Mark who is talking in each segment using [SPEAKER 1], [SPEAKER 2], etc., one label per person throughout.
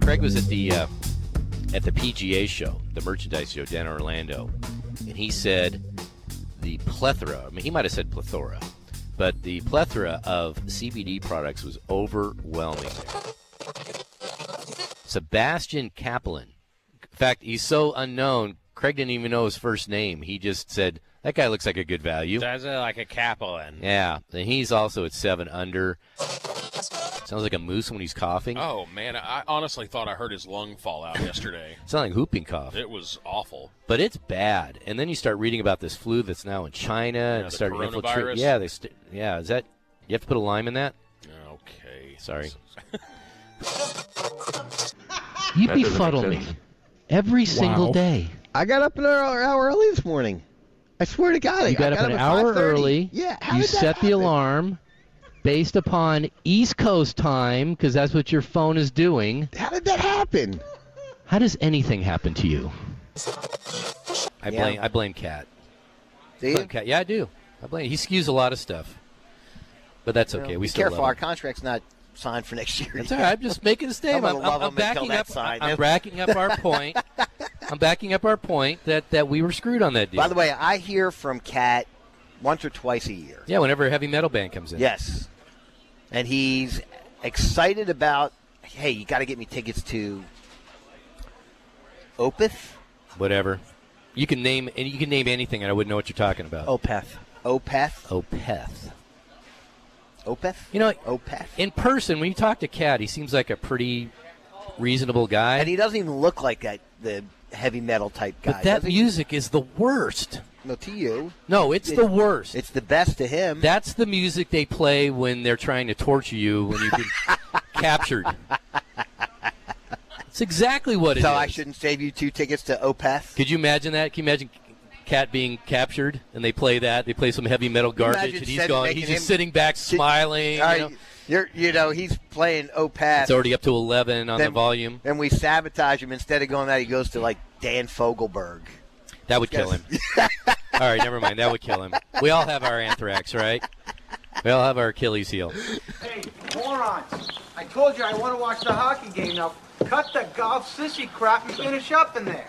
[SPEAKER 1] Greg was at the uh, at the PGA show, the merchandise show down in Orlando, and he said the plethora. I mean, he might have said plethora, but the plethora of CBD products was overwhelming. Sebastian Kaplan. In fact, he's so unknown. Craig didn't even know his first name. He just said that guy looks like a good value.
[SPEAKER 2] That's uh, like a Kaplan.
[SPEAKER 1] Yeah, and he's also at seven under. Sounds like a moose when he's coughing.
[SPEAKER 3] Oh man, I honestly thought I heard his lung fall out yesterday.
[SPEAKER 1] Sounds like whooping cough.
[SPEAKER 3] It was awful.
[SPEAKER 1] but it's bad. And then you start reading about this flu that's now in China and
[SPEAKER 3] the
[SPEAKER 1] starting to infiltrate.
[SPEAKER 3] coronavirus.
[SPEAKER 1] Yeah, they st- yeah. Is that you have to put a lime in that?
[SPEAKER 3] Okay.
[SPEAKER 1] Sorry.
[SPEAKER 4] You
[SPEAKER 5] That doesn't make
[SPEAKER 4] befuddle me
[SPEAKER 5] sense.
[SPEAKER 4] every single day.
[SPEAKER 6] I got up an hour, hour early this morning. I swear to God, I- I
[SPEAKER 4] You got up an hour
[SPEAKER 6] 5:30.
[SPEAKER 4] early.
[SPEAKER 6] Yeah, how
[SPEAKER 4] You
[SPEAKER 6] did that
[SPEAKER 4] set the
[SPEAKER 6] happen?
[SPEAKER 4] alarm based upon East Coast time because that's what your phone is doing.
[SPEAKER 6] How did that happen?
[SPEAKER 4] How does anything happen to you?
[SPEAKER 1] I
[SPEAKER 6] Yeah.
[SPEAKER 1] blame I blame Cat.
[SPEAKER 6] Do you?
[SPEAKER 1] Yeah, I do. I blame. He skews a lot of stuff, but that's okay.
[SPEAKER 6] Well,
[SPEAKER 1] we
[SPEAKER 6] be
[SPEAKER 1] still
[SPEAKER 6] careful.
[SPEAKER 1] love
[SPEAKER 6] Our
[SPEAKER 1] him.
[SPEAKER 6] contract's not signed for next year.
[SPEAKER 1] That's all right. I'm just making a
[SPEAKER 6] I'm
[SPEAKER 1] statement.
[SPEAKER 6] gonna
[SPEAKER 1] I'm, I'm,
[SPEAKER 6] love
[SPEAKER 1] I'm
[SPEAKER 6] him until
[SPEAKER 1] backing up.
[SPEAKER 6] that's signed.
[SPEAKER 1] I'm backing up our point. I'm backing up our point that, that we were screwed on that deal.
[SPEAKER 6] By the way, I hear from Cat once or twice a year.
[SPEAKER 1] yeah, whenever a heavy metal band comes in,
[SPEAKER 6] Yes, and he's excited about. Hey, you got to get me tickets to Opeth,
[SPEAKER 1] whatever. You can name and you can name anything, and I wouldn't know what you're talking about.
[SPEAKER 6] Opeth, Opeth,
[SPEAKER 1] Opeth.
[SPEAKER 6] Opeth.
[SPEAKER 1] You know,
[SPEAKER 6] Opeth.
[SPEAKER 1] in person, when you talk to Cat, he seems like a pretty reasonable guy.
[SPEAKER 6] and he doesn't even look like that the heavy metal type guy.
[SPEAKER 1] but that
[SPEAKER 6] does he?
[SPEAKER 1] music is the worst.
[SPEAKER 6] no, to you,
[SPEAKER 1] No, it's
[SPEAKER 6] It-
[SPEAKER 1] the worst.
[SPEAKER 6] it's the best to him.
[SPEAKER 1] That's the music they play when they're trying to torture you when you've been captured. It's exactly what it is.
[SPEAKER 6] so I shouldn't save you two tickets to Opeth.
[SPEAKER 1] Could you imagine that? Can you imagine Cat being captured and they play that? They play some heavy metal
[SPEAKER 6] you
[SPEAKER 1] garbage
[SPEAKER 6] imagine
[SPEAKER 1] and he's
[SPEAKER 6] sitting-
[SPEAKER 1] gone.
[SPEAKER 6] making
[SPEAKER 1] He's just
[SPEAKER 6] him-
[SPEAKER 1] sitting back smiling.
[SPEAKER 6] All
[SPEAKER 1] you
[SPEAKER 6] right,
[SPEAKER 1] know?
[SPEAKER 6] you're you know he's playing
[SPEAKER 1] It's
[SPEAKER 6] Opeth.
[SPEAKER 1] already up to 11 on the
[SPEAKER 6] Then-
[SPEAKER 1] volume.
[SPEAKER 6] Then we sabotage him. Instead of going that, he goes to like Dan Fogelberg.
[SPEAKER 1] That would kill him. all right, never mind. That would kill him. We all have our anthrax, right? We all have our Achilles heel.
[SPEAKER 7] Hey, morons! I told you I want to watch the hockey game now. Cut the golf sissy crap and finish up in there.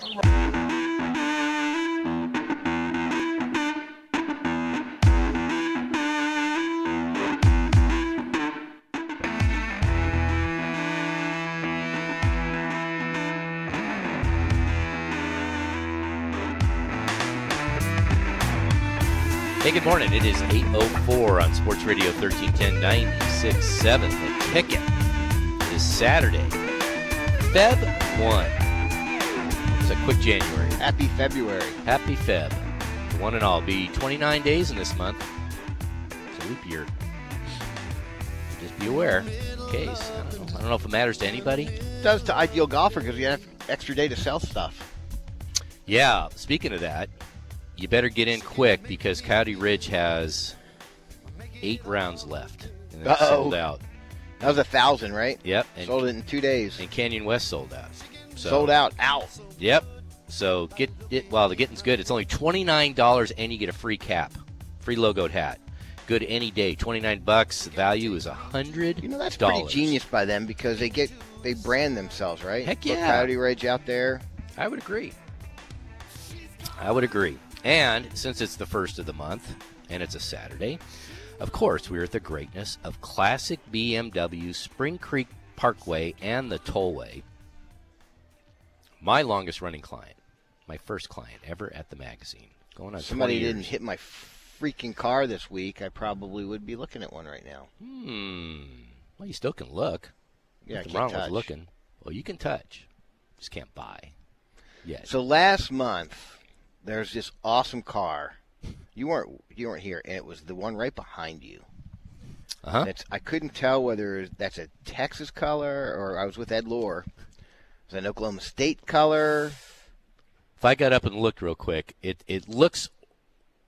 [SPEAKER 1] Hey, good morning. It is 8.04 on Sports Radio 1310 96.7. The ticket is Saturday, Feb 1. It's a quick January.
[SPEAKER 6] Happy February.
[SPEAKER 1] Happy Feb. One and all. Be 29 days in this month. It's a leap year. Just be aware in case. I don't know, I don't know if it matters to anybody.
[SPEAKER 6] Does to ideal golfer because you have extra day to sell stuff.
[SPEAKER 1] Yeah, speaking of that, you better get in quick because Coyote Ridge has eight rounds left. And that's
[SPEAKER 6] Uh-oh.
[SPEAKER 1] sold out.
[SPEAKER 6] That was a thousand, right?
[SPEAKER 1] Yep. And,
[SPEAKER 6] Sold it in two days.
[SPEAKER 1] and Canyon West sold out. So,
[SPEAKER 6] Sold out. Ow.
[SPEAKER 1] Yep. So get it while the getting's good. It's only twenty nine dollars and you get a free cap, free logoed hat. Good any day. Twenty nine bucks. The value is a hundred.
[SPEAKER 6] You know that's pretty genius by them because they get they brand themselves, right?
[SPEAKER 1] Heck
[SPEAKER 6] Put
[SPEAKER 1] yeah.
[SPEAKER 6] Coyote Ridge out there.
[SPEAKER 1] I would agree. I would agree. And since it's the first of the month and it's a Saturday, of course, we're at the greatness of classic BMW, Spring Creek Parkway, and the Tollway. My longest running client, my first client ever at the magazine. Going on 20
[SPEAKER 6] Somebody
[SPEAKER 1] years.
[SPEAKER 6] didn't hit my freaking car this week. I probably would be looking at one right now.
[SPEAKER 1] Hmm. Well, you still can look.
[SPEAKER 6] Yeah, I
[SPEAKER 1] Nothing
[SPEAKER 6] can't
[SPEAKER 1] wrong
[SPEAKER 6] touch.
[SPEAKER 1] with looking. Well, you can touch. Just can't buy. Yet.
[SPEAKER 6] So last month, there's this awesome car. You weren't you weren't here, and it was the one right behind you.
[SPEAKER 1] Uh-huh.
[SPEAKER 6] That's I couldn't tell whether that's a Texas color or I was with Ed Lore. It's an Oklahoma State color.
[SPEAKER 1] if I got up and looked real quick, it it looks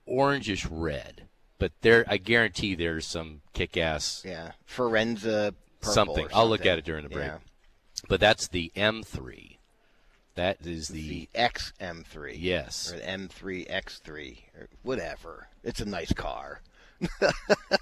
[SPEAKER 1] orangish red, but there I guarantee there's some kick ass.
[SPEAKER 6] Yeah, Forenza purple. or
[SPEAKER 1] Something. I'll look at it during the break.
[SPEAKER 6] Yeah.
[SPEAKER 1] But that's the M3. That is the
[SPEAKER 6] the XM3.
[SPEAKER 1] Yes.
[SPEAKER 6] Or the M3X3 or whatever. It's a nice car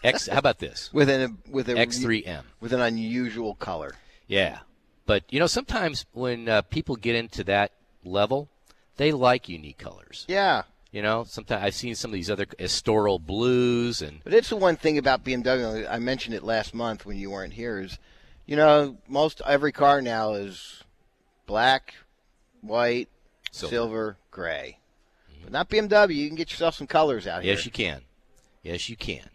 [SPEAKER 1] X. How about this?
[SPEAKER 6] with an with a
[SPEAKER 1] X3M.
[SPEAKER 6] with an unusual color.
[SPEAKER 1] Yeah, But you know, sometimes when uh, people get into that level, they like unique colors.
[SPEAKER 6] Yeah.
[SPEAKER 1] You know, sometimes I've seen some of these other Estoril blues and
[SPEAKER 6] But it's the one thing about BMW. I mentioned it last month when you weren't here. Is you know most every car now is black, white, silver,
[SPEAKER 1] Silver.
[SPEAKER 6] gray. But not BMW. You can get yourself some colors out
[SPEAKER 1] Yes,
[SPEAKER 6] here.
[SPEAKER 1] you can. Yes, you can.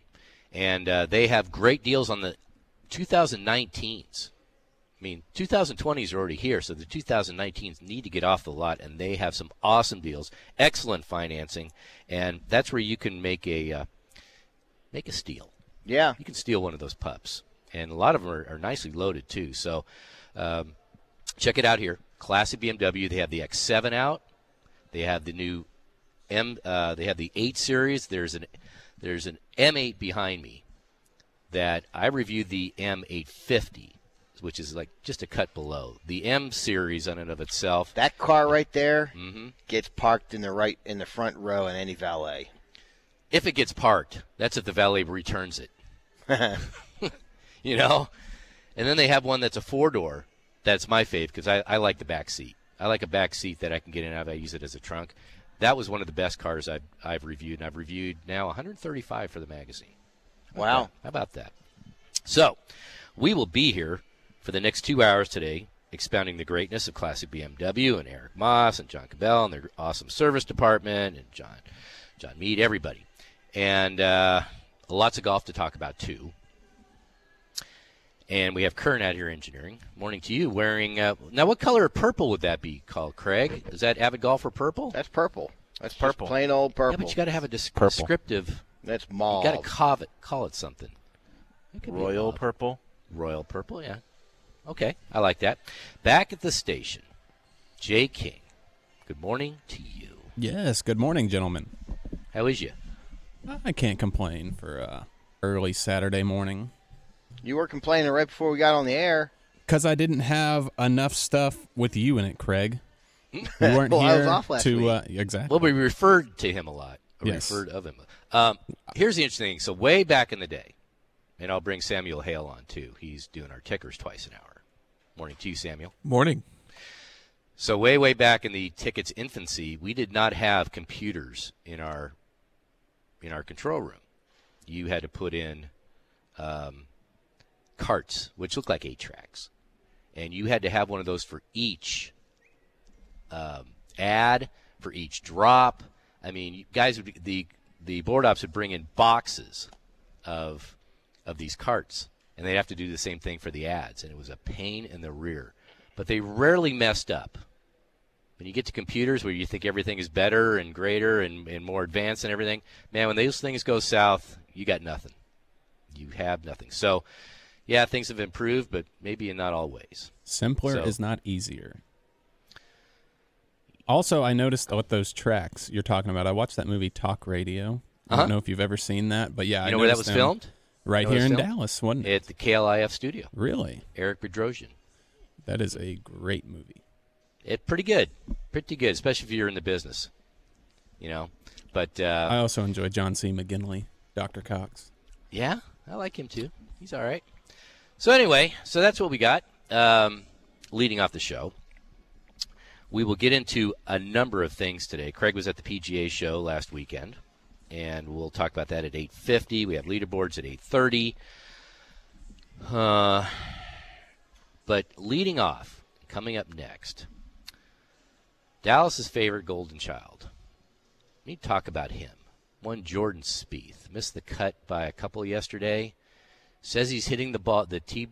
[SPEAKER 1] And uh, they have great deals on the 2019s. I mean, 2020s are already here, so the 2019s need to get off the lot, and they have some awesome deals, excellent financing, and that's where you can make a uh, make a steal.
[SPEAKER 6] yeah.
[SPEAKER 1] You can steal one of those pups, and a lot of them are, are nicely loaded too. So, um, check it out here. Classic BMW. They have the X7 out. They have the new M. Uh, they have the 8 series. There's an there's an M8 behind me that I reviewed the M850, which is like just a cut below the M series on and of itself.
[SPEAKER 6] That car right there gets parked in the right in the front row in any valet.
[SPEAKER 1] If it gets parked, that's if the valet returns it. you know? And then they have one that's a four door. That's my fave because I, I like the back seat. I like a back seat that I can get in and out of. I use it as a trunk. That was one of the best cars I've, I've reviewed, and I've reviewed now 135 for the magazine.
[SPEAKER 6] Wow.
[SPEAKER 1] How about that? So, we will be here for the next two hours today, expounding the greatness of classic BMW and Eric Moss and John Cabell and their awesome service department and John, John Mead, everybody, and uh, lots of golf to talk about too. And we have Kern out here engineering. Morning to you, wearing uh, now what color of purple would that be called, Craig? Is that avid golfer purple?
[SPEAKER 6] That's purple. That's just
[SPEAKER 2] Purple.
[SPEAKER 6] plain old
[SPEAKER 1] Yeah,
[SPEAKER 6] purple.
[SPEAKER 1] but you got to have a dis-
[SPEAKER 2] Purple.
[SPEAKER 1] descriptive.
[SPEAKER 6] That's mauve.
[SPEAKER 1] You got to call it call it something. It could be
[SPEAKER 2] Royal
[SPEAKER 1] mauve.
[SPEAKER 2] purple.
[SPEAKER 1] Royal purple, yeah. Okay, I like that. Back at the station, Jay King. Good morning to you.
[SPEAKER 5] Yes. Good morning, gentlemen.
[SPEAKER 1] How is you?
[SPEAKER 5] I can't complain for uh, early Saturday morning
[SPEAKER 6] You were complaining right before we got on the air.
[SPEAKER 5] because I didn't have enough stuff with you in it, Craig. You weren't
[SPEAKER 6] Well,
[SPEAKER 5] here
[SPEAKER 6] I was off last
[SPEAKER 5] to
[SPEAKER 6] week.
[SPEAKER 5] uh, exactly.
[SPEAKER 1] Well, we referred to him a lot. Or
[SPEAKER 5] Yes.
[SPEAKER 1] Referred of him. Um, here's the interesting thing. So way back in the day, and I'll bring Samuel Hale on too. He's doing our tickers twice an hour. Morning to you, Samuel.
[SPEAKER 8] Morning.
[SPEAKER 1] So way, way back in the tickets infancy, we did not have computers in our in our control room. You had to put in um, carts, which looked like eight tracks, and you had to have one of those for each um, ad, for each drop. I mean, you guys, would, be- the the board ops would bring in boxes of of these carts, and they'd have to do the same thing for the ads, and it was a pain in the rear. But they rarely messed up. When you get to computers where you think everything is better and greater and, and more advanced and everything, man, when those things go south, you got nothing. You have nothing. So, yeah, things have improved, but maybe in not all ways.
[SPEAKER 5] Simpler
[SPEAKER 1] So-
[SPEAKER 5] is not easier. Also, I noticed what those tracks you're talking about. I watched that movie Talk Radio. I
[SPEAKER 1] Uh-huh.
[SPEAKER 5] don't know if you've ever seen that, but yeah,
[SPEAKER 1] You
[SPEAKER 5] I
[SPEAKER 1] know where that
[SPEAKER 5] noticed
[SPEAKER 1] was
[SPEAKER 5] them
[SPEAKER 1] filmed?
[SPEAKER 5] Right
[SPEAKER 1] You know where it
[SPEAKER 5] here in
[SPEAKER 1] was filmed?
[SPEAKER 5] Dallas, wasn't it?
[SPEAKER 1] At the KLIF studio.
[SPEAKER 5] Really,
[SPEAKER 1] Eric Bedrosian.
[SPEAKER 5] that is a great movie.
[SPEAKER 1] It pretty good, pretty good, especially if you're in the business. You know, but uh,
[SPEAKER 5] I also enjoy John C. McGinley, Doctor Cox.
[SPEAKER 1] Yeah, I like him too. He's all right. So anyway, so that's what we got. Um, leading off the show, we will get into a number of things today. Craig was at the PGA show last weekend, and we'll talk about that at 8:50. We have leaderboards at 8:30. Uh, but leading off, coming up next, Dallas's favorite golden child. Let me talk about him. One Jordan Spieth missed the cut by a couple yesterday. Says he's hitting the ball, the tee,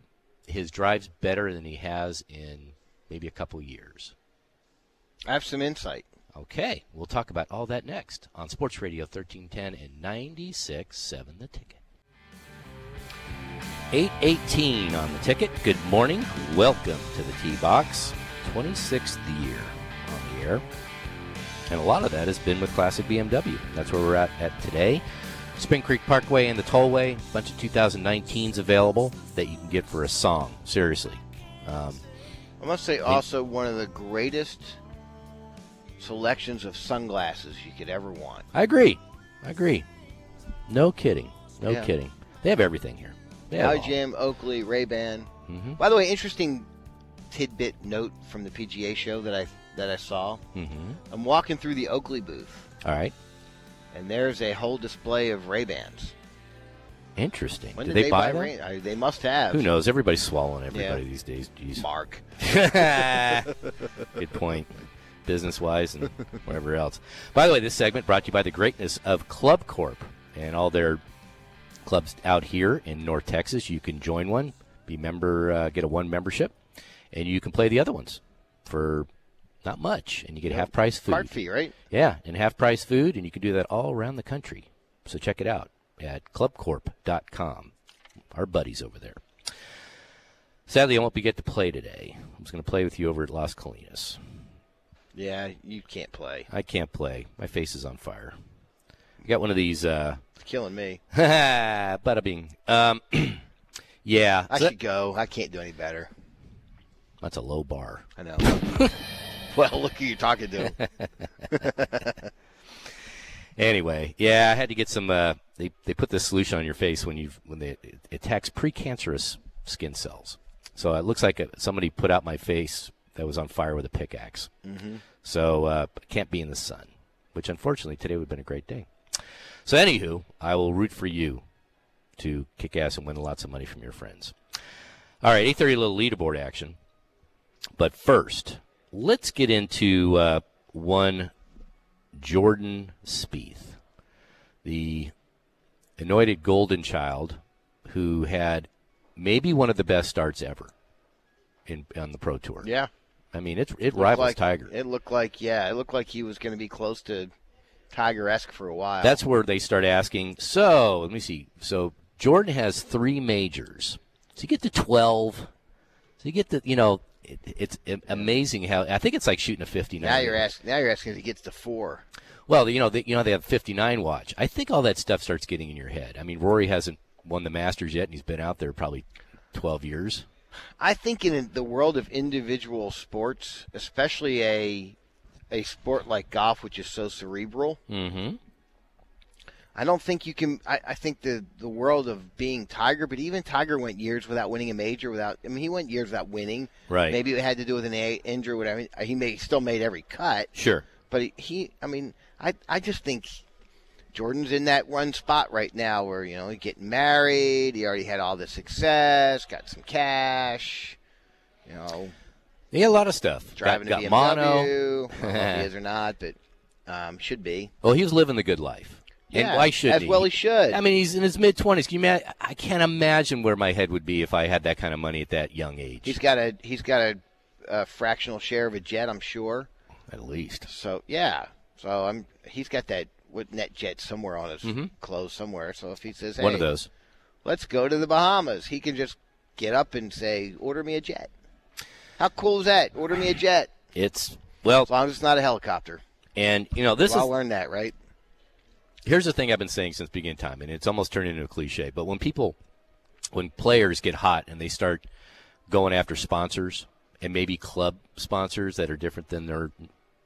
[SPEAKER 1] his drives better than he has in maybe a couple years.
[SPEAKER 6] I have some insight.
[SPEAKER 1] Okay, we'll talk about all that next on Sports Radio 1310 and 96.7 The Ticket. 818 on The Ticket. Good morning. Welcome to the T Box. 26th year on the air. And a lot of that has been with Classic BMW. That's where we're at, at today. Spring Creek Parkway and the Tollway, a bunch of 2019s available that you can get for a song. Seriously. Um,
[SPEAKER 6] I must say, also one of the greatest selections of sunglasses you could ever want.
[SPEAKER 1] I agree. I agree. No kidding. No
[SPEAKER 6] Yeah.
[SPEAKER 1] kidding. They have everything here. They have
[SPEAKER 6] Now Jim Oakley, Ray Ban.
[SPEAKER 1] hmm
[SPEAKER 6] By the way, interesting tidbit note from the PGA show that I that I saw.
[SPEAKER 1] Mm-hmm.
[SPEAKER 6] I'm walking through the Oakley booth,
[SPEAKER 1] All right.
[SPEAKER 6] and there's a whole display of Ray Bans.
[SPEAKER 1] Interesting.
[SPEAKER 6] When
[SPEAKER 1] did,
[SPEAKER 6] did,
[SPEAKER 1] they, buy, that?
[SPEAKER 6] Ray? I, they must have.
[SPEAKER 1] Who knows? Everybody's swallowing everybody these days. Jeez.
[SPEAKER 6] Mark.
[SPEAKER 1] Good point. Business wise and whatever else. By the way, this segment brought to you by the greatness of Club Corp and all their clubs out here in North Texas. You can join one, be member, uh, get a one membership, and you can play the other ones for not much, and you get half price food.
[SPEAKER 6] Cart fee, right?
[SPEAKER 1] Yeah, and half price food, and you can do that all around the country. So check it out at clubcorp.com. Our buddies over there. Sadly, I won't be get to play today. I'm just going to play with you over at Las Colinas.
[SPEAKER 6] Yeah, you can't play.
[SPEAKER 1] I can't play. My face is on fire. I got one of these. Uh,
[SPEAKER 6] It's killing me.
[SPEAKER 1] bada bing. Um, yeah,
[SPEAKER 6] I
[SPEAKER 1] so
[SPEAKER 6] should go. I can't do any better.
[SPEAKER 1] that's a low bar.
[SPEAKER 6] I know. well, look who you're talking to.
[SPEAKER 1] Anyway, yeah, I had to get some. Uh, they they put this solution on your face when you when they it attacks precancerous skin cells. So it looks like a, somebody put out my face that was on fire with a pickaxe. Mm-hmm. So uh, can't be in the sun, which unfortunately today would have been a great day. So anywho, I will root for you to kick ass and win lots of money from your friends. All right, eight thirty, little leaderboard action. But first, let's get into uh, one Jordan Spieth, the anointed golden child who had maybe one of the best starts ever in on the Pro Tour.
[SPEAKER 6] Yeah.
[SPEAKER 1] I mean, it's it
[SPEAKER 6] Looked
[SPEAKER 1] rivals
[SPEAKER 6] like-
[SPEAKER 1] Tiger.
[SPEAKER 6] It looked like yeah, it looked like he was going to be close to Tiger-esque for a while.
[SPEAKER 1] That's where they start asking. So let me see. So Jordan has three majors. So you get to twelve. So you get the you know it, it's amazing how I think it's like shooting a fifty nine.
[SPEAKER 6] now you're asking. Now you're asking if he gets to four.
[SPEAKER 1] Well, you know, they, you know they have 59 watch. I think all that stuff starts getting in your head. I mean, Rory hasn't won the Masters yet, and he's been out there probably 12 years.
[SPEAKER 6] I think in the world of individual sports, especially a a sport like golf, which is so cerebral,
[SPEAKER 1] Mm-hmm.
[SPEAKER 6] I don't think you can. I, I think the the world of being Tiger, but even Tiger went years without winning a major. Without, I mean, he went years without winning.
[SPEAKER 1] Right.
[SPEAKER 6] Maybe it had to do with an a- injury, or whatever. He may still made every cut,
[SPEAKER 1] Sure.
[SPEAKER 6] but he, he. I mean, I I just think Jordan's in that one spot right now where you know he's getting married. He already had all the success, got some cash. You know,
[SPEAKER 1] Yeah, a lot of stuff.
[SPEAKER 6] driving
[SPEAKER 1] got,
[SPEAKER 6] a BMW.
[SPEAKER 1] got mono.
[SPEAKER 6] I don't know if he is or not, but um, should be.
[SPEAKER 1] Well, Oh, he was living the good life.
[SPEAKER 6] yeah,
[SPEAKER 1] and why should
[SPEAKER 6] as
[SPEAKER 1] he?
[SPEAKER 6] well he should.
[SPEAKER 1] I mean, he's in his mid 20s. Can you ma- I can't imagine where my head would be if I had that kind of money at that young age.
[SPEAKER 6] He's got a he's got a, a fractional share of a jet, I'm sure.
[SPEAKER 1] at least.
[SPEAKER 6] So yeah, so I'm he's got that what net jet somewhere on his clothes somewhere. So if he says, hey,
[SPEAKER 1] Mm-hmm. One of those.
[SPEAKER 6] let's go to the Bahamas, he can just get up and say, order me a jet. How cool is that? Order me a jet.
[SPEAKER 1] It's well,
[SPEAKER 6] As long as it's not a helicopter.
[SPEAKER 1] and you know this
[SPEAKER 6] Well,
[SPEAKER 1] is
[SPEAKER 6] I'll learn that, right?
[SPEAKER 1] here's the thing I've been saying since beginning time, and it's almost turned into a cliche. But when people, when players get hot and they start going after sponsors and maybe club sponsors that are different than their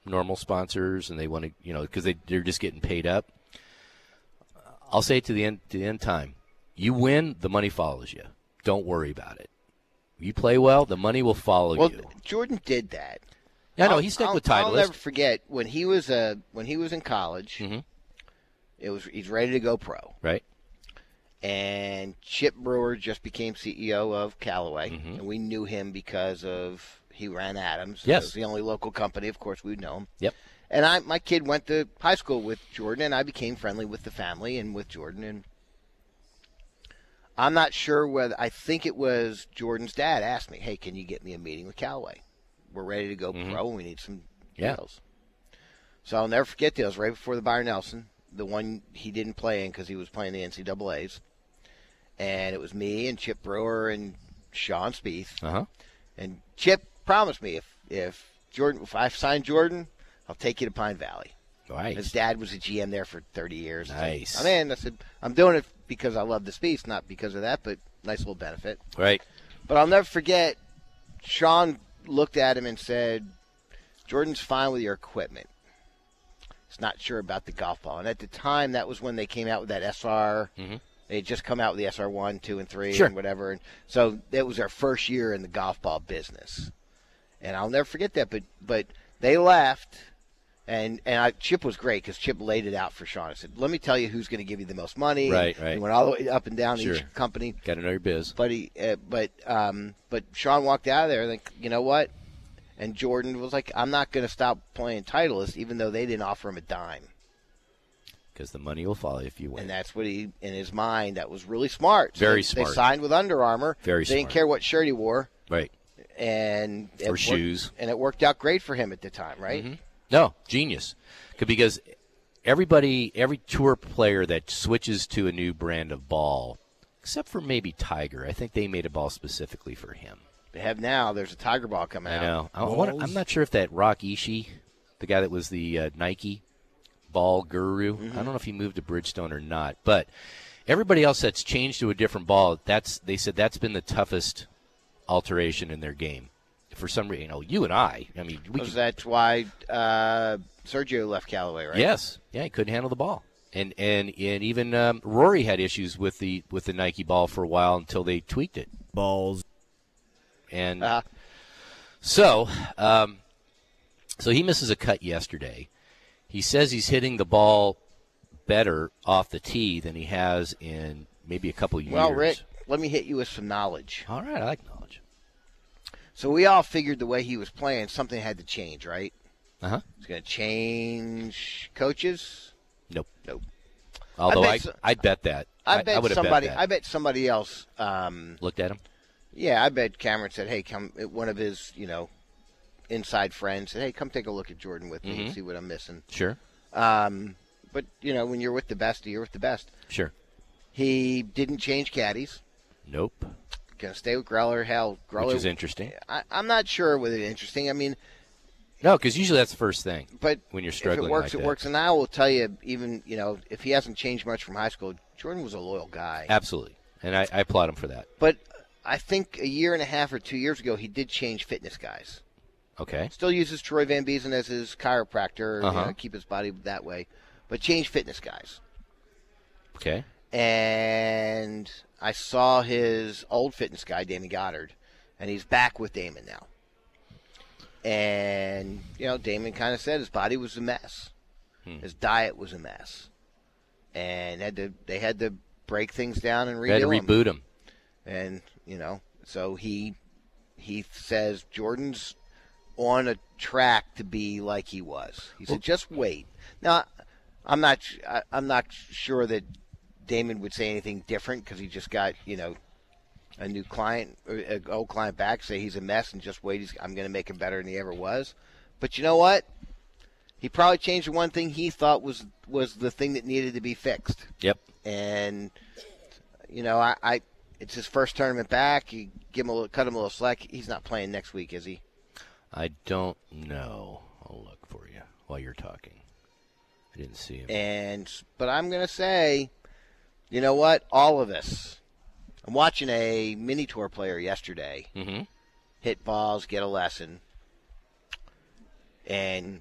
[SPEAKER 1] normal sponsors, and they want to, you know, because they they're just getting paid up. I'll say it to the end to the end time, you win, the money follows you. Don't worry about it. You play well, the money will follow
[SPEAKER 6] Well,
[SPEAKER 1] you.
[SPEAKER 6] Jordan did that.
[SPEAKER 1] Yeah, no,
[SPEAKER 6] I'll-
[SPEAKER 1] he stuck
[SPEAKER 6] I'll-
[SPEAKER 1] with
[SPEAKER 6] I'll
[SPEAKER 1] Titleist.
[SPEAKER 6] never forget when he was a when he was in college.
[SPEAKER 1] Mhm.
[SPEAKER 6] It was he's ready to go pro.
[SPEAKER 1] right?
[SPEAKER 6] and Chip Brewer just became CEO of Callaway,
[SPEAKER 1] Mhm.
[SPEAKER 6] and we knew him because of he ran Adams.
[SPEAKER 1] Yes.
[SPEAKER 6] it was the only local company, of course, we know him.
[SPEAKER 1] Yep.
[SPEAKER 6] And I, my kid went to high school with Jordan, and I became friendly with the family and with Jordan. And I'm not sure whether I think it was Jordan's dad asked me, "Hey, can you get me a meeting with Callaway? We're ready to go pro, and we need some
[SPEAKER 1] Yeah.
[SPEAKER 6] deals." So I'll never forget this. Right before the Byron Nelson, the one he didn't play in because he was playing the NCAA's, and it was me and Chip Brewer and Sean Spieth.
[SPEAKER 1] Uh huh.
[SPEAKER 6] And Chip promised me if if Jordan if I sign Jordan, I'll take you to Pine Valley. His
[SPEAKER 1] Right.
[SPEAKER 6] dad was a GM there for 30 years. I said,
[SPEAKER 1] Nice.
[SPEAKER 6] I'm in. I said I'm doing it because I love the Spieth, not because of that, but nice little benefit.
[SPEAKER 1] Right.
[SPEAKER 6] But I'll never forget. Sean looked at him and said, "Jordan's fine with your equipment. He's not sure about the golf ball." And at the time, that was when they came out with that SR.
[SPEAKER 1] Mhm.
[SPEAKER 6] They had just come out with the SR one, two, and three,
[SPEAKER 1] Sure.
[SPEAKER 6] and whatever. And so that was our first year in the golf ball business. and I'll never forget that. But but they left, and and I, Chip was great because Chip laid it out for Sean. I said, "Let me tell you who's going to give you the most money."
[SPEAKER 1] Right,
[SPEAKER 6] And
[SPEAKER 1] right.
[SPEAKER 6] He went all the way up and down
[SPEAKER 1] Sure.
[SPEAKER 6] each company.
[SPEAKER 1] Got to know your biz.
[SPEAKER 6] But he, uh, but um, but Sean walked out of there like, you know what? And Jordan was like, "I'm not going to stop playing Titleist, even though they didn't offer him a dime."
[SPEAKER 1] because the money will follow if you win.
[SPEAKER 6] And that's what he, in his mind, that was really smart. So
[SPEAKER 1] Very
[SPEAKER 6] they, They
[SPEAKER 1] smart.
[SPEAKER 6] signed with Under Armour.
[SPEAKER 1] Very
[SPEAKER 6] They didn't
[SPEAKER 1] smart.
[SPEAKER 6] care what shirt he wore,
[SPEAKER 1] right.
[SPEAKER 6] and it
[SPEAKER 1] Or
[SPEAKER 6] worked-
[SPEAKER 1] shoes. Mm-hmm.
[SPEAKER 6] and it worked out great for him at the time, right?
[SPEAKER 1] No, genius. 'Cause- Because everybody, every tour player that switches to a new brand of ball, except for maybe Tiger, I think they made a ball specifically for him.
[SPEAKER 6] They have now. There's a Tiger Ball coming
[SPEAKER 1] I
[SPEAKER 6] out.
[SPEAKER 1] know. I wanna, I'm not sure if that Rock Ishii, the guy that was the uh, Nike ball guru, I don't know if he moved to Bridgestone or not, but everybody else that's changed to a different ball, that's they said that's been the toughest alteration in their game. For some reason, you know, you and I, I mean, we
[SPEAKER 6] Because
[SPEAKER 1] can
[SPEAKER 6] that's why uh, Sergio left Callaway, right?
[SPEAKER 1] Yes. Yeah, he couldn't handle the ball. And and and even um, Rory had issues with the with the Nike ball for a while until they tweaked it.
[SPEAKER 2] Balls.
[SPEAKER 1] And
[SPEAKER 6] Uh,
[SPEAKER 1] so um, so he misses a cut yesterday. He says he's hitting the ball better off the tee than he has in maybe a couple years.
[SPEAKER 6] well, Rick, let me hit you with some knowledge.
[SPEAKER 1] All right, I like knowledge.
[SPEAKER 6] So we all figured the way he was playing, something had to change, right?
[SPEAKER 1] Uh huh.
[SPEAKER 6] It's going to change coaches.
[SPEAKER 1] Nope.
[SPEAKER 6] Nope.
[SPEAKER 1] Although
[SPEAKER 6] bet
[SPEAKER 1] I
[SPEAKER 6] so-
[SPEAKER 1] I bet that
[SPEAKER 6] I,
[SPEAKER 1] I
[SPEAKER 6] bet
[SPEAKER 1] would have
[SPEAKER 6] somebody.
[SPEAKER 1] Bet that.
[SPEAKER 6] I bet somebody else. Um,
[SPEAKER 1] looked at him.
[SPEAKER 6] yeah, I bet Cameron said, "Hey, come." One of his, you know, inside friends said, "Hey, come take a look at Jordan with me
[SPEAKER 1] Mm-hmm.
[SPEAKER 6] and see what I'm missing."
[SPEAKER 1] Sure.
[SPEAKER 6] Um, but you know, when you're with the best, you're with the best.
[SPEAKER 1] Sure.
[SPEAKER 6] He didn't change caddies.
[SPEAKER 1] Nope.
[SPEAKER 6] Gonna stay with Greller. Hell, Greller.
[SPEAKER 1] Which is interesting.
[SPEAKER 6] I, I'm not sure whether it's interesting. I mean,
[SPEAKER 1] No, because usually that's the first thing.
[SPEAKER 6] but
[SPEAKER 1] When you're
[SPEAKER 6] if
[SPEAKER 1] struggling
[SPEAKER 6] it works,
[SPEAKER 1] like
[SPEAKER 6] it
[SPEAKER 1] that.
[SPEAKER 6] works. And I will tell you, even you know, if he hasn't changed much from high school, Jordan was a loyal guy.
[SPEAKER 1] Absolutely. And I, I applaud him for that.
[SPEAKER 6] But I think a year and a half or two years ago, he did change fitness guys.
[SPEAKER 1] Okay.
[SPEAKER 6] Still uses Troy Van Biesen as his chiropractor, you
[SPEAKER 1] Uh-huh.
[SPEAKER 6] know, keep his body that way, but change fitness guys.
[SPEAKER 1] Okay.
[SPEAKER 6] And I saw his old fitness guy, Damon Goddard, and he's back with Damon now. And you know, Damon kind of said his body was a mess,
[SPEAKER 1] Hmm.
[SPEAKER 6] his diet was a mess, and had to they had to break things down and redo
[SPEAKER 1] They had to
[SPEAKER 6] 'em
[SPEAKER 1] reboot him.
[SPEAKER 6] and you know so he he says jordan's on a track to be like he was he said just wait now i'm not I, i'm not sure that damon would say anything different because he just got you know a new client or an old client back say he's a mess and just wait he's, i'm going to make him better than he ever was but you know what he probably changed the one thing he thought was was the thing that needed to be fixed
[SPEAKER 1] Yep.
[SPEAKER 6] and you know, I, I it's his first tournament back. You give him a little, cut him a little slack. He's not playing next week, is he?
[SPEAKER 1] I don't know. I'll look for you while you're talking. I didn't see him.
[SPEAKER 6] And but I'm gonna say, you know what? All of us. I'm watching a mini tour player yesterday
[SPEAKER 1] Mhm.
[SPEAKER 6] hit balls, get a lesson, and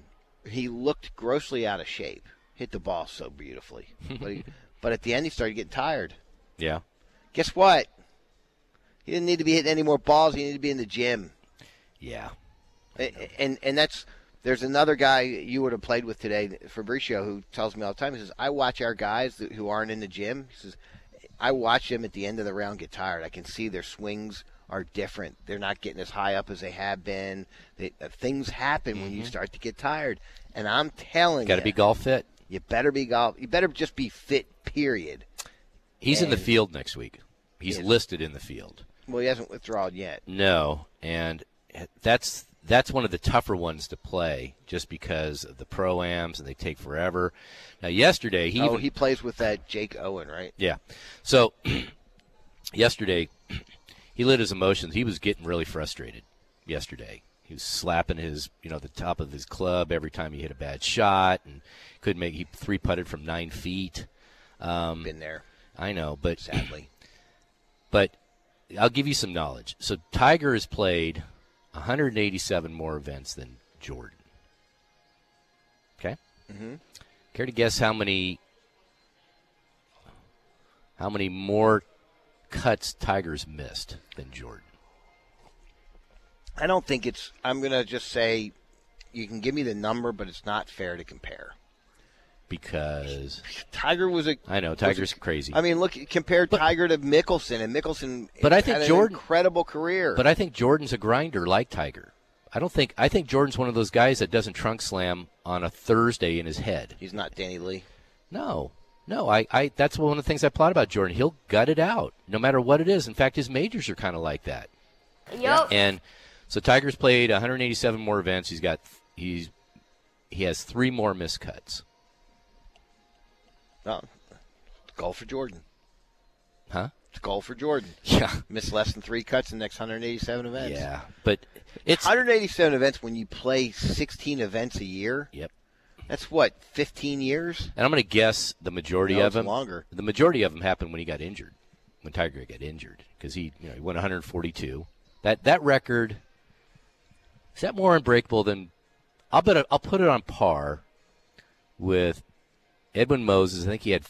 [SPEAKER 6] he looked grossly out of shape. Hit the ball so beautifully, but, he, but at the end he started getting tired.
[SPEAKER 1] Yeah.
[SPEAKER 6] Guess what? He didn't need to be hitting any more balls. He needed to be in the gym.
[SPEAKER 1] Yeah.
[SPEAKER 6] A- and and that's there's another guy you would have played with today, Fabricio, who tells me all the time. He says, "I watch our guys that- who aren't in the gym." He says, "I watch them at the end of the round get tired. I can see their swings are different. They're not getting as high up as they have been. They, uh, things happen when you start to get tired." And I'm telling
[SPEAKER 1] Got to
[SPEAKER 6] you,
[SPEAKER 1] Mm-hmm. be golf fit.
[SPEAKER 6] you better be golf. You better just be fit. Period.
[SPEAKER 1] He's in the
[SPEAKER 6] And-
[SPEAKER 1] field next week. He's
[SPEAKER 6] Yes.
[SPEAKER 1] listed in the field.
[SPEAKER 6] Well, he hasn't withdrawn yet.
[SPEAKER 1] No, and that's that's one of the tougher ones to play just because of the pro-ams and they take forever. Now yesterday he
[SPEAKER 6] oh,
[SPEAKER 1] even-
[SPEAKER 6] he plays with that Jake Owen, right?
[SPEAKER 1] Yeah. So yesterday, he lit his emotions. He was getting really frustrated yesterday. He was slapping his, you know, the top of his club every time he hit a bad shot, and couldn't make. He three putted from nine feet. Um,
[SPEAKER 6] Been there,
[SPEAKER 1] I know, but
[SPEAKER 6] sadly.
[SPEAKER 1] but I'll give you some knowledge. So Tiger has played 187 more events than Jordan. Okay. Mm-hmm. Care to guess how many how many more cuts Tiger's missed than Jordan?
[SPEAKER 6] I don't think it's. I'm gonna just say, you can give me the number, but it's not fair to compare.
[SPEAKER 1] because
[SPEAKER 6] Tiger was a.
[SPEAKER 1] I know Tiger's crazy.
[SPEAKER 6] I mean, look, compare Tiger to Mickelson, and Mickelson.
[SPEAKER 1] But I think
[SPEAKER 6] had an
[SPEAKER 1] Jordan-
[SPEAKER 6] incredible career.
[SPEAKER 1] but I think Jordan's a grinder like Tiger. I don't think I think Jordan's one of those guys that doesn't trunk slam on a Thursday in his head.
[SPEAKER 6] he's not Danny Lee.
[SPEAKER 1] No. No, I, I that's one of the things I plot about Jordan. He'll gut it out, no matter what it is. In fact, his majors are kind of like that.
[SPEAKER 2] Yup.
[SPEAKER 1] And so Tiger's played 187 more events. He's got he's he has three more missed cuts.
[SPEAKER 6] No, goal for Jordan.
[SPEAKER 1] Huh?
[SPEAKER 6] It's a goal for Jordan.
[SPEAKER 1] Yeah.
[SPEAKER 6] Miss less than three cuts in the next 187 events.
[SPEAKER 1] Yeah. But it's
[SPEAKER 6] 187 events when you play 16 events a year.
[SPEAKER 1] Yep.
[SPEAKER 6] That's what 15 years.
[SPEAKER 1] And I'm going to guess the majority
[SPEAKER 6] No,
[SPEAKER 1] of
[SPEAKER 6] it's
[SPEAKER 1] them
[SPEAKER 6] longer.
[SPEAKER 1] The majority of them happened when he got injured, when Tiger got injured, because he you know he went 142. That that record is that more unbreakable than I'll bet it- I'll put it on par with Edwin Moses. I think he had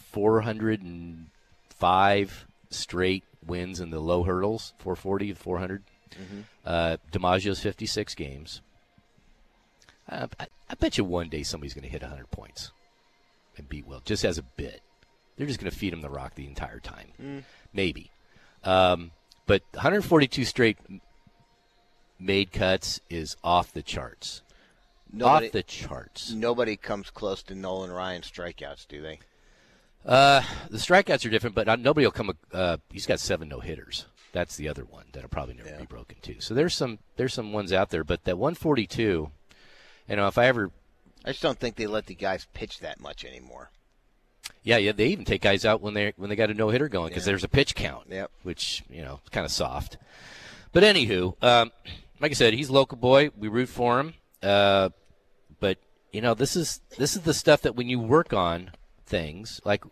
[SPEAKER 1] 405 straight wins in the low hurdles, 440 to 400.
[SPEAKER 6] Mm-hmm.
[SPEAKER 1] Uh, DiMaggio's 56 games. Uh, I, I bet you one day somebody's going to hit 100 points and beat Will just as a bit. They're just going to feed him the rock the entire time, maybe. Um, but 142 straight m- made cuts is off the charts.
[SPEAKER 6] Nobody,
[SPEAKER 1] off the charts.
[SPEAKER 6] nobody comes close to Nolan Ryan strikeouts, do they?
[SPEAKER 1] Uh, the strikeouts are different, but uh, nobody will come. a- Uh, he's got seven no hitters. That's the other one that'll probably never be broken too. So there's some there's some ones out there, but that 142. You know, if I ever
[SPEAKER 6] I just don't think they let the guys pitch that much anymore.
[SPEAKER 1] Yeah, yeah. They even take guys out when they when they got a no hitter going because there's a pitch count.
[SPEAKER 6] Yep.
[SPEAKER 1] Which you know, kind of soft. But anywho, um, like I said, he's local boy. We root for him. Uh, but you know, this is this is the stuff that when you work on things like,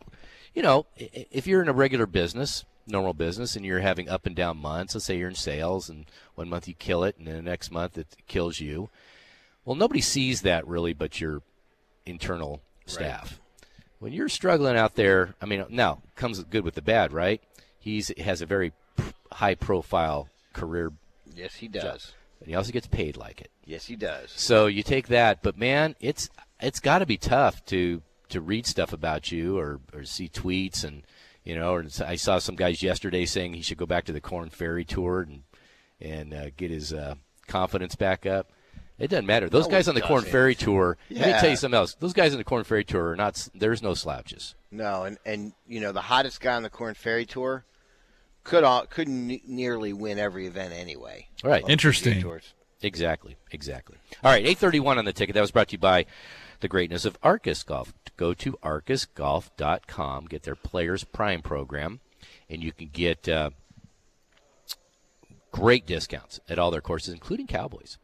[SPEAKER 1] you know, i- i- if you're in a regular business, normal business, and you're having up and down months. Let's say you're in sales, and one month you kill it, and then the next month it kills you. Well, nobody sees that really, but your internal staff when you're struggling out there, I mean, now comes good with the bad, right? He's has a very high profile career,
[SPEAKER 6] Yes, he does.
[SPEAKER 1] and he also gets paid like it.
[SPEAKER 6] Yes, he does.
[SPEAKER 1] So you take that, but man, it's it's got to be tough to to read stuff about you or or see tweets and you know. Or I saw some guys yesterday saying he should go back to the Corn Ferry tour and and uh, get his uh, confidence back up. It doesn't matter. Those
[SPEAKER 6] No,
[SPEAKER 1] guys
[SPEAKER 6] it
[SPEAKER 1] on the Corn
[SPEAKER 6] doesn't.
[SPEAKER 1] Ferry tour. Let me
[SPEAKER 6] Yeah.
[SPEAKER 1] tell you something else. Those guys on the Corn Ferry tour are not. s- There's no slouches.
[SPEAKER 6] No, and and you know the hottest guy on the Corn Ferry Tour could all, could n- nearly win every event anyway.
[SPEAKER 1] All right.
[SPEAKER 5] Interesting.
[SPEAKER 6] Tours.
[SPEAKER 1] Exactly, exactly. All right, 831 on the ticket. That was brought to you by the greatness of Arcus Golf. Go to arcusgolf.com, get their Players Prime program, and you can get uh, great discounts at all their courses, including Cowboys.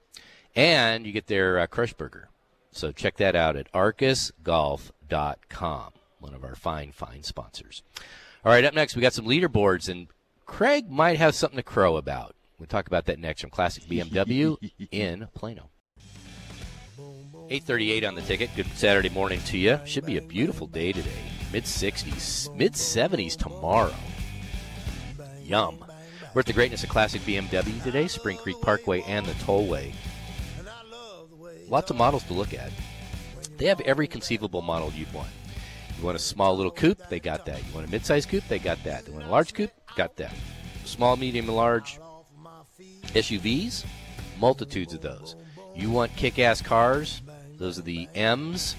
[SPEAKER 1] And you get their uh, Crush Burger. So check that out at arcusgolf.com, one of our fine, fine sponsors. All right, up next, we got some leaderboards, and Craig might have something to crow about. We'll talk about that next from Classic BMW in Plano. 838 on the ticket. Good Saturday morning to you. Should be a beautiful day today. Mid 60s, mid 70s tomorrow. Yum. We're at the greatness of Classic BMW today, Spring Creek Parkway and the Tollway. Lots of models to look at. They have every conceivable model you'd want. You want a small little coupe? They got that. You want a mid-size coupe? They got that. You want a large coupe? Got that. Small, medium, and large SUVs? Multitudes of those. You want kick-ass cars? Those are the M's.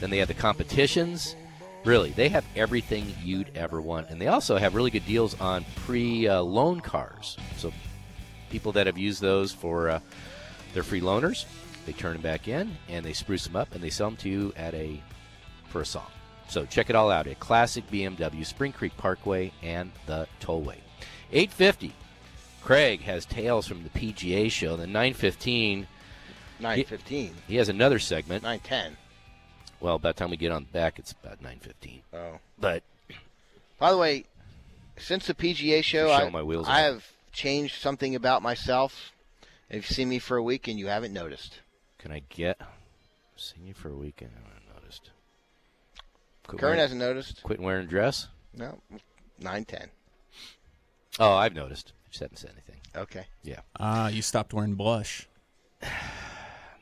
[SPEAKER 1] Then they have the competitions. Really, they have everything you'd ever want, and they also have really good deals on pre-loan cars. So people that have used those for uh, their free loaners, they turn them back in and they spruce them up and they sell them to you at a for a song. So check it all out at Classic BMW, Spring Creek Parkway, and the Tollway. 850. Craig has tales from the PGA show. The 915.
[SPEAKER 6] Nine fifteen.
[SPEAKER 1] He has another segment.
[SPEAKER 6] Nine ten.
[SPEAKER 1] Well, by the time we get on back, it's about 915.
[SPEAKER 6] Oh.
[SPEAKER 1] But
[SPEAKER 6] By the way, since the PGA show,
[SPEAKER 1] You're
[SPEAKER 6] I,
[SPEAKER 1] showing my wheels
[SPEAKER 6] I
[SPEAKER 1] off.
[SPEAKER 6] have changed something about myself. If you've seen me for a week and you haven't noticed,
[SPEAKER 1] can I get seen you for a weekend? I haven't noticed. Quit
[SPEAKER 6] Kern
[SPEAKER 1] wearing,
[SPEAKER 6] hasn't noticed.
[SPEAKER 1] quit wearing a dress.
[SPEAKER 6] No, nine ten.
[SPEAKER 1] Oh, I've noticed. Just haven't said anything.
[SPEAKER 6] Okay.
[SPEAKER 1] Yeah.
[SPEAKER 5] Ah, you stopped wearing blush.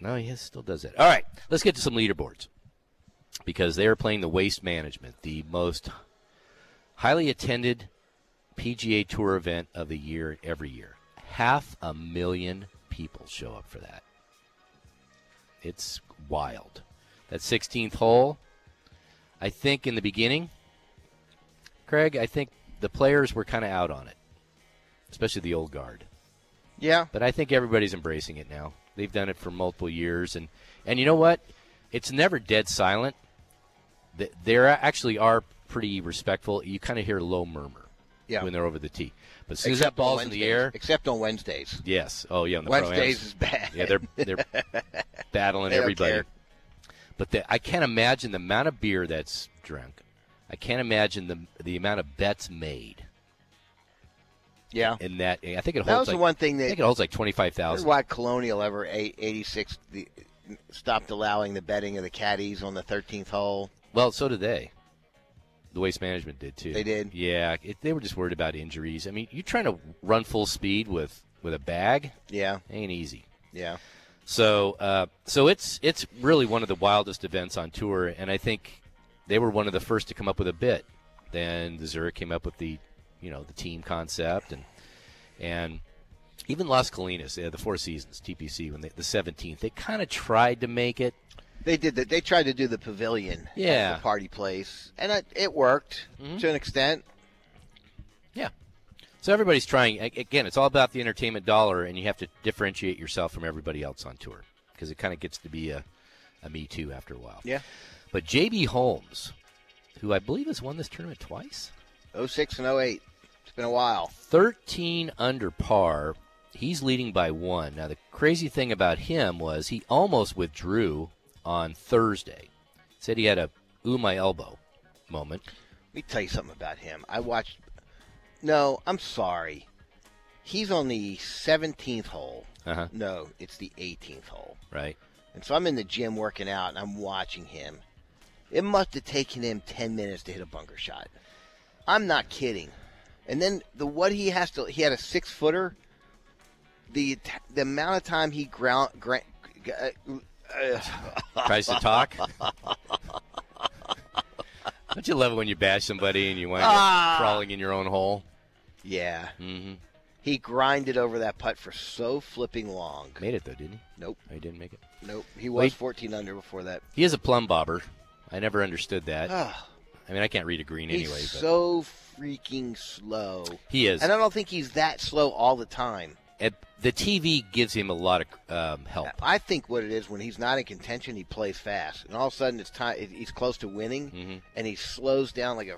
[SPEAKER 1] No, he has, still does that. All right, let's get to some leaderboards because they are playing the Waste Management, the most highly attended PGA Tour event of the year every year. Half a million people show up for that. It's wild. That 16th hole, I think in the beginning, Craig, I think the players were kind of out on it, especially the old guard
[SPEAKER 6] Yeah.
[SPEAKER 1] but I think everybody's embracing it now. They've done it for multiple years, and and you know what? It's never dead silent. Th- There actually are pretty respectful. You kind of hear a low murmur
[SPEAKER 6] Yeah.
[SPEAKER 1] when they're over the tee, but as soon as
[SPEAKER 6] Except
[SPEAKER 1] that
[SPEAKER 6] on
[SPEAKER 1] ball's in the
[SPEAKER 6] Wednesdays.
[SPEAKER 1] air,
[SPEAKER 6] Except on Wednesdays.
[SPEAKER 1] yes. Oh yeah, on the pro-ams.
[SPEAKER 6] Wednesdays is bad.
[SPEAKER 1] Yeah, they're they're battling
[SPEAKER 6] They don't
[SPEAKER 1] everybody.
[SPEAKER 6] care.
[SPEAKER 1] But the, I can't imagine the amount of beer that's drunk. I can't imagine the the amount of bets made
[SPEAKER 6] yeah.
[SPEAKER 1] in that. I think it holds.
[SPEAKER 6] That was
[SPEAKER 1] like,
[SPEAKER 6] the one thing
[SPEAKER 1] I
[SPEAKER 6] that
[SPEAKER 1] think it holds like twenty five
[SPEAKER 6] I wonder
[SPEAKER 1] thousand.
[SPEAKER 6] why Colonial ever eight- 86 the, stopped allowing the betting of the caddies on the 13th hole.
[SPEAKER 1] Well, so did they. The waste management did too.
[SPEAKER 6] They did?
[SPEAKER 1] Yeah, it, they were just worried about injuries. I mean, you're trying to run full speed with with a bag
[SPEAKER 6] Yeah.
[SPEAKER 1] ain't easy.
[SPEAKER 6] Yeah.
[SPEAKER 1] So, uh, so it's it's really one of the wildest events on tour, and I think they were one of the first to come up with a bit. Then the Zurich came up with the, you know, the team concept, and and even Las Colinas, uh, the Four Seasons TPC, when they, the 17th, they kind of tried to make it.
[SPEAKER 6] They did that. They tried to do the pavilion. as
[SPEAKER 1] Yeah. Mm-hmm.
[SPEAKER 6] The party place. And it, it worked to an extent.
[SPEAKER 1] Yeah. So everybody's trying. a- Again, it's all about the entertainment dollar, and you have to differentiate yourself from everybody else on tour because it kind of gets to be a, a me too after a while.
[SPEAKER 6] Yeah.
[SPEAKER 1] But JB Holmes, who I believe has won this tournament twice,
[SPEAKER 6] 06 and 08. It's been a while.
[SPEAKER 1] 13 under par. He's leading by one. Now, the crazy thing about him was he almost withdrew on Thursday. Said he had a ooh, my elbow moment.
[SPEAKER 6] Let me tell you something about him. I watched. No, I'm sorry. He's on the 17th hole.
[SPEAKER 1] Uh huh.
[SPEAKER 6] No, it's the 18th hole.
[SPEAKER 1] Right.
[SPEAKER 6] And so I'm in the gym working out and I'm watching him. It must have taken him 10 minutes to hit a bunker shot. I'm not kidding. And then the what he has to he had a 6 footer. The t- the amount of time he ground gra- g- uh, uh,
[SPEAKER 1] tries to talk. Don't you love it when you bash somebody and you wind
[SPEAKER 6] Ah.
[SPEAKER 1] up crawling in your own hole?
[SPEAKER 6] yeah.
[SPEAKER 1] Mm-hmm.
[SPEAKER 6] He grinded over that putt for so flipping long.
[SPEAKER 1] Made it though, didn't he?
[SPEAKER 6] Nope.
[SPEAKER 1] No, he didn't make it.
[SPEAKER 6] Nope. He was
[SPEAKER 1] Wait.
[SPEAKER 6] 14 under before that.
[SPEAKER 1] He is a plumb bobber. I never understood that.
[SPEAKER 6] Ah,
[SPEAKER 1] I mean, I can't read a green
[SPEAKER 6] he's
[SPEAKER 1] anyway. But
[SPEAKER 6] so freaking slow.
[SPEAKER 1] he is.
[SPEAKER 6] And I don't think he's that slow all the time.
[SPEAKER 1] And the TV gives him a lot of um, help.
[SPEAKER 6] I think what it is when he's not in contention, he plays fast, and all of a sudden it's time. He's close to winning,
[SPEAKER 1] Mhm.
[SPEAKER 6] and he slows down like a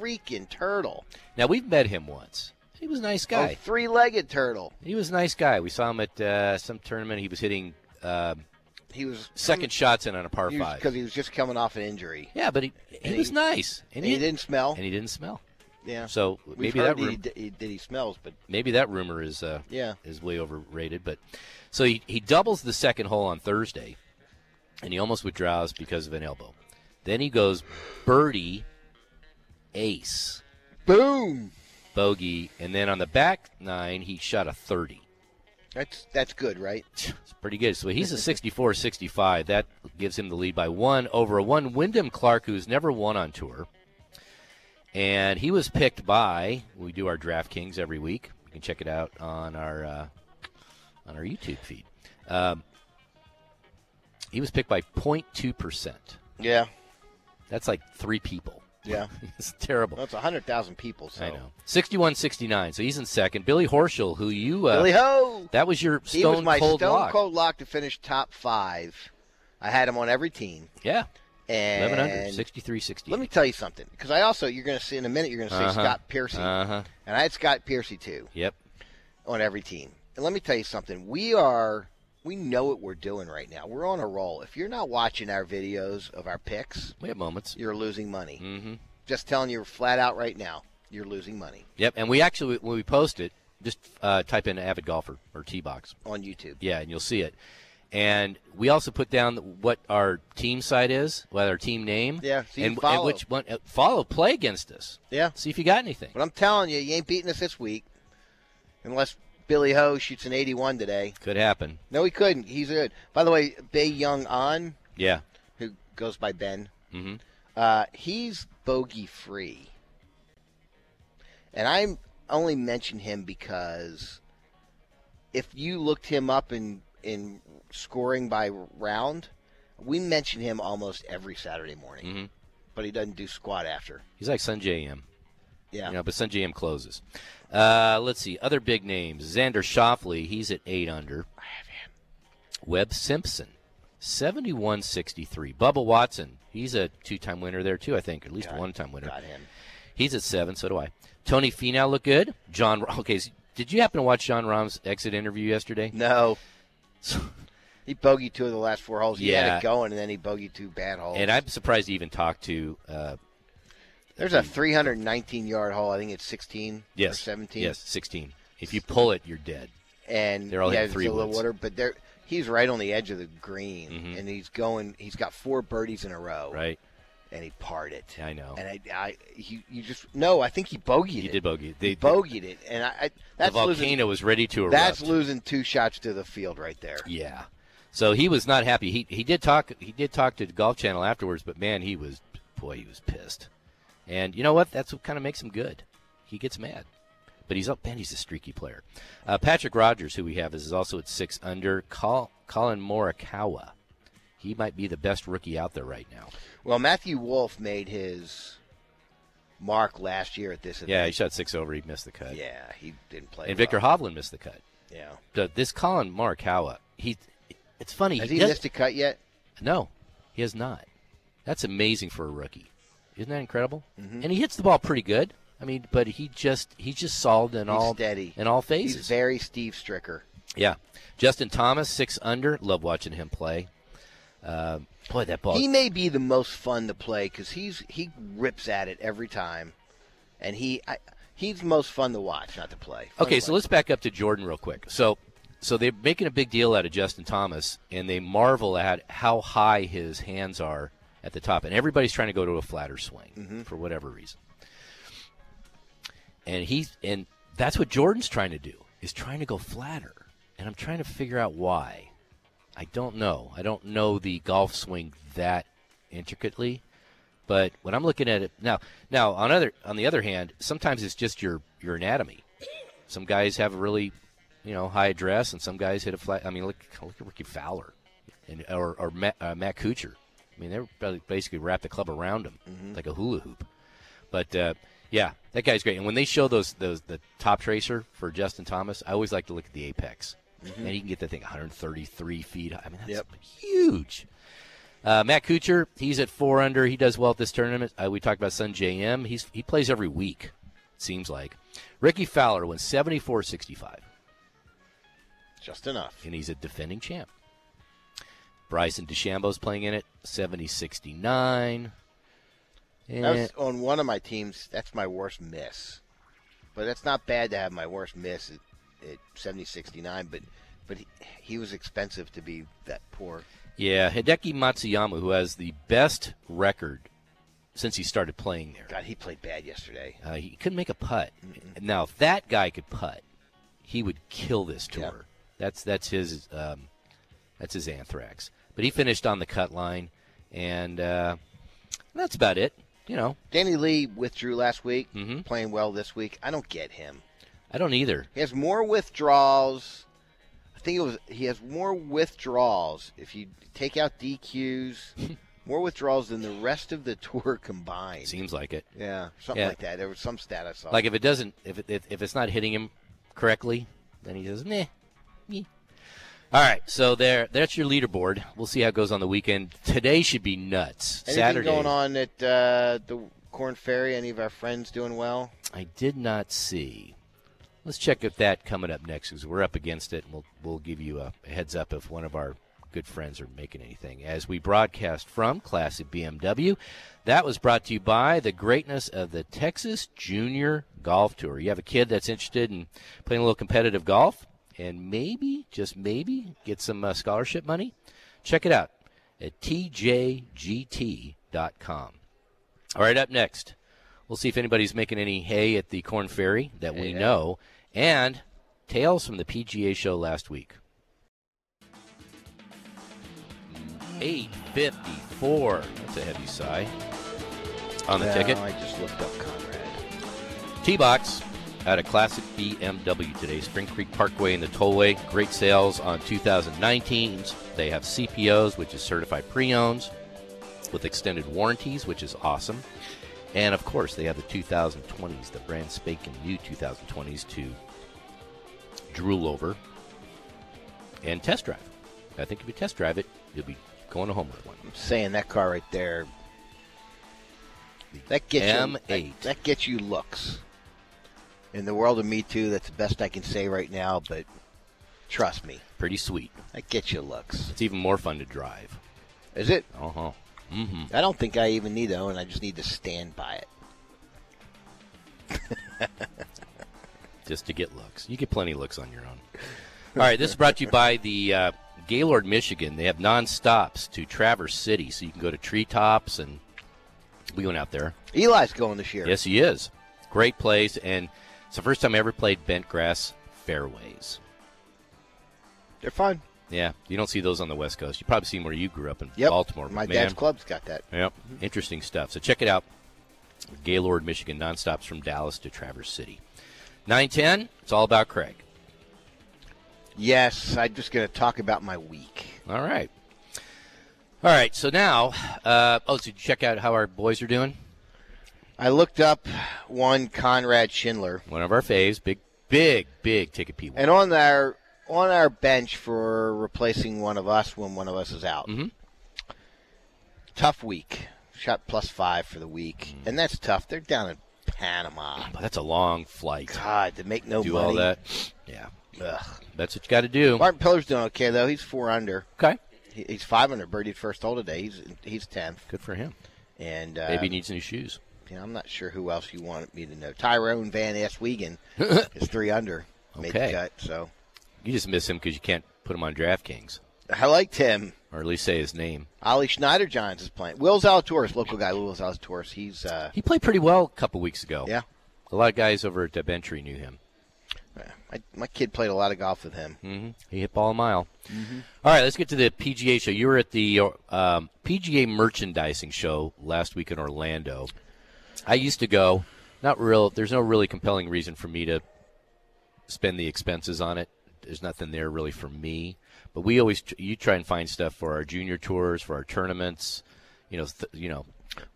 [SPEAKER 6] freaking turtle,
[SPEAKER 1] Now we've met him once. He was a nice
[SPEAKER 6] a
[SPEAKER 1] guy.
[SPEAKER 6] three-legged turtle.
[SPEAKER 1] He was a nice guy. We saw him at uh, some tournament. He was hitting um
[SPEAKER 6] He was
[SPEAKER 1] second shots in on a par five.
[SPEAKER 6] because he was just coming off an injury,
[SPEAKER 1] Yeah, but he, he
[SPEAKER 6] And
[SPEAKER 1] was
[SPEAKER 6] he-
[SPEAKER 1] nice, and,
[SPEAKER 6] and he didn't smell.
[SPEAKER 1] and he didn't smell.
[SPEAKER 6] yeah,
[SPEAKER 1] So
[SPEAKER 6] We've
[SPEAKER 1] maybe
[SPEAKER 6] heard
[SPEAKER 1] that
[SPEAKER 6] that he,
[SPEAKER 1] room-
[SPEAKER 6] d- he, that he smells, but
[SPEAKER 1] maybe that rumor is uh,
[SPEAKER 6] yeah,
[SPEAKER 1] is way overrated. But so he, he doubles the second hole on Thursday, and he almost withdraws because of an elbow. Then he goes birdie, ace,
[SPEAKER 6] boom.
[SPEAKER 1] bogey, and then on the back nine he shot a thirty.
[SPEAKER 6] That's that's good, right?
[SPEAKER 1] It's pretty good. So he's a 64-65. That gives him the lead by one over a one Wyndham Clark, who's never won on tour, and he was picked by. We do our DraftKings every week. You can check it out on our uh, on our YouTube feed. Um, he was picked by 0.2 percent.
[SPEAKER 6] Yeah,
[SPEAKER 1] That's like three people.
[SPEAKER 6] yeah.
[SPEAKER 1] it's terrible.
[SPEAKER 6] Well, it's hundred thousand people. So.
[SPEAKER 1] I know. 61-69. So he's in second. Billy Horschel, who you uh,
[SPEAKER 6] Billy Ho.
[SPEAKER 1] that was your
[SPEAKER 6] He was
[SPEAKER 1] stone
[SPEAKER 6] my
[SPEAKER 1] cold
[SPEAKER 6] stone
[SPEAKER 1] lock.
[SPEAKER 6] cold lock to finish top five. I had him on every team,
[SPEAKER 1] Yeah.
[SPEAKER 6] and
[SPEAKER 1] 11 under, 63 68.
[SPEAKER 6] Let me tell you something, because I also you're going to see in a minute you're going to see
[SPEAKER 1] Uh-huh.
[SPEAKER 6] Scott Piercy,
[SPEAKER 1] Uh huh.
[SPEAKER 6] and I had Scott Piercy too
[SPEAKER 1] Yep.
[SPEAKER 6] on every team. And let me tell you something, we are we know what we're doing right now. We're on a roll. If you're not watching our videos of our picks,
[SPEAKER 1] We have moments.
[SPEAKER 6] you're losing money.
[SPEAKER 1] Mm-hmm.
[SPEAKER 6] Just telling you flat out right now, you're losing money
[SPEAKER 1] Yep. And we actually, when we post it, just uh, type in avid golfer or T box.
[SPEAKER 6] on YouTube.
[SPEAKER 1] Yeah, and you'll see it. And we also put down what our team site is, what our team name.
[SPEAKER 6] Yeah, so you
[SPEAKER 1] and,
[SPEAKER 6] can follow.
[SPEAKER 1] and which one? Uh, follow, play against us.
[SPEAKER 6] Yeah.
[SPEAKER 1] See if you got anything.
[SPEAKER 6] But I'm telling you, you ain't beating us this week. unless Billy Ho shoots an 81 today.
[SPEAKER 1] Could happen.
[SPEAKER 6] No, he couldn't. He's good. By the way, Bay Young An,
[SPEAKER 1] Yeah.
[SPEAKER 6] who goes by Ben,
[SPEAKER 1] hmm
[SPEAKER 6] uh, he's bogey free. And I only mention him because if you looked him up in in scoring by round, we mention him almost every Saturday morning.
[SPEAKER 1] Mhm.
[SPEAKER 6] But he doesn't do squat after.
[SPEAKER 1] He's like Sun JM.
[SPEAKER 6] Yeah.
[SPEAKER 1] You know, but Sun JM closes. Uh, let's see. Other big names. Xander Shoffley, he's at 8 under. I have him. Webb Simpson, 71.63. Bubba Watson, he's a two time winner there, too, I think, at least one time winner.
[SPEAKER 6] Got him.
[SPEAKER 1] He's at 7, so do I. Tony Finau look good. John, okay, so did you happen to watch John Rahm's exit interview yesterday?
[SPEAKER 6] No.
[SPEAKER 1] So-
[SPEAKER 6] He bogeyed two of the last four holes. He had
[SPEAKER 1] Yeah.
[SPEAKER 6] it going, and then he bogeyed two bad holes.
[SPEAKER 1] And I'm surprised he even talked to uh,
[SPEAKER 6] There's a 319 yard hole. I think it's 16
[SPEAKER 1] yes,
[SPEAKER 6] or 17.
[SPEAKER 1] Yes, 16. If you pull it, you're dead.
[SPEAKER 6] and
[SPEAKER 1] They're all
[SPEAKER 6] yeah,
[SPEAKER 1] hitting
[SPEAKER 6] it's
[SPEAKER 1] three
[SPEAKER 6] a little
[SPEAKER 1] woods.
[SPEAKER 6] water, but they're he's right on the edge of the green,
[SPEAKER 1] Mhm.
[SPEAKER 6] and he's going. He's got four birdies in a row,
[SPEAKER 1] Right?
[SPEAKER 6] And he parred it.
[SPEAKER 1] I know.
[SPEAKER 6] And I, I you, you just no. I think he bogeyed
[SPEAKER 1] He
[SPEAKER 6] it.
[SPEAKER 1] did bogey.
[SPEAKER 6] He
[SPEAKER 1] They,
[SPEAKER 6] bogeyed it, and I, I that's
[SPEAKER 1] the volcano
[SPEAKER 6] losing.
[SPEAKER 1] was ready to erupt.
[SPEAKER 6] That's losing two shots to the field right there.
[SPEAKER 1] yeah. So he was not happy. He he did talk he did talk to Golf Channel afterwards, but man, he was boy, he was pissed. And you know what? That's what kind of makes him good. He gets mad. But he's up, man. He's a streaky player. Uh, Patrick Rogers, who we have, is also at six under. Col- Colin Morikawa, he might be the best rookie out there right now.
[SPEAKER 6] Well, Matthew Wolf made his mark last year at this
[SPEAKER 1] Yeah, he
[SPEAKER 6] event.
[SPEAKER 1] shot six over. He missed the cut.
[SPEAKER 6] yeah, he didn't play.
[SPEAKER 1] and
[SPEAKER 6] well.
[SPEAKER 1] Victor Hovland missed the cut.
[SPEAKER 6] yeah,
[SPEAKER 1] So this Colin Morikawa, he, it's funny.
[SPEAKER 6] has he
[SPEAKER 1] does-
[SPEAKER 6] missed a cut yet?
[SPEAKER 1] No, he has not. That's amazing for a rookie. Isn't that incredible?
[SPEAKER 6] Mm-hmm.
[SPEAKER 1] And he hits the ball pretty good. I mean, but he just he's just solid in
[SPEAKER 6] He's
[SPEAKER 1] all
[SPEAKER 6] steady.
[SPEAKER 1] in all
[SPEAKER 6] He's
[SPEAKER 1] phases.
[SPEAKER 6] very Steve Stricker.
[SPEAKER 1] yeah, Justin Thomas six under. Love watching him play. Um, boy, that ball.
[SPEAKER 6] He may be the most fun to play because he's he rips at it every time, and he I, he's the most fun to watch, not to play. Fun
[SPEAKER 1] okay,
[SPEAKER 6] to
[SPEAKER 1] so
[SPEAKER 6] watch.
[SPEAKER 1] let's back up to Jordan real quick. So, so they're making a big deal out of Justin Thomas, and they marvel at how high his hands are at the top, and everybody's trying to go to a flatter swing for whatever reason. And he's and that's what Jordan's trying to do is trying to go flatter, and I'm trying to figure out why. I don't know. I don't know the golf swing that intricately. But when I'm looking at it now, now on other on the other hand, sometimes it's just your your anatomy. Some guys have a really, you know, high address, and some guys hit a flat. I mean, look look at Ricky Fowler, and or or Matt, uh, Matt Kuchar. I mean, they were probably- basically wrap the club around him like a hula hoop. But uh, yeah, that guy's great. And when they show those those the top tracer for Justin Thomas, I always like to look at the apex, and he can get that thing 133 feet. high. I mean, that's
[SPEAKER 6] Yep.
[SPEAKER 1] huge. Uh, Matt Kuchar, he's at four under. He does well at this tournament. Uh, we talked about Son JM. He's he plays every week, it seems like. Ricky Fowler wins 74-65,
[SPEAKER 6] just enough.
[SPEAKER 1] and he's a defending champ. Bryson DeChambeau's playing in it, 70-69.
[SPEAKER 6] That
[SPEAKER 1] Eh,
[SPEAKER 6] was on one of my teams. That's my worst miss, but that's not bad to have my worst miss at, at seventy sixty nine. But but he, he was expensive to be that poor.
[SPEAKER 1] yeah, Hideki Matsuyama, who has the best record since he started playing there.
[SPEAKER 6] God, he played bad yesterday.
[SPEAKER 1] Uh, he couldn't make a putt. Now, if that guy could putt, he would kill this tour.
[SPEAKER 6] Yeah.
[SPEAKER 1] That's that's his um, that's his anthrax. But he finished on the cut line, and uh, that's about it. You know,
[SPEAKER 6] Danny Lee withdrew last week,
[SPEAKER 1] Mhm.
[SPEAKER 6] playing well this week. I don't get him.
[SPEAKER 1] I don't either.
[SPEAKER 6] He has more withdrawals. I think it was he has more withdrawals if you take out DQs, more withdrawals than the rest of the tour combined.
[SPEAKER 1] Seems like it.
[SPEAKER 6] Yeah, something
[SPEAKER 1] Yeah.
[SPEAKER 6] like that. There was some stat I saw.
[SPEAKER 1] Like if it doesn't, if it, if, if it's not hitting him correctly, then he says, "Meh." meh." All right, so there that's your leaderboard. We'll see how it goes on the weekend. Today should be nuts.
[SPEAKER 6] anything
[SPEAKER 1] Saturday
[SPEAKER 6] going on at uh, the Corn Ferry? Any of our friends doing well?
[SPEAKER 1] I did not see. Let's check if that coming up next because we're up against it, and we'll we'll give you a heads up if one of our good friends are making anything. As we broadcast from Classic BMW, that was brought to you by the greatness of the Texas Junior Golf Tour. You have a kid that's interested in playing a little competitive golf, and maybe just maybe get some uh, scholarship money. Check it out at tjgt.com. All right, up next, we'll see if anybody's making any hay at the Corn Ferry that we know, and Tales from the PGA show last week. 854. That's a heavy sigh. On the
[SPEAKER 6] No,
[SPEAKER 1] ticket.
[SPEAKER 6] I just looked up Conrad.
[SPEAKER 1] T Box at a classic BMW today, Spring Creek Parkway and the Tollway. Great sales on 2019s. They have CPOs, which is certified pre owns, with extended warranties, which is awesome. And of course, they have the 2020s, the brand spanking new 2020s to drool over and test drive. I think if you test drive it, you'll be going home with one.
[SPEAKER 6] I'm saying that car right there. That gets you
[SPEAKER 1] M8.
[SPEAKER 6] that, that gets you looks. In the world of Me Too, that's the best I can say right now, but trust me,
[SPEAKER 1] Pretty sweet.
[SPEAKER 6] that gets you looks.
[SPEAKER 1] It's even more fun to drive.
[SPEAKER 6] Is it?
[SPEAKER 1] Uh huh. Mm hmm.
[SPEAKER 6] I don't think I even need to own it, I just need to stand by it.
[SPEAKER 1] just to get looks. You get plenty of looks on your own. All right, this is brought to you by the uh, Gaylord, Michigan. They have non-stops to Traverse City, so you can go to treetops, and we went out there.
[SPEAKER 6] Eli's going this year.
[SPEAKER 1] Yes, he is. Great place, and it's the first time I ever played bent grass fairways.
[SPEAKER 6] They're fun.
[SPEAKER 1] Yeah, you don't see those on the West Coast. You probably see them where you grew up in
[SPEAKER 6] Yep.
[SPEAKER 1] Baltimore.
[SPEAKER 6] My
[SPEAKER 1] but man,
[SPEAKER 6] dad's club's got that.
[SPEAKER 1] Yep. Interesting stuff. So check it out. Gaylord, Michigan, nonstops from Dallas to Traverse City. 910, it's all about Craig.
[SPEAKER 6] Yes, I'm just going to talk about my week.
[SPEAKER 1] All right. All right. So now, uh, oh, so did you check out how our boys are doing?
[SPEAKER 6] I looked up one Conrad Schindler.
[SPEAKER 1] One of our faves, big, big, big ticket people.
[SPEAKER 6] and on our on our bench for replacing one of us when one of us is out.
[SPEAKER 1] Mhm.
[SPEAKER 6] Tough week. Shot plus five for the week,
[SPEAKER 1] Mm.
[SPEAKER 6] and that's tough. They're down in Panama.
[SPEAKER 1] But that's a long flight.
[SPEAKER 6] God, to make no
[SPEAKER 1] do
[SPEAKER 6] money.
[SPEAKER 1] all that. Yeah,
[SPEAKER 6] Ugh.
[SPEAKER 1] that's what you got to do.
[SPEAKER 6] Martin Pillar's doing okay though. He's four under.
[SPEAKER 1] Okay,
[SPEAKER 6] He- He's five under. Birdied first hole today. He's he's tenth.
[SPEAKER 1] good for him.
[SPEAKER 6] And uh,
[SPEAKER 1] Maybe he needs new shoes.
[SPEAKER 6] you know, I'm not sure who else you want me to know. Tyrone Van Aswegen is three under. Made the
[SPEAKER 1] Okay.
[SPEAKER 6] cut. So
[SPEAKER 1] You just miss him because you can't put him on DraftKings,
[SPEAKER 6] I liked him.
[SPEAKER 1] or at least say his name.
[SPEAKER 6] Ollie Schneider Johns is playing. Will's Alatoris, local guy, Will's Alatoris. He's uh,
[SPEAKER 1] He played pretty well a couple weeks ago.
[SPEAKER 6] yeah.
[SPEAKER 1] a lot of guys over at Deventry knew him.
[SPEAKER 6] I, my kid played a lot of golf with him.
[SPEAKER 1] hmm He hit ball a mile. All right, let's get to the PGA show. You were at the um, PGA merchandising show last week in Orlando. I used to go. Not real. There's no really compelling reason for me to spend the expenses on it. There's nothing there really for me. But we always tr- you try and find stuff for our junior tours, for our tournaments. You know, th- you know,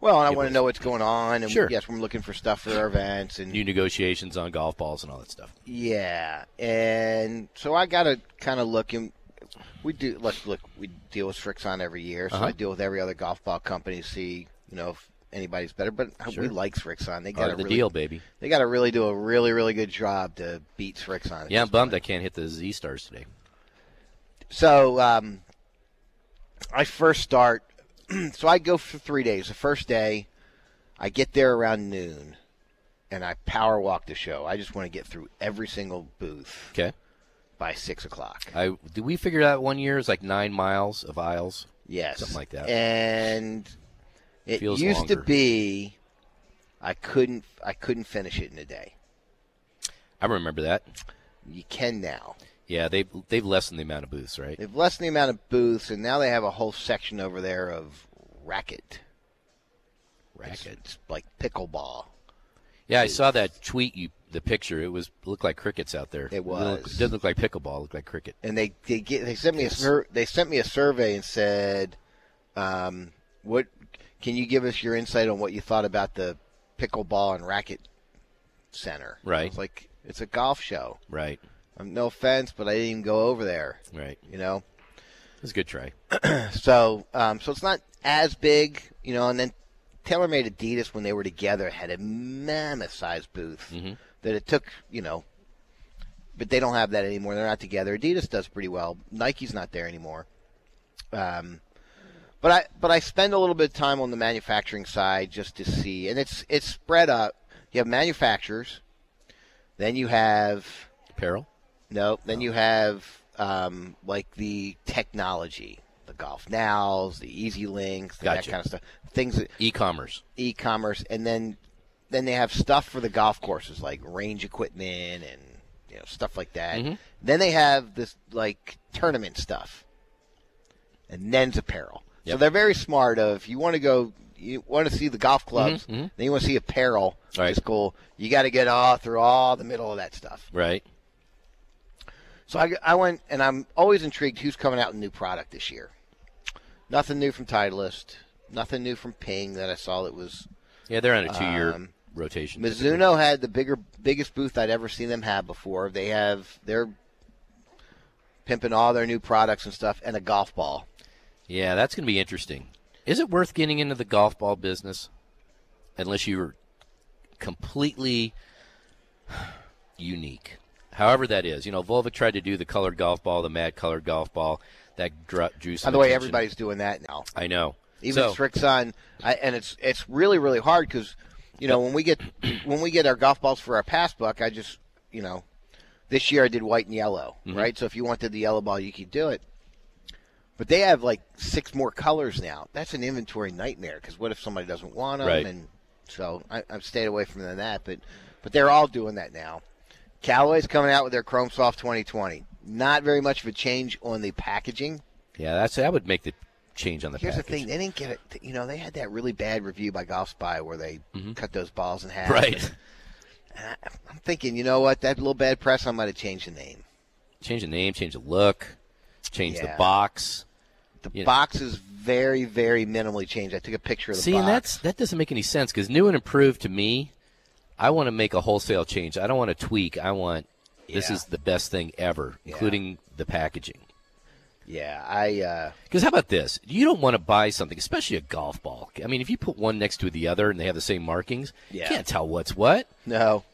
[SPEAKER 6] Well, and I
[SPEAKER 1] Yeah,
[SPEAKER 6] want
[SPEAKER 1] but-
[SPEAKER 6] to know what's going on. And
[SPEAKER 1] Sure.
[SPEAKER 6] Yes, we're looking for stuff for our events. And
[SPEAKER 1] new negotiations on golf balls and all that stuff.
[SPEAKER 6] yeah, and so I got to kind of look and we do. Let's look. We deal with Strixon every year, so
[SPEAKER 1] Uh-huh.
[SPEAKER 6] I deal with every other golf ball company to see you know if anybody's better. But we like Strixon. They got
[SPEAKER 1] Part
[SPEAKER 6] to
[SPEAKER 1] of the
[SPEAKER 6] really,
[SPEAKER 1] deal, baby.
[SPEAKER 6] They got to really do a really really good job to beat Strixon.
[SPEAKER 1] Yeah, I'm bummed I can't hit the Z stars today.
[SPEAKER 6] So um, I first start. so I go for three days. The first day, I get there around noon, and I power walk the show. I just want to get through every single booth
[SPEAKER 1] Okay.
[SPEAKER 6] by six o'clock.
[SPEAKER 1] I did we figure out one year is like nine miles of aisles.
[SPEAKER 6] Yes,
[SPEAKER 1] something like that.
[SPEAKER 6] And it
[SPEAKER 1] Feels
[SPEAKER 6] used
[SPEAKER 1] longer.
[SPEAKER 6] to be, I couldn't. I couldn't finish it in a day.
[SPEAKER 1] I remember that.
[SPEAKER 6] You can now.
[SPEAKER 1] Yeah, they've they've lessened the amount of booths, right?
[SPEAKER 6] They've lessened the amount of booths, and now they have a whole section over there of racket. It's-
[SPEAKER 1] Racket.
[SPEAKER 6] it's like pickleball.
[SPEAKER 1] Yeah, I saw that tweet. You the picture. It was looked like crickets out there.
[SPEAKER 6] It
[SPEAKER 1] didn't look-
[SPEAKER 6] was.
[SPEAKER 1] doesn't look like pickleball. It looked like cricket.
[SPEAKER 6] and they they get they sent me a sur- they sent me a survey and said, um, "What can you give us your insight on what you thought about the pickleball and racket center?"
[SPEAKER 1] Right.
[SPEAKER 6] It's like it's a golf show.
[SPEAKER 1] Right.
[SPEAKER 6] Um, no offense, but I didn't even go over there.
[SPEAKER 1] Right.
[SPEAKER 6] You know,
[SPEAKER 1] It was a good try.
[SPEAKER 6] so um, so it's not as big. You know, and then TaylorMade Adidas when they were together had a mammoth sized booth that it took. You know. But they don't have that anymore. They're not together. Adidas does pretty well. Nike's not there anymore. Um, but I but I spend a little bit of time on the manufacturing side just to see, and it's it's spread up. You have manufacturers, then you have
[SPEAKER 1] Apparel.
[SPEAKER 6] no, then you have um, like the technology, the Golf Nows, the Easy Links, and
[SPEAKER 1] Gotcha.
[SPEAKER 6] that kind of stuff, things that
[SPEAKER 1] E-commerce.
[SPEAKER 6] e-commerce, and then then they have stuff for the golf courses like range equipment and you know, stuff like that.
[SPEAKER 1] Mhm.
[SPEAKER 6] Then they have this like tournament stuff, and then's apparel. So
[SPEAKER 1] Yep.
[SPEAKER 6] they're very smart. Of you want to go, you want to see the golf clubs,
[SPEAKER 1] Mhm, mhm.
[SPEAKER 6] then you want to see apparel.
[SPEAKER 1] Right.
[SPEAKER 6] Just go. You got to get all through all the middle of that stuff.
[SPEAKER 1] Right.
[SPEAKER 6] So I, I went, and I'm always intrigued who's coming out with new product this year. Nothing new from Titleist. Nothing new from Ping that I saw that was.
[SPEAKER 1] Yeah, they're on a two-year
[SPEAKER 6] Um,
[SPEAKER 1] rotation.
[SPEAKER 6] Mizuno had the bigger, biggest booth I'd ever seen them have before. They have they're pimping all their new products and stuff, and a golf ball.
[SPEAKER 1] Yeah, that's going to be interesting. Is it worth getting into the golf ball business unless you're completely unique? However, that is. You know, Volvic tried to do the colored golf ball, the mad colored golf ball. That dr- drew some
[SPEAKER 6] By the way,
[SPEAKER 1] attention.
[SPEAKER 6] everybody's doing that now.
[SPEAKER 1] I know.
[SPEAKER 6] Even
[SPEAKER 1] so,
[SPEAKER 6] Strixon, I, and it's it's really really hard because you know when we get when we get our golf balls for our pass buck, I just you know this year I did white and yellow,
[SPEAKER 1] Mm-hmm.
[SPEAKER 6] right? So if you wanted the yellow ball, you could do it. But they have like six more colors now. That's an inventory nightmare because what if somebody doesn't want them?
[SPEAKER 1] Right.
[SPEAKER 6] And so I, I've stayed away from that. But but they're all doing that now. Callaway's coming out with their Chrome Soft 2020. Not very much of a change on the packaging.
[SPEAKER 1] yeah, that's that would make the change on the
[SPEAKER 6] Here's the
[SPEAKER 1] package.
[SPEAKER 6] thing: they didn't get it. You know, they had that really bad review by Golf Spy where they cut those balls in half.
[SPEAKER 1] Mm-hmm. Right.
[SPEAKER 6] And I, I'm thinking, you know what? That little bad press, I might have changed the name.
[SPEAKER 1] Change the name, change the look, change
[SPEAKER 6] Yeah.
[SPEAKER 1] the box.
[SPEAKER 6] The
[SPEAKER 1] Yeah.
[SPEAKER 6] box is very, very minimally changed. I took a picture of the
[SPEAKER 1] See,
[SPEAKER 6] box.
[SPEAKER 1] and that's that doesn't make any sense because new and improved to me, I want to make a wholesale change. I don't want to tweak. I want this
[SPEAKER 6] Yeah.
[SPEAKER 1] is the best thing ever,
[SPEAKER 6] Yeah.
[SPEAKER 1] including the packaging.
[SPEAKER 6] yeah. I uh,
[SPEAKER 1] Because how about this? You don't want to buy something, especially a golf ball. I mean, if you put one next to the other and they have the same markings,
[SPEAKER 6] Yeah.
[SPEAKER 1] you can't tell what's what.
[SPEAKER 6] no.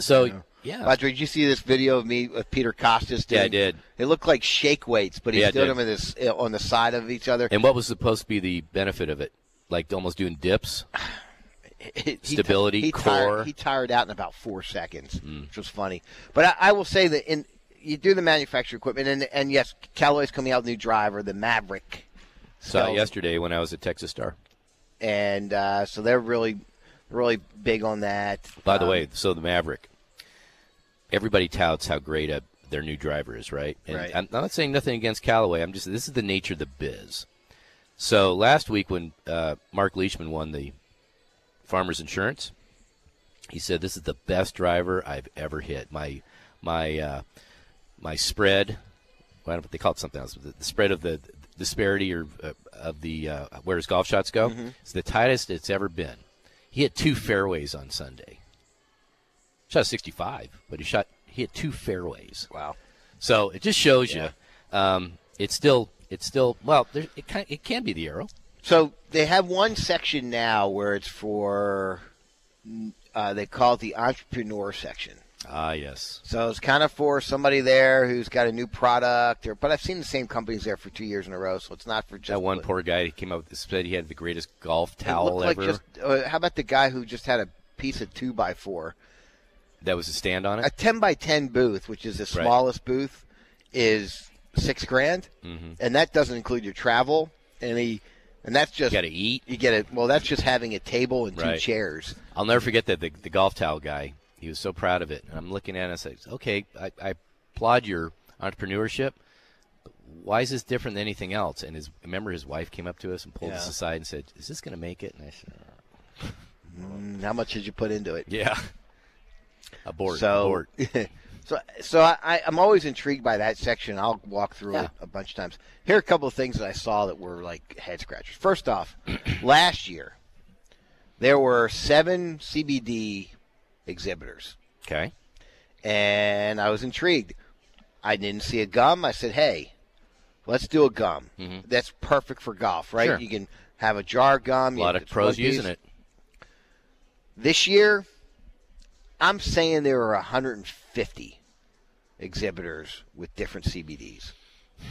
[SPEAKER 1] So yeah,
[SPEAKER 6] Roger, did you see this video of me with Peter Costas?
[SPEAKER 1] Oh. Yeah, I
[SPEAKER 6] doing-
[SPEAKER 1] did.
[SPEAKER 6] They looked like shake weights, but he
[SPEAKER 1] Yeah, I
[SPEAKER 6] stood
[SPEAKER 1] did.
[SPEAKER 6] them in this uh, on the side of each other.
[SPEAKER 1] and what was supposed to be the benefit of it? Like almost doing dips.
[SPEAKER 6] He- he-
[SPEAKER 1] Stability,
[SPEAKER 6] he tired-
[SPEAKER 1] core. Hmm.
[SPEAKER 6] he tired out in about four seconds, which was funny. But I, I will say that in you do the manufacturer equipment, and and yes, Callaway's coming out with a new driver, the Maverick,
[SPEAKER 1] Saw
[SPEAKER 6] So-
[SPEAKER 1] it yesterday when I was at Texas Star.
[SPEAKER 6] and uh, so they're really, really big on that. Um,
[SPEAKER 1] By the way, so the Maverick. Everybody touts how great a, their new driver is, right? And
[SPEAKER 6] Right.
[SPEAKER 1] I'm not saying nothing against Callaway. I'm just this is the nature of the biz. So last week when uh, Mark Leishman won the Farmers Insurance, he said this is the best driver I've ever hit. My my uh, my spread. Well, I don't know if they call it something else. but The, the spread of the, the disparity or uh, of the uh, where his golf shots go is the tightest it's ever been. He hit two fairways on Sunday. Shot a 65, but he shot he hit two fairways.
[SPEAKER 6] wow,
[SPEAKER 1] So it just shows you, um, it's still it's still well, there, it can, it can be the arrow.
[SPEAKER 6] so they have one section now where it's for, uh, they call it the entrepreneur section.
[SPEAKER 1] Ah, yes.
[SPEAKER 6] So it's kind of for somebody there who's got a new product, or but I've seen the same companies there for two years in a row, so it's not for just
[SPEAKER 1] That one poor guy he came up with said he had the greatest golf
[SPEAKER 6] it
[SPEAKER 1] towel
[SPEAKER 6] looked
[SPEAKER 1] ever.
[SPEAKER 6] Like just, uh, how about the guy who just had a piece of two by four,
[SPEAKER 1] that was a stand on
[SPEAKER 6] a
[SPEAKER 1] it.
[SPEAKER 6] ten by ten booth, which is the
[SPEAKER 1] Right.
[SPEAKER 6] smallest booth, is six grand, mm-hmm. and that doesn't include your travel and he, and that's just
[SPEAKER 1] You got to eat.
[SPEAKER 6] you get it. Well, that's just having a table and two
[SPEAKER 1] Right.
[SPEAKER 6] chairs.
[SPEAKER 1] I'll never forget that the, the golf towel guy. He was so proud of it. And I'm looking at it and I said, okay, I, I applaud your entrepreneurship. but Why is this different than anything else? And his remember his wife came up to us and pulled us
[SPEAKER 6] Yeah.
[SPEAKER 1] aside and said, "Is this going to make it?" And I said,
[SPEAKER 6] Mm, How much did you put into it?
[SPEAKER 1] "Yeah, abort,
[SPEAKER 6] So-
[SPEAKER 1] abort."
[SPEAKER 6] So, so I, I, I'm always intrigued by that section. I'll walk through
[SPEAKER 1] Yeah.
[SPEAKER 6] it a bunch of times. Here are a couple of things that I saw that were like head scratchers. First off, last year there were seven CBD exhibitors,
[SPEAKER 1] Okay.
[SPEAKER 6] and I was intrigued. I didn't see a gum. I said, "Hey, let's do a gum. That's perfect for golf, right?
[SPEAKER 1] Mm-hmm. Sure.
[SPEAKER 6] You can have a jar of gum.
[SPEAKER 1] A lot of pros using it.
[SPEAKER 6] this year, I'm saying there were 150 exhibitors with different CBDs.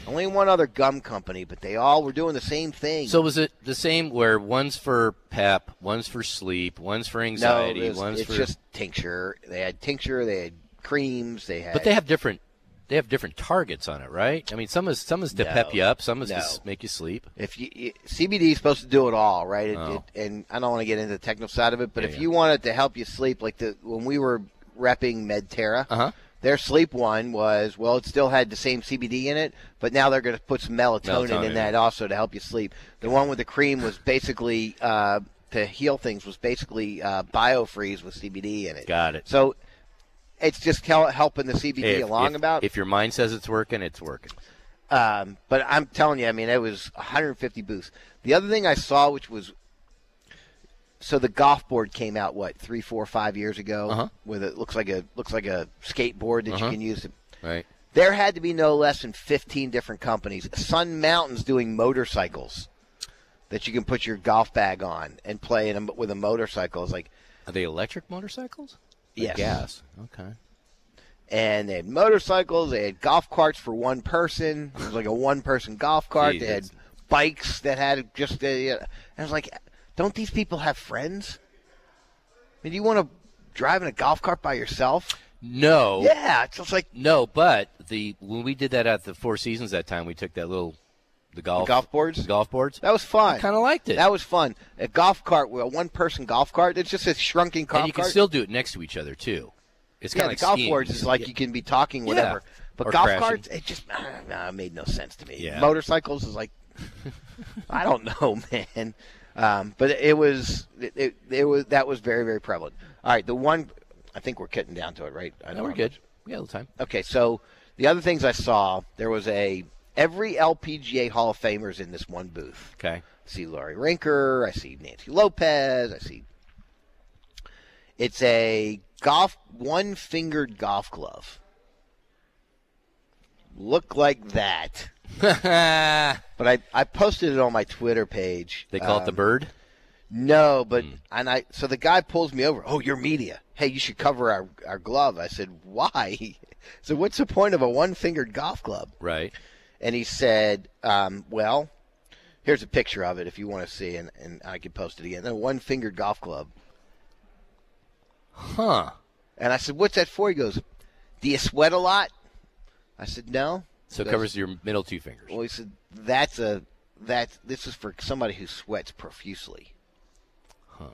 [SPEAKER 6] Only one other gum company, but they all were doing the same thing.
[SPEAKER 1] So was it the same where one's for pep, one's for sleep, one's for
[SPEAKER 6] no,
[SPEAKER 1] anxiety,
[SPEAKER 6] it was-
[SPEAKER 1] one's
[SPEAKER 6] it's
[SPEAKER 1] for
[SPEAKER 6] just tincture. They had tincture. They had creams. They had.
[SPEAKER 1] But they have different they have different targets on it, right? I mean, some is some is to
[SPEAKER 6] No.
[SPEAKER 1] pep you up, some is to
[SPEAKER 6] No.
[SPEAKER 1] s- make you sleep.
[SPEAKER 6] If you, you- CBD is supposed to do it all, right? It,
[SPEAKER 1] Oh.
[SPEAKER 6] it, and I don't want to get into the technical side of it, but
[SPEAKER 1] Yeah,
[SPEAKER 6] if
[SPEAKER 1] yeah.
[SPEAKER 6] you wanted to help you sleep, like the when we were repping MedTerra,
[SPEAKER 1] Uh-huh.
[SPEAKER 6] Their sleep one was well, it still had the same CBD in it, but now they're going to put some melatonin,
[SPEAKER 1] Melatonin.
[SPEAKER 6] in that also to help you sleep. The one with the cream was basically uh, to heal things was basically uh, biofreeze with CBD in it.
[SPEAKER 1] Got it.
[SPEAKER 6] So it's just hel- helping the CBD
[SPEAKER 1] If-
[SPEAKER 6] along
[SPEAKER 1] if-
[SPEAKER 6] about.
[SPEAKER 1] if your mind says it's working, it's working.
[SPEAKER 6] Um, but I'm telling you, I mean, it was 150 booths. The other thing I saw, which was so the golf board came out what three, four, five years ago,
[SPEAKER 1] Uh-huh.
[SPEAKER 6] with it looks like a looks like a skateboard that you can use. to-
[SPEAKER 1] Right.
[SPEAKER 6] There had to be no less than 15 different companies. Sun Mountain's doing motorcycles that you can put your golf bag on and play in a, with a motorcycle. It's like
[SPEAKER 1] Are they electric motorcycles? Or
[SPEAKER 6] Yes.
[SPEAKER 1] Gas. Okay.
[SPEAKER 6] and they had motorcycles. They had golf carts for one person. It was like a one-person golf cart. They had
[SPEAKER 1] Jesus.
[SPEAKER 6] bikes that had just. A, and I was like, don't these people have friends? I mean, do you want to drive in a golf cart by yourself?
[SPEAKER 1] No.
[SPEAKER 6] Yeah, it's just like
[SPEAKER 1] No, but the when we did that at the Four Seasons that time, we took that little the golf
[SPEAKER 6] golf boards?
[SPEAKER 1] golf boards.
[SPEAKER 6] that was fun.
[SPEAKER 1] Kind of liked it.
[SPEAKER 6] That was fun. A golf cart, a one-person golf cart. It's just a shrunken golf
[SPEAKER 1] and you can
[SPEAKER 6] cart.
[SPEAKER 1] still do it next to each other too. It's
[SPEAKER 6] yeah,
[SPEAKER 1] kind
[SPEAKER 6] the
[SPEAKER 1] of like
[SPEAKER 6] golf
[SPEAKER 1] skiing.
[SPEAKER 6] boards is like you can be talking whatever.
[SPEAKER 1] Yeah.
[SPEAKER 6] But
[SPEAKER 1] Or
[SPEAKER 6] golf
[SPEAKER 1] crashing.
[SPEAKER 6] carts, it just nah, it made no sense to me.
[SPEAKER 1] Yeah.
[SPEAKER 6] Motorcycles is like, I don't know, man. Um, but it was it, it, it was that was very very prevalent. All right, the one I think we're cutting down to it, right? I
[SPEAKER 1] No, we're
[SPEAKER 6] how
[SPEAKER 1] good.
[SPEAKER 6] much-
[SPEAKER 1] We got a little time.
[SPEAKER 6] Okay, so the other things I saw, there was a every LPGA Hall of Famers in this one booth.
[SPEAKER 1] Okay.
[SPEAKER 6] I see Laurie Rinker. I see Nancy Lopez. I see. It's a golf one fingered golf glove. Look like that. But I, I posted it on my Twitter page.
[SPEAKER 1] They call it the Hmm.
[SPEAKER 6] Um,
[SPEAKER 1] bird.
[SPEAKER 6] No, but and I so the guy pulls me over. Oh, you're media. Hey, you should cover our, our glove. I said, Why? So what's the point of a one fingered golf club?
[SPEAKER 1] Right.
[SPEAKER 6] and he said, um, "Well, here's a picture of it if you want to see, and, and I can post it again." A one-fingered golf club,
[SPEAKER 1] Huh.
[SPEAKER 6] and I said, "What's that for?" He goes, "Do you sweat a lot?" I said, "No."
[SPEAKER 1] So it
[SPEAKER 6] That's-
[SPEAKER 1] covers your middle two fingers.
[SPEAKER 6] Well, he said, "That's a that's this is for somebody who sweats profusely." Huh.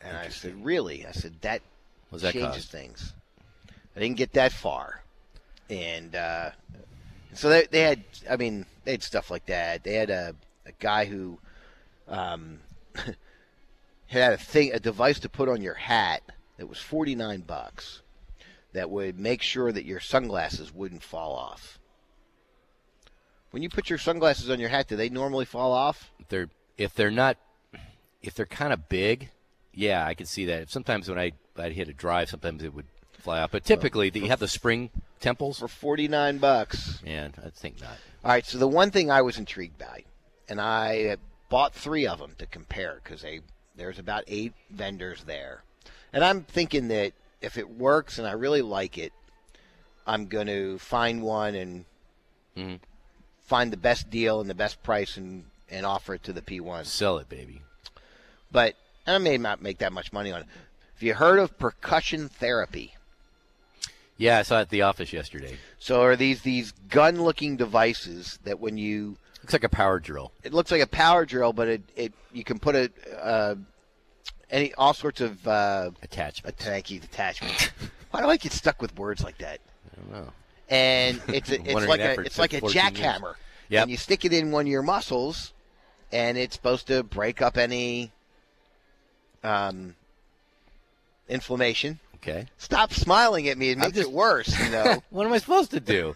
[SPEAKER 6] And I said, "Really?" I said, "That
[SPEAKER 1] What's that
[SPEAKER 6] changes
[SPEAKER 1] cost?
[SPEAKER 6] things." I didn't get that far, and uh, so they they had. I mean, they had stuff like that. They had a a guy who um, had a thing, a device to put on your hat that was forty nine bucks. That would make sure that your sunglasses wouldn't fall off. When you put your sunglasses on your hat, do they normally fall off?
[SPEAKER 1] If they're if they're not if they're kind of big, yeah, I can see that. Sometimes when I I'd hit a drive, sometimes it would fly off. But typically, that you have the spring temples.
[SPEAKER 6] For forty nine bucks.
[SPEAKER 1] Man, I think not.
[SPEAKER 6] All right, so the one thing I was intrigued by, and I bought three of them to compare because they there's about eight vendors there, and I'm thinking that if it works and I really like it, I'm going to find one and find the best deal and the best price and and offer it to the P1.
[SPEAKER 1] Sell it, baby.
[SPEAKER 6] But and I may not make that much money on it. Have you heard of percussion therapy?
[SPEAKER 1] Yeah, I saw it at the office yesterday.
[SPEAKER 6] So are these these gun-looking devices that when you
[SPEAKER 1] Looks like a power drill.
[SPEAKER 6] it looks like a power drill, but it, it you can put a uh, any all sorts of uh,
[SPEAKER 1] Attachment.
[SPEAKER 6] tanky attachments. Why do I get stuck with words like that?
[SPEAKER 1] I don't know.
[SPEAKER 6] And it's a, it's
[SPEAKER 1] wondering
[SPEAKER 6] like
[SPEAKER 1] that
[SPEAKER 6] a
[SPEAKER 1] for
[SPEAKER 6] it's like a
[SPEAKER 1] 14 years.
[SPEAKER 6] jackhammer.
[SPEAKER 1] Yep.
[SPEAKER 6] And you stick it in one of your muscles, and it's supposed to break up any um, inflammation.
[SPEAKER 1] Okay.
[SPEAKER 6] Stop smiling at me; it makes
[SPEAKER 1] just-
[SPEAKER 6] it worse. You know,
[SPEAKER 1] What am I supposed to do?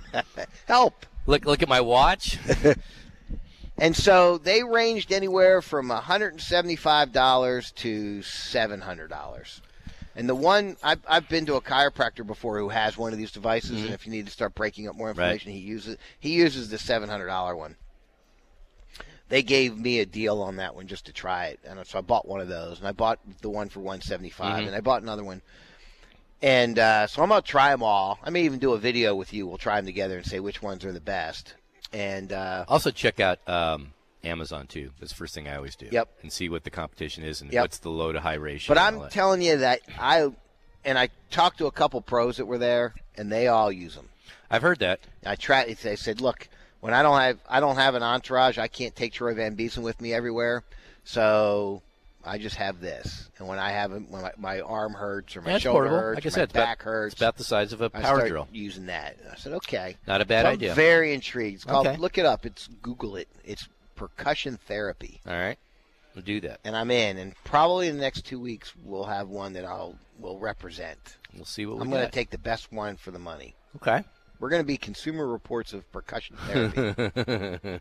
[SPEAKER 6] help.
[SPEAKER 1] look look at my watch.
[SPEAKER 6] And so they ranged anywhere from $175 to $700. And the one, I've, I've been to a chiropractor before who has one of these devices, and if you need to start breaking up more information, he uses he uses the $700 one. They gave me a deal on that one just to try it, and so I bought one of those, and I bought the one for 175 and I bought another one. And uh, so I'm gonna try them all. I may even do a video with you. We'll try them together and say which ones are the best. And uh,
[SPEAKER 1] also check out um, Amazon too. That's the first thing I always do.
[SPEAKER 6] Yep.
[SPEAKER 1] And see what the competition is and
[SPEAKER 6] Yep.
[SPEAKER 1] what's the low to high ratio.
[SPEAKER 6] But
[SPEAKER 1] and all
[SPEAKER 6] I'm
[SPEAKER 1] that.
[SPEAKER 6] telling you that I, and I talked to a couple pros that were there, and they all use them.
[SPEAKER 1] I've heard that.
[SPEAKER 6] I tried. They said, "Look, when I don't have I don't have an entourage, I can't take Troy Van Beeson with me everywhere, so I just have this, and when I have it- when my, my arm hurts or my
[SPEAKER 1] That's
[SPEAKER 6] shoulder
[SPEAKER 1] portable.
[SPEAKER 6] hurts,
[SPEAKER 1] Like
[SPEAKER 6] or
[SPEAKER 1] I
[SPEAKER 6] my
[SPEAKER 1] said, it's
[SPEAKER 6] back
[SPEAKER 1] about,
[SPEAKER 6] hurts,
[SPEAKER 1] It's about the size of a
[SPEAKER 6] I
[SPEAKER 1] power
[SPEAKER 6] start
[SPEAKER 1] drill.
[SPEAKER 6] using that. And I said, okay,
[SPEAKER 1] Not a bad
[SPEAKER 6] So
[SPEAKER 1] idea.
[SPEAKER 6] I'm very intrigued. It's called
[SPEAKER 1] Okay.
[SPEAKER 6] look it up. It's Google it. It's percussion therapy,
[SPEAKER 1] All right, we'll do that.
[SPEAKER 6] and I'm in. And probably in the next two weeks, we'll have one that I'll will represent.
[SPEAKER 1] We'll see what we
[SPEAKER 6] I'm
[SPEAKER 1] got.
[SPEAKER 6] going to take the best one for the money.
[SPEAKER 1] okay.
[SPEAKER 6] We're going to be consumer reports of percussion therapy.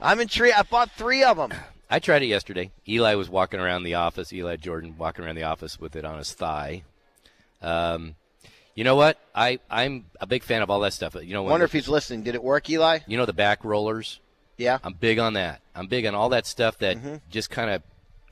[SPEAKER 6] I'm intrigued. I bought three of them.
[SPEAKER 1] I tried it yesterday. Eli was walking around the office. Eli Jordan walking around the office with it on his thigh. Um, you know what? I I'm a big fan of all that stuff. You know, when
[SPEAKER 6] Wonder if
[SPEAKER 1] the-
[SPEAKER 6] he's listening. Did it work, Eli?
[SPEAKER 1] you know the back rollers.
[SPEAKER 6] Yeah.
[SPEAKER 1] I'm big on that. I'm big on all that stuff that just kind of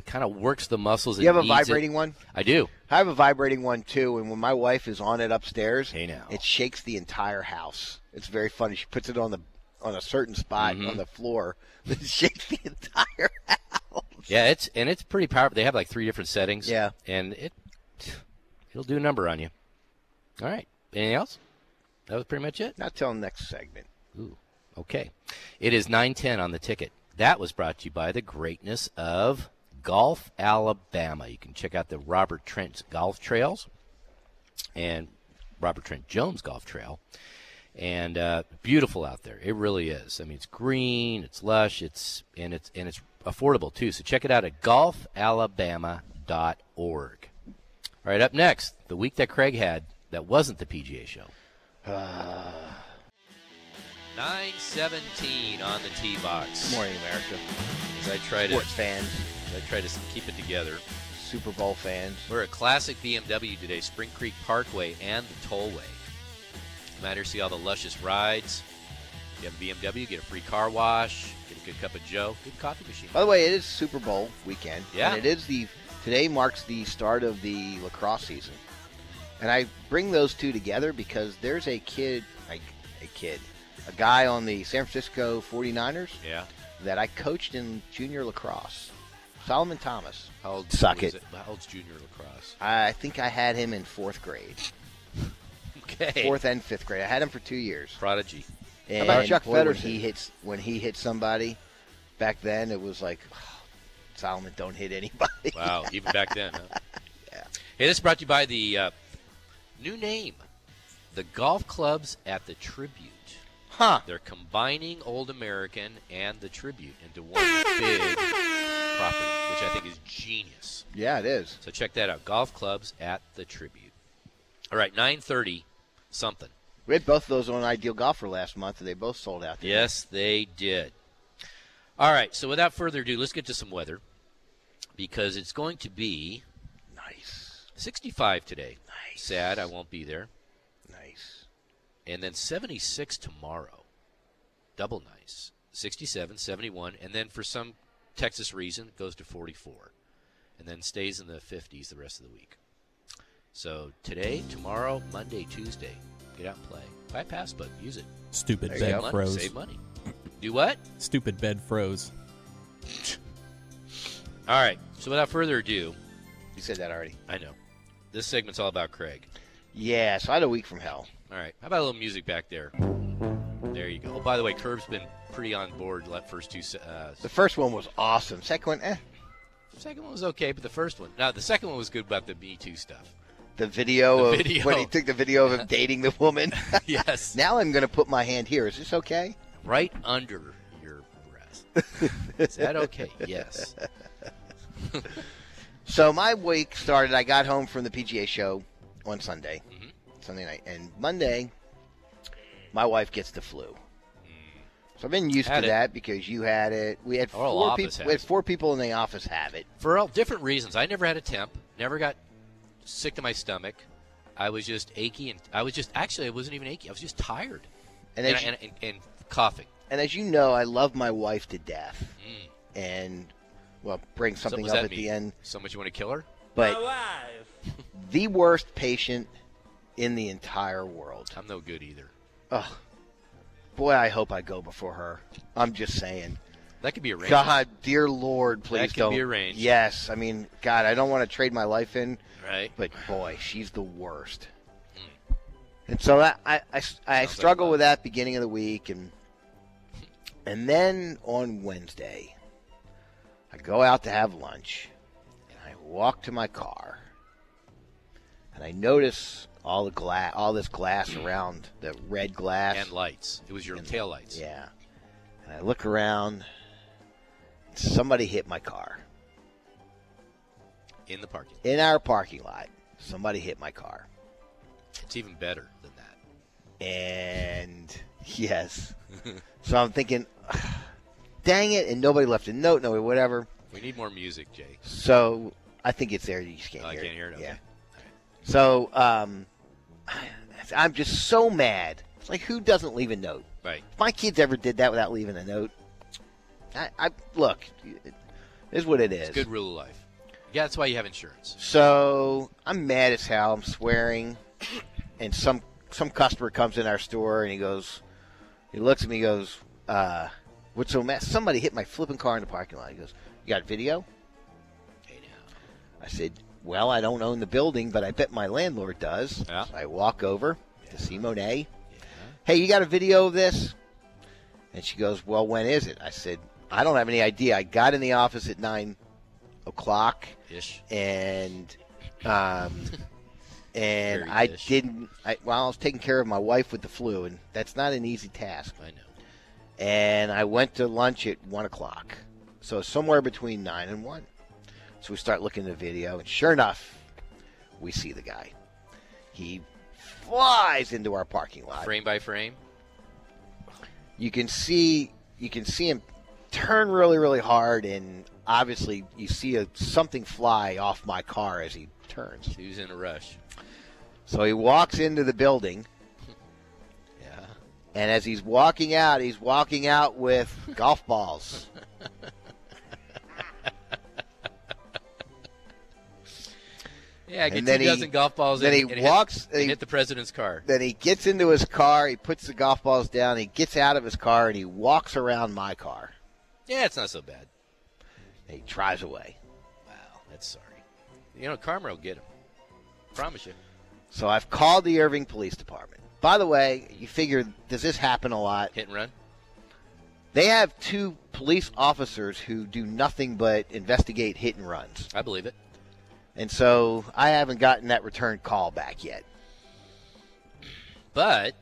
[SPEAKER 1] kind of works the muscles.
[SPEAKER 6] Do Mm-hmm. you
[SPEAKER 1] and
[SPEAKER 6] have a
[SPEAKER 1] eases it.
[SPEAKER 6] vibrating one?
[SPEAKER 1] I do.
[SPEAKER 6] I have a vibrating one too, and when my wife is on it upstairs,
[SPEAKER 1] Hey, now.
[SPEAKER 6] it shakes the entire house. It's very funny. She puts it on the on a certain spot
[SPEAKER 1] Mm-hmm.
[SPEAKER 6] on the floor. It shakes the entire house.
[SPEAKER 1] Yeah, it's and it's pretty powerful. They have like three different settings.
[SPEAKER 6] Yeah.
[SPEAKER 1] and it it'll do a number on you. All right. Anything else? That was pretty much it.
[SPEAKER 6] Not till next segment.
[SPEAKER 1] Ooh, okay. It is 910 on the ticket. That was brought to you by the greatness of Golf Alabama. You can check out the Robert Trent's Golf Trails and Robert Trent Jones Golf Trail. And uh, beautiful out there. It really is. I mean, it's green, it's lush, it's and it's and it's affordable too. So check it out at golfalabama.org. All right, up next, the week that Craig had that wasn't the PGA show. 917 on the tee box.
[SPEAKER 6] Morning, America.
[SPEAKER 1] As I try to
[SPEAKER 6] Sports fans,
[SPEAKER 1] as I try to s- keep it together.
[SPEAKER 6] Super Bowl fans.
[SPEAKER 1] We're at Classic BMW today, Spring Creek Parkway and the Tollway. Come out here, see all the luscious rides. If you have a BMW, get a free car wash, get a good cup of Joe, good coffee machine.
[SPEAKER 6] By the way, it is Super Bowl weekend.
[SPEAKER 1] Yeah.
[SPEAKER 6] And it is the today marks the start of the lacrosse season. And I bring those two together because there's a kid, like a kid, a guy on the San Francisco 49ers
[SPEAKER 1] Yeah.
[SPEAKER 6] that I coached in junior lacrosse, Solomon Thomas.
[SPEAKER 1] How old
[SPEAKER 6] Suck
[SPEAKER 1] was
[SPEAKER 6] it.
[SPEAKER 1] How old's junior lacrosse?
[SPEAKER 6] I think I had him in fourth grade,
[SPEAKER 1] Okay.
[SPEAKER 6] fourth and fifth grade. I had him for two years.
[SPEAKER 1] Prodigy.
[SPEAKER 6] And
[SPEAKER 1] about Chuck
[SPEAKER 6] boy, when
[SPEAKER 1] Federson?
[SPEAKER 6] he hits when he hit somebody back then, it was like "Oh, Solomon, don't hit anybody.
[SPEAKER 1] Wow, even back then. Huh? Hey, this is brought to you by the uh, new name, the golf clubs at the Tribute.
[SPEAKER 6] Huh?
[SPEAKER 1] They're combining Old American and the Tribute into one big property, which I think is genius.
[SPEAKER 6] Yeah, it is.
[SPEAKER 1] So check that out. Golf clubs at the Tribute. All right, 9:30 something.
[SPEAKER 6] We had both of those on Ideal Golfer last month, and they both sold out. didn't
[SPEAKER 1] Yes, they did. All right, so without further ado, let's get to some weather because it's going to be
[SPEAKER 6] they? Nice,
[SPEAKER 1] 65 today.
[SPEAKER 6] Nice.
[SPEAKER 1] Sad I won't be there.
[SPEAKER 6] nice.
[SPEAKER 1] and then 76 tomorrow. Double nice. 67, 71, and then for some Texas reason it goes to 44 and then stays in the 50s the rest of the week. So today, tomorrow, Monday, Tuesday, get out and play. Bypass, but use it.
[SPEAKER 5] Stupid
[SPEAKER 6] There you
[SPEAKER 5] bed
[SPEAKER 6] go.
[SPEAKER 1] Money,
[SPEAKER 5] froze.
[SPEAKER 1] Save money. Do what?
[SPEAKER 5] Stupid bed froze.
[SPEAKER 1] All right. So without further ado,
[SPEAKER 6] You said that already.
[SPEAKER 1] I know this segment's all about Craig.
[SPEAKER 6] Yeah, so I had a week from hell.
[SPEAKER 1] All right. How about a little music back there? There you go. Oh, by the way, Curb's been pretty on board. Let first two se- uh,
[SPEAKER 6] The first one was awesome. Second one, eh.
[SPEAKER 1] Second one was okay, but the first one. Now the second one was good about the Me Too stuff.
[SPEAKER 6] The video
[SPEAKER 1] The
[SPEAKER 6] of
[SPEAKER 1] video.
[SPEAKER 6] when he took the video of him dating the woman.
[SPEAKER 1] Yes.
[SPEAKER 6] now I'm going to put my hand here. Is this okay?
[SPEAKER 1] right under your breast. Is that okay? Yes.
[SPEAKER 6] So my week started. I got home from the PGA show on Sunday,
[SPEAKER 1] Mm-hmm.
[SPEAKER 6] Sunday night, and Monday, my wife gets the flu. So I've been used
[SPEAKER 1] Hmm. Had
[SPEAKER 6] to
[SPEAKER 1] it.
[SPEAKER 6] that because you had it. We had
[SPEAKER 1] Our whole
[SPEAKER 6] four
[SPEAKER 1] office
[SPEAKER 6] people.
[SPEAKER 1] has
[SPEAKER 6] We had
[SPEAKER 1] it.
[SPEAKER 6] four people in the office have it.
[SPEAKER 1] For all different reasons, I never had a temp. Never got sick to my stomach. I was just achy, and I was just actually I wasn't even achy. I was just tired
[SPEAKER 6] And
[SPEAKER 1] and
[SPEAKER 6] as,
[SPEAKER 1] and,
[SPEAKER 6] you,
[SPEAKER 1] and, and coughing.
[SPEAKER 6] and as you know, I love my wife to death,
[SPEAKER 1] Mm.
[SPEAKER 6] and well, bring
[SPEAKER 1] So what
[SPEAKER 6] something
[SPEAKER 1] does
[SPEAKER 6] up
[SPEAKER 1] that
[SPEAKER 6] at the
[SPEAKER 1] mean?
[SPEAKER 6] end.
[SPEAKER 1] So much you want to kill her?
[SPEAKER 6] But the worst patient in the entire world.
[SPEAKER 1] I'm no good either.
[SPEAKER 6] Oh, boy, I hope I go before her. I'm just saying.
[SPEAKER 1] That could be arranged.
[SPEAKER 6] God, dear Lord, please
[SPEAKER 1] That can
[SPEAKER 6] don't.
[SPEAKER 1] be arranged.
[SPEAKER 6] Yes, I mean, God, I don't want to trade my life in,
[SPEAKER 1] Right.
[SPEAKER 6] but boy, she's the worst.
[SPEAKER 1] Hmm.
[SPEAKER 6] And so I I, I, I struggle with that beginning of the week, and and then on Wednesday, I go out to have lunch, walk to my car, and I notice all the glass, all this glass around the red glass.
[SPEAKER 1] Hmm. And lights. It was your tail lights.
[SPEAKER 6] Yeah. And I look around. Somebody hit my car
[SPEAKER 1] In the parking.
[SPEAKER 6] in our parking lot. Somebody hit my car,
[SPEAKER 1] It's even better than that.
[SPEAKER 6] and yes. so I'm thinking, dang it! And nobody left a note, nobody whatever.
[SPEAKER 1] We need more music, Jay.
[SPEAKER 6] So I think it's there. You just can't
[SPEAKER 1] Oh, I
[SPEAKER 6] hear it.
[SPEAKER 1] can't hear it? Okay.
[SPEAKER 6] Yeah.
[SPEAKER 1] All right.
[SPEAKER 6] So um, I'm just so mad. It's like who doesn't leave a note?
[SPEAKER 1] Right.
[SPEAKER 6] If my kids ever did that without leaving a note, I, I look. It is what it is.
[SPEAKER 1] It's a good rule of life. Yeah, that's why you have insurance.
[SPEAKER 6] So I'm mad as hell. I'm swearing, and some some customer comes in our store and he goes, he looks at me, he goes, uh, "What's so mad? Somebody hit my flipping car in the parking lot." He goes, "You got video?"
[SPEAKER 1] Hey, now.
[SPEAKER 6] I said, "Well, I don't own the building, but I bet my landlord does."
[SPEAKER 1] Yeah.
[SPEAKER 6] So I walk over to see Monet. Hey, you got a video of this? And she goes, "Well, when is it?" I said, "I don't have any idea. I got in the office at nine o'clock."
[SPEAKER 1] Ish.
[SPEAKER 6] and um, and
[SPEAKER 1] Very
[SPEAKER 6] I
[SPEAKER 1] dish.
[SPEAKER 6] didn't. I, well, I was taking care of my wife with the flu, and that's not an easy task.
[SPEAKER 1] I know.
[SPEAKER 6] And I went to lunch at one o'clock, so somewhere between nine and one. So we start looking at the video, and sure enough, we see the guy. He flies into our parking lot.
[SPEAKER 1] Frame by frame.
[SPEAKER 6] You can see you can see him turn really, really hard, and obviously you see a, something fly off my car as he turns.
[SPEAKER 1] He was in a rush.
[SPEAKER 6] So he walks into the building,
[SPEAKER 1] Yeah.
[SPEAKER 6] and as he's walking out, he's walking out with golf balls.
[SPEAKER 1] Yeah, get
[SPEAKER 6] And
[SPEAKER 1] two
[SPEAKER 6] then he-
[SPEAKER 1] dozen golf balls
[SPEAKER 6] then
[SPEAKER 1] in,
[SPEAKER 6] he
[SPEAKER 1] and Hit,
[SPEAKER 6] walks- and he-
[SPEAKER 1] and hit the president's car.
[SPEAKER 6] then he gets into his car, he puts the golf balls down, he gets out of his car, and he walks around my car.
[SPEAKER 1] Yeah, it's not so bad.
[SPEAKER 6] And he drives away.
[SPEAKER 1] Wow, that's sorry. You know, Karma will get him. Promise you.
[SPEAKER 6] So I've called the Irving Police Department. By the way, you figure, does this happen a lot?
[SPEAKER 1] Hit and run.
[SPEAKER 6] They have two police officers who do nothing but investigate hit and runs.
[SPEAKER 1] I believe it.
[SPEAKER 6] And so I haven't gotten that return call back yet.
[SPEAKER 1] But,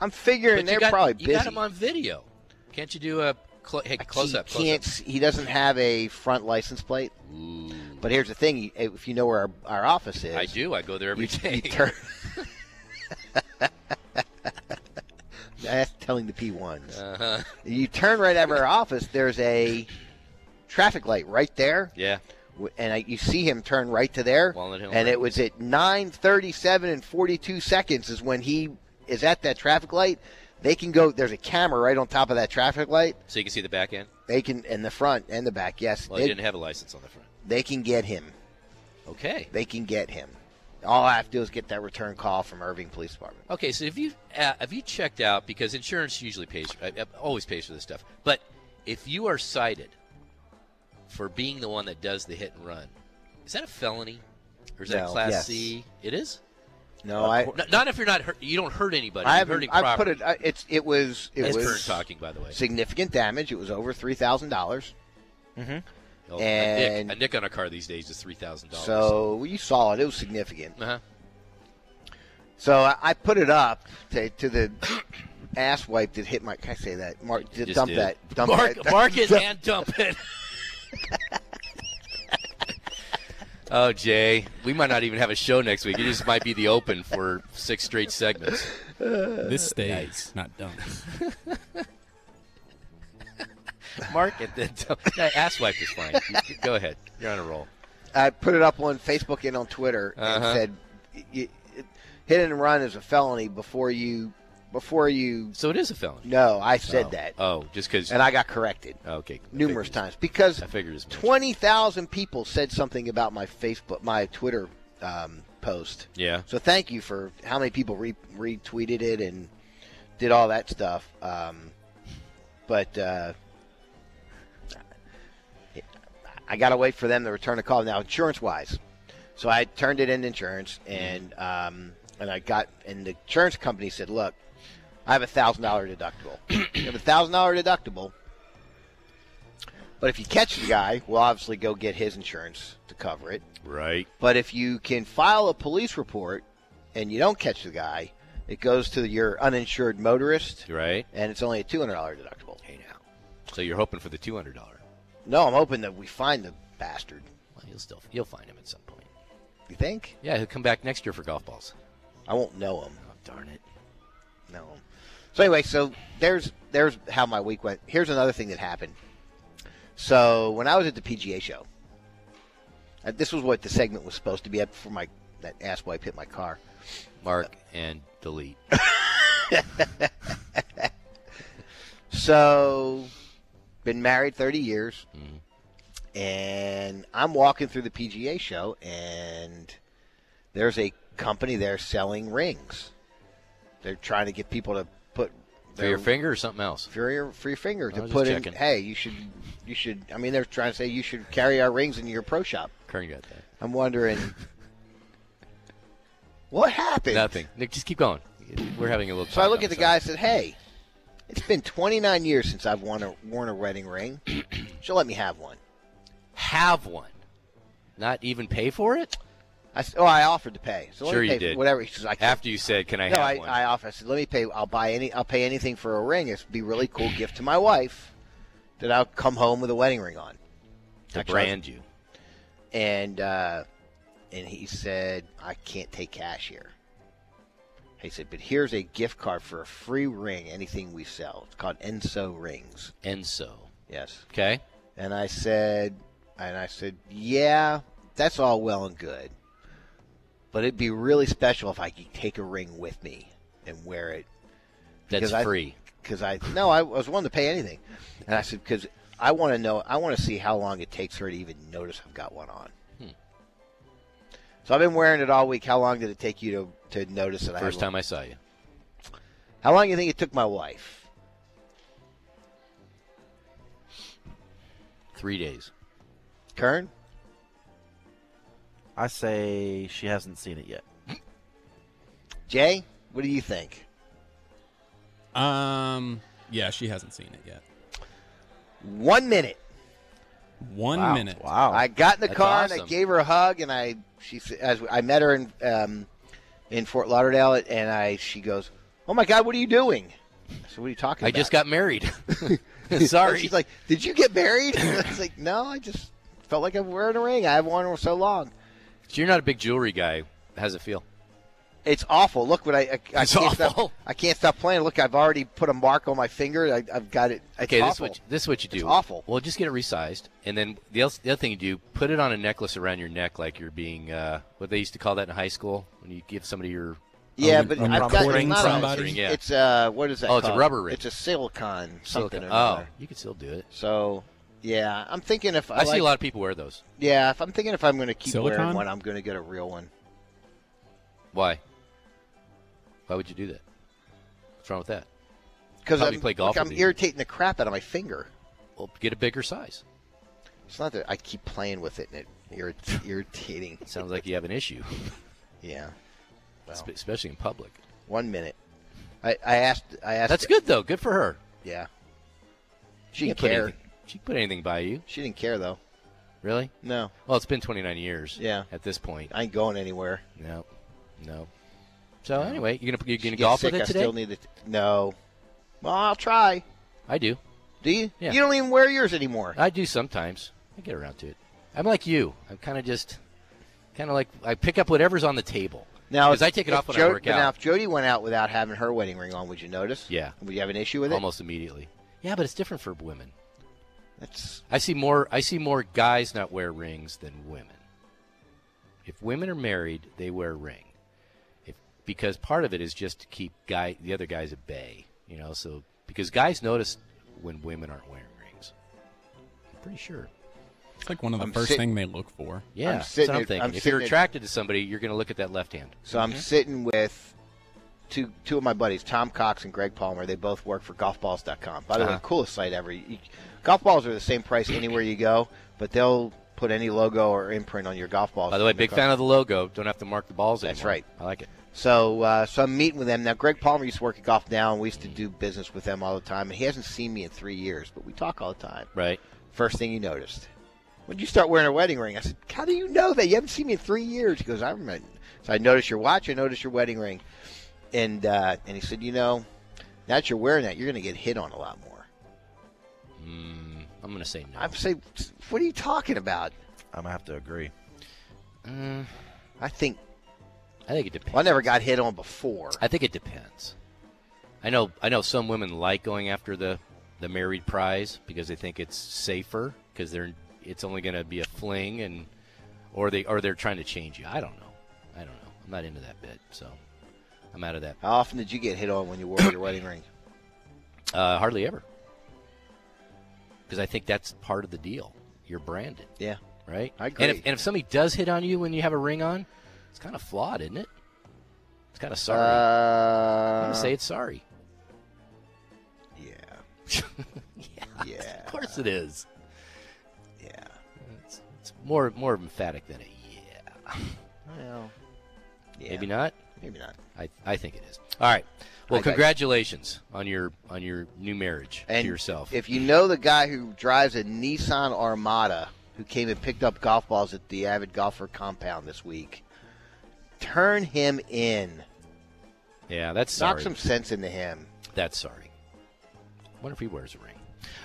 [SPEAKER 6] I'm
[SPEAKER 1] but
[SPEAKER 6] figuring
[SPEAKER 1] you
[SPEAKER 6] they're
[SPEAKER 1] got,
[SPEAKER 6] probably
[SPEAKER 1] you
[SPEAKER 6] busy.
[SPEAKER 1] got him on video. Can't you do a clo- hey, close
[SPEAKER 6] he
[SPEAKER 1] up? Close
[SPEAKER 6] can't. He doesn't have a front license plate.
[SPEAKER 1] up. Ooh.
[SPEAKER 6] But here's the thing: you- if you know where our, our office is,
[SPEAKER 1] I do. I go there every
[SPEAKER 6] You,
[SPEAKER 1] day.
[SPEAKER 6] you turn. That's telling the P ones.
[SPEAKER 1] uh-huh.
[SPEAKER 6] You turn right out of our office. There's a traffic light right there,
[SPEAKER 1] Yeah.
[SPEAKER 6] w- and I, you see him turn right to there.
[SPEAKER 1] Walnut Hill
[SPEAKER 6] and
[SPEAKER 1] Road.
[SPEAKER 6] it was at 9:37 and 42 seconds is when he is at that traffic light. They can go. There's a camera right on top of that traffic light.
[SPEAKER 1] So you can see the back end?
[SPEAKER 6] They can in the front and the back. Yes,
[SPEAKER 1] Well,
[SPEAKER 6] they,
[SPEAKER 1] he didn't have a license on the front.
[SPEAKER 6] they can get him.
[SPEAKER 1] Okay.
[SPEAKER 6] They can get him. All I have to do is get that return call from Irving Police Department.
[SPEAKER 1] Okay, so if you uh, have you checked out because insurance usually pays uh, uh, always pays for this stuff. But if you are cited for being the one that does the hit and run, is that a felony or is that
[SPEAKER 6] No,
[SPEAKER 1] class
[SPEAKER 6] yes.
[SPEAKER 1] C? It is.
[SPEAKER 6] No, I,
[SPEAKER 1] N- not if you're not hurt, you don't hurt anybody.
[SPEAKER 6] I
[SPEAKER 1] You're
[SPEAKER 6] haven't.
[SPEAKER 1] hurting
[SPEAKER 6] I put
[SPEAKER 1] property.
[SPEAKER 6] it. I, it's. It was. It
[SPEAKER 1] That's current
[SPEAKER 6] was
[SPEAKER 1] talking, by the way.
[SPEAKER 6] significant damage. It was over three thousand dollars.
[SPEAKER 1] Oh, a,
[SPEAKER 6] and-
[SPEAKER 1] nick, a nick on a car these days is three thousand dollars.
[SPEAKER 6] So you saw it. It was significant.
[SPEAKER 1] uh-huh.
[SPEAKER 6] So I, I put it up to, to the ass wipe that hit my. Can I say that? Mark,
[SPEAKER 1] Just
[SPEAKER 6] dump
[SPEAKER 1] did.
[SPEAKER 6] that. Dump
[SPEAKER 1] mark,
[SPEAKER 6] that.
[SPEAKER 1] mark it and dump it. oh, Jay, we might not even have a show next week. It just might be the open for six straight segments.
[SPEAKER 5] This
[SPEAKER 6] Uh,
[SPEAKER 5] stays, not done.
[SPEAKER 1] Mark it then dump. No, ass wipe is fine. You- Go ahead. You're on a roll.
[SPEAKER 6] I put it up on Facebook and on Twitter
[SPEAKER 1] Uh-huh.
[SPEAKER 6] and said, y- y- it- "Hit and run is a felony." Before you, before you.
[SPEAKER 1] So it is a felony.
[SPEAKER 6] No, I said
[SPEAKER 1] Oh.
[SPEAKER 6] that,
[SPEAKER 1] Oh, just because.
[SPEAKER 6] and I got corrected.
[SPEAKER 1] Okay. I
[SPEAKER 6] numerous
[SPEAKER 1] figured
[SPEAKER 6] times because
[SPEAKER 1] as- I figured as much.
[SPEAKER 6] 20,000 people said something about my Facebook, my Twitter um, post.
[SPEAKER 1] Yeah.
[SPEAKER 6] So thank you for how many people re- retweeted it and did all that stuff. Um, but uh, I got to wait for them to return a call now, insurance wise. So I turned it in insurance, and um, and I got and the insurance company said, "Look, I have a thousand dollar deductible. you have a thousand dollar deductible. But if you catch the guy, we'll obviously go get his insurance to cover it.
[SPEAKER 1] Right.
[SPEAKER 6] But if you can file a police report and you don't catch the guy, it goes to your uninsured motorist,
[SPEAKER 1] Right.
[SPEAKER 6] and it's only a two hundred dollar deductible.
[SPEAKER 1] Hey now. So you're hoping for the two hundred dollar.
[SPEAKER 6] No, I'm hoping that we find the bastard.
[SPEAKER 1] Well, you'll still you'll find him at some point.
[SPEAKER 6] You think?
[SPEAKER 1] Yeah, he'll come back next year for golf balls.
[SPEAKER 6] I won't know him.
[SPEAKER 1] Oh, darn it.
[SPEAKER 6] No. So anyway, so there's there's how my week went. Here's another thing that happened. So when I was at the PGA show, uh, this was what the segment was supposed to be at before my that asswipe hit my car.
[SPEAKER 1] Mark and delete.
[SPEAKER 6] So, been married 30 years,
[SPEAKER 1] Mm-hmm.
[SPEAKER 6] and I'm walking through the PGA show, and there's a company there selling rings. They're trying to get people to put
[SPEAKER 1] For your
[SPEAKER 6] their-
[SPEAKER 1] finger or something else.
[SPEAKER 6] for your for your finger
[SPEAKER 1] I
[SPEAKER 6] to
[SPEAKER 1] was
[SPEAKER 6] put
[SPEAKER 1] just
[SPEAKER 6] in.
[SPEAKER 1] checking.
[SPEAKER 6] Hey, you should you should. I mean, they're trying to say you should carry our rings in your pro shop.
[SPEAKER 1] Kern got that.
[SPEAKER 6] I'm wondering what happened.
[SPEAKER 1] Nothing. Nick, just keep going. We're having a little.
[SPEAKER 6] So I
[SPEAKER 1] talk
[SPEAKER 6] look
[SPEAKER 1] on
[SPEAKER 6] at the
[SPEAKER 1] side.
[SPEAKER 6] guy. I said, "Hey, it's been 29 years since I've worn a worn a wedding ring. She'll let me have one."
[SPEAKER 1] Have one. Not even pay for it.
[SPEAKER 6] I said, "Oh, I offered to pay." So let
[SPEAKER 1] Sure
[SPEAKER 6] me
[SPEAKER 1] you
[SPEAKER 6] pay for
[SPEAKER 1] did.
[SPEAKER 6] Whatever. She says, "I can't."
[SPEAKER 1] After you said, "Can I
[SPEAKER 6] no,
[SPEAKER 1] have
[SPEAKER 6] I,
[SPEAKER 1] one?"
[SPEAKER 6] I offered. I said, "Let me pay. I'll buy any. I'll pay anything for a ring. It'd be a really cool gift to my wife that I'll come home with a wedding ring on."
[SPEAKER 1] to
[SPEAKER 6] Actually, I was-
[SPEAKER 1] brand you.
[SPEAKER 6] and uh, and he said, "I can't take cash here." He said, "But here's a gift card for a free ring. Anything we sell. It's called Enso Rings."
[SPEAKER 1] And so,
[SPEAKER 6] Yes.
[SPEAKER 1] okay.
[SPEAKER 6] And I said, and I said, "Yeah, that's all well and good, but it'd be really special if I could take a ring with me and wear it
[SPEAKER 1] That's
[SPEAKER 6] Because I-
[SPEAKER 1] free.
[SPEAKER 6] because I no, I was willing to pay anything." And I said, "Because I want to know, I want to see how long it takes her to even notice I've got one on."
[SPEAKER 1] Hmm.
[SPEAKER 6] So I've been wearing it all week. How long did it take you to, to notice that I
[SPEAKER 1] First
[SPEAKER 6] had
[SPEAKER 1] time I saw you.
[SPEAKER 6] one? How long do you think it took my wife?
[SPEAKER 1] Three days.
[SPEAKER 6] Kern,
[SPEAKER 2] I say she hasn't seen it yet.
[SPEAKER 6] Jay, what do you think?
[SPEAKER 5] Um, yeah, she hasn't seen it yet.
[SPEAKER 6] One minute.
[SPEAKER 5] One minute.
[SPEAKER 2] Wow.
[SPEAKER 6] I got in the
[SPEAKER 1] That's
[SPEAKER 6] car and I
[SPEAKER 1] awesome.
[SPEAKER 6] gave her a hug and I she s- as I met her in um, in Fort Lauderdale and I she goes, "Oh my God, what are you doing?" I said, "What are you talking
[SPEAKER 1] I
[SPEAKER 6] about?"
[SPEAKER 1] just got married.
[SPEAKER 6] And
[SPEAKER 1] Sorry.
[SPEAKER 6] She's like, "Did you get married?" I was like, "No, I just felt like I've wearing a ring. I have worn one for so long.
[SPEAKER 1] So you're not a big jewelry guy. How's it feel?
[SPEAKER 6] It's awful. Look what I I, I
[SPEAKER 1] It's
[SPEAKER 6] can't stop.
[SPEAKER 1] awful.
[SPEAKER 6] I can't stop playing. Look, I've already put a mark on my finger. I, I've got it. It's
[SPEAKER 1] Okay, this is
[SPEAKER 6] awful.
[SPEAKER 1] what you, this is what you do.
[SPEAKER 6] It's awful.
[SPEAKER 1] Well, just get it resized, and then the, else, the other thing you do, put it on a necklace around your neck, like you're being uh, what they used to call that in high school when you give somebody your.
[SPEAKER 6] yeah,
[SPEAKER 5] Um,
[SPEAKER 6] but
[SPEAKER 5] um,
[SPEAKER 6] I've got it's
[SPEAKER 5] recording
[SPEAKER 6] not
[SPEAKER 5] somebody.
[SPEAKER 6] A, it's,
[SPEAKER 1] Yeah.
[SPEAKER 6] it's uh, what is that?
[SPEAKER 1] Oh, it's a
[SPEAKER 6] called?
[SPEAKER 1] rubber ring.
[SPEAKER 6] It's a silicon something.
[SPEAKER 1] silicone.
[SPEAKER 6] or
[SPEAKER 1] Oh,
[SPEAKER 6] another.
[SPEAKER 1] you can still do it.
[SPEAKER 6] So, yeah, I'm thinking if I,
[SPEAKER 1] I, see
[SPEAKER 6] like-
[SPEAKER 1] a lot of people wear those.
[SPEAKER 6] Yeah, if I'm thinking if I'm going to keep wearing
[SPEAKER 5] Silicone?
[SPEAKER 6] one, I'm going to get a real one.
[SPEAKER 1] Why? Why would you do that? What's wrong with that?
[SPEAKER 6] Because
[SPEAKER 1] Probably
[SPEAKER 6] I'm,
[SPEAKER 1] play golf
[SPEAKER 6] look,
[SPEAKER 1] with
[SPEAKER 6] I'm
[SPEAKER 1] these.
[SPEAKER 6] irritating the crap out of my finger.
[SPEAKER 1] Well, get a bigger size.
[SPEAKER 6] It's not that I keep playing with it and it irrit- irritating.
[SPEAKER 1] Sounds like you have an issue,
[SPEAKER 6] Yeah, Well.
[SPEAKER 1] espe- especially in public.
[SPEAKER 6] one minute. I, I asked. I asked.
[SPEAKER 1] That's good though. Good for her.
[SPEAKER 6] Yeah. She
[SPEAKER 1] Can't
[SPEAKER 6] didn't
[SPEAKER 1] put
[SPEAKER 6] care.
[SPEAKER 1] anything- She can put anything by you,
[SPEAKER 6] She didn't care though.
[SPEAKER 1] really.
[SPEAKER 6] No,
[SPEAKER 1] Well, it's been 29 years.
[SPEAKER 6] Yeah.
[SPEAKER 1] At this point,
[SPEAKER 6] I ain't going anywhere.
[SPEAKER 1] no, no. So anyway, you're gonna you're
[SPEAKER 6] She
[SPEAKER 1] gonna
[SPEAKER 6] gets
[SPEAKER 1] golf
[SPEAKER 6] sick,
[SPEAKER 1] with
[SPEAKER 6] I
[SPEAKER 1] it today.
[SPEAKER 6] still need it. No. Well, I'll try.
[SPEAKER 1] I do.
[SPEAKER 6] Do you?
[SPEAKER 1] Yeah.
[SPEAKER 6] You don't even wear yours anymore.
[SPEAKER 1] I do sometimes. I get around to it. I'm like you. I'm kind of just, kind of like I pick up whatever's on the table.
[SPEAKER 6] Now,
[SPEAKER 1] 'Cause I take it
[SPEAKER 6] if
[SPEAKER 1] off when I
[SPEAKER 6] Jo-
[SPEAKER 1] work
[SPEAKER 6] but Now,
[SPEAKER 1] out.
[SPEAKER 6] if Jody went out without having her wedding ring on, would you notice?
[SPEAKER 1] Yeah.
[SPEAKER 6] Would you have an issue with it?
[SPEAKER 1] almost immediately. Yeah, but it's different for women.
[SPEAKER 6] That's
[SPEAKER 1] I see more. I see more guys not wear rings than women. If women are married, they wear a ring, if, because part of it is just to keep guy the other guys at bay. You know, so because guys notice when women aren't wearing rings. I'm pretty sure.
[SPEAKER 5] It's like one of the
[SPEAKER 6] I'm
[SPEAKER 5] first
[SPEAKER 6] sit-
[SPEAKER 5] thing they look for.
[SPEAKER 1] Yeah, that's
[SPEAKER 6] sitting
[SPEAKER 1] what I'm
[SPEAKER 6] at-
[SPEAKER 1] thinking.
[SPEAKER 6] I'm
[SPEAKER 1] if
[SPEAKER 6] sitting
[SPEAKER 1] you're
[SPEAKER 6] at-
[SPEAKER 1] attracted to somebody, you're going to look at that left hand.
[SPEAKER 6] so. I'm sitting with two two of my buddies, Tom Cox and Greg Palmer. They both work for GolfBalls.com. By the way,
[SPEAKER 1] Uh-huh.
[SPEAKER 6] coolest site ever. You, golf balls are the same price anywhere you go, but they'll put any logo or imprint on your golf balls.
[SPEAKER 1] By the way,
[SPEAKER 6] in their
[SPEAKER 1] big
[SPEAKER 6] car.
[SPEAKER 1] fan of the logo. Don't have to mark the balls
[SPEAKER 6] That's
[SPEAKER 1] anymore.
[SPEAKER 6] right.
[SPEAKER 1] I like it.
[SPEAKER 6] So, uh, so I'm meeting with them now. Greg Palmer used to work at Golf Now, and we used to do business with them all the time. And he hasn't seen me in three years, but we talk all the time.
[SPEAKER 1] Right.
[SPEAKER 6] First thing you noticed. When did you start wearing a wedding ring? I said, How do you know that? You haven't seen me in three years. He goes, I remember. So I noticed your watch, I noticed your wedding ring. And uh, and he said, You know, now that you're wearing that, you're going to get hit on a lot more.
[SPEAKER 1] Mm, I'm going to say no.
[SPEAKER 6] I'm saying, What are you talking about?
[SPEAKER 2] I'm gonna have to agree.
[SPEAKER 1] Mm,
[SPEAKER 6] I think,
[SPEAKER 1] I think it depends.
[SPEAKER 6] well, I never got hit on before.
[SPEAKER 1] I think it depends. I know I know some women like going after the the married prize because they think it's safer because they're it's only going to be a fling and or they or they're trying to change you. I don't know. I don't know. I'm not into that bit, so I'm out of that.
[SPEAKER 6] How often did you get hit on when you wore your wedding ring?
[SPEAKER 1] Uh, hardly ever. Because I think that's part of the deal. You're branded,
[SPEAKER 6] Yeah.
[SPEAKER 1] right?
[SPEAKER 6] I agree.
[SPEAKER 1] And if, and if somebody does hit on you when you have a ring on, it's kind of flawed, isn't it? It's kind of sorry. I'm
[SPEAKER 6] Uh,
[SPEAKER 1] gonna say it's sorry.
[SPEAKER 6] yeah.
[SPEAKER 1] Yeah,
[SPEAKER 6] Yeah.
[SPEAKER 1] of course it is.
[SPEAKER 6] Yeah.
[SPEAKER 1] It's, it's more more emphatic than a yeah.
[SPEAKER 6] Well, yeah.
[SPEAKER 1] Maybe not.
[SPEAKER 6] Maybe not.
[SPEAKER 1] I, I think it is. All right. Well,
[SPEAKER 6] I got you.
[SPEAKER 1] congratulations on your on your new marriage
[SPEAKER 6] And
[SPEAKER 1] to yourself.
[SPEAKER 6] If you know the guy who drives a Nissan Armada who came and picked up golf balls at the Avid Golfer compound this week, turn him in.
[SPEAKER 1] yeah, that's
[SPEAKER 6] Knock
[SPEAKER 1] sorry.
[SPEAKER 6] some sense into him.
[SPEAKER 1] That's sorry. Wonder if he wears a ring.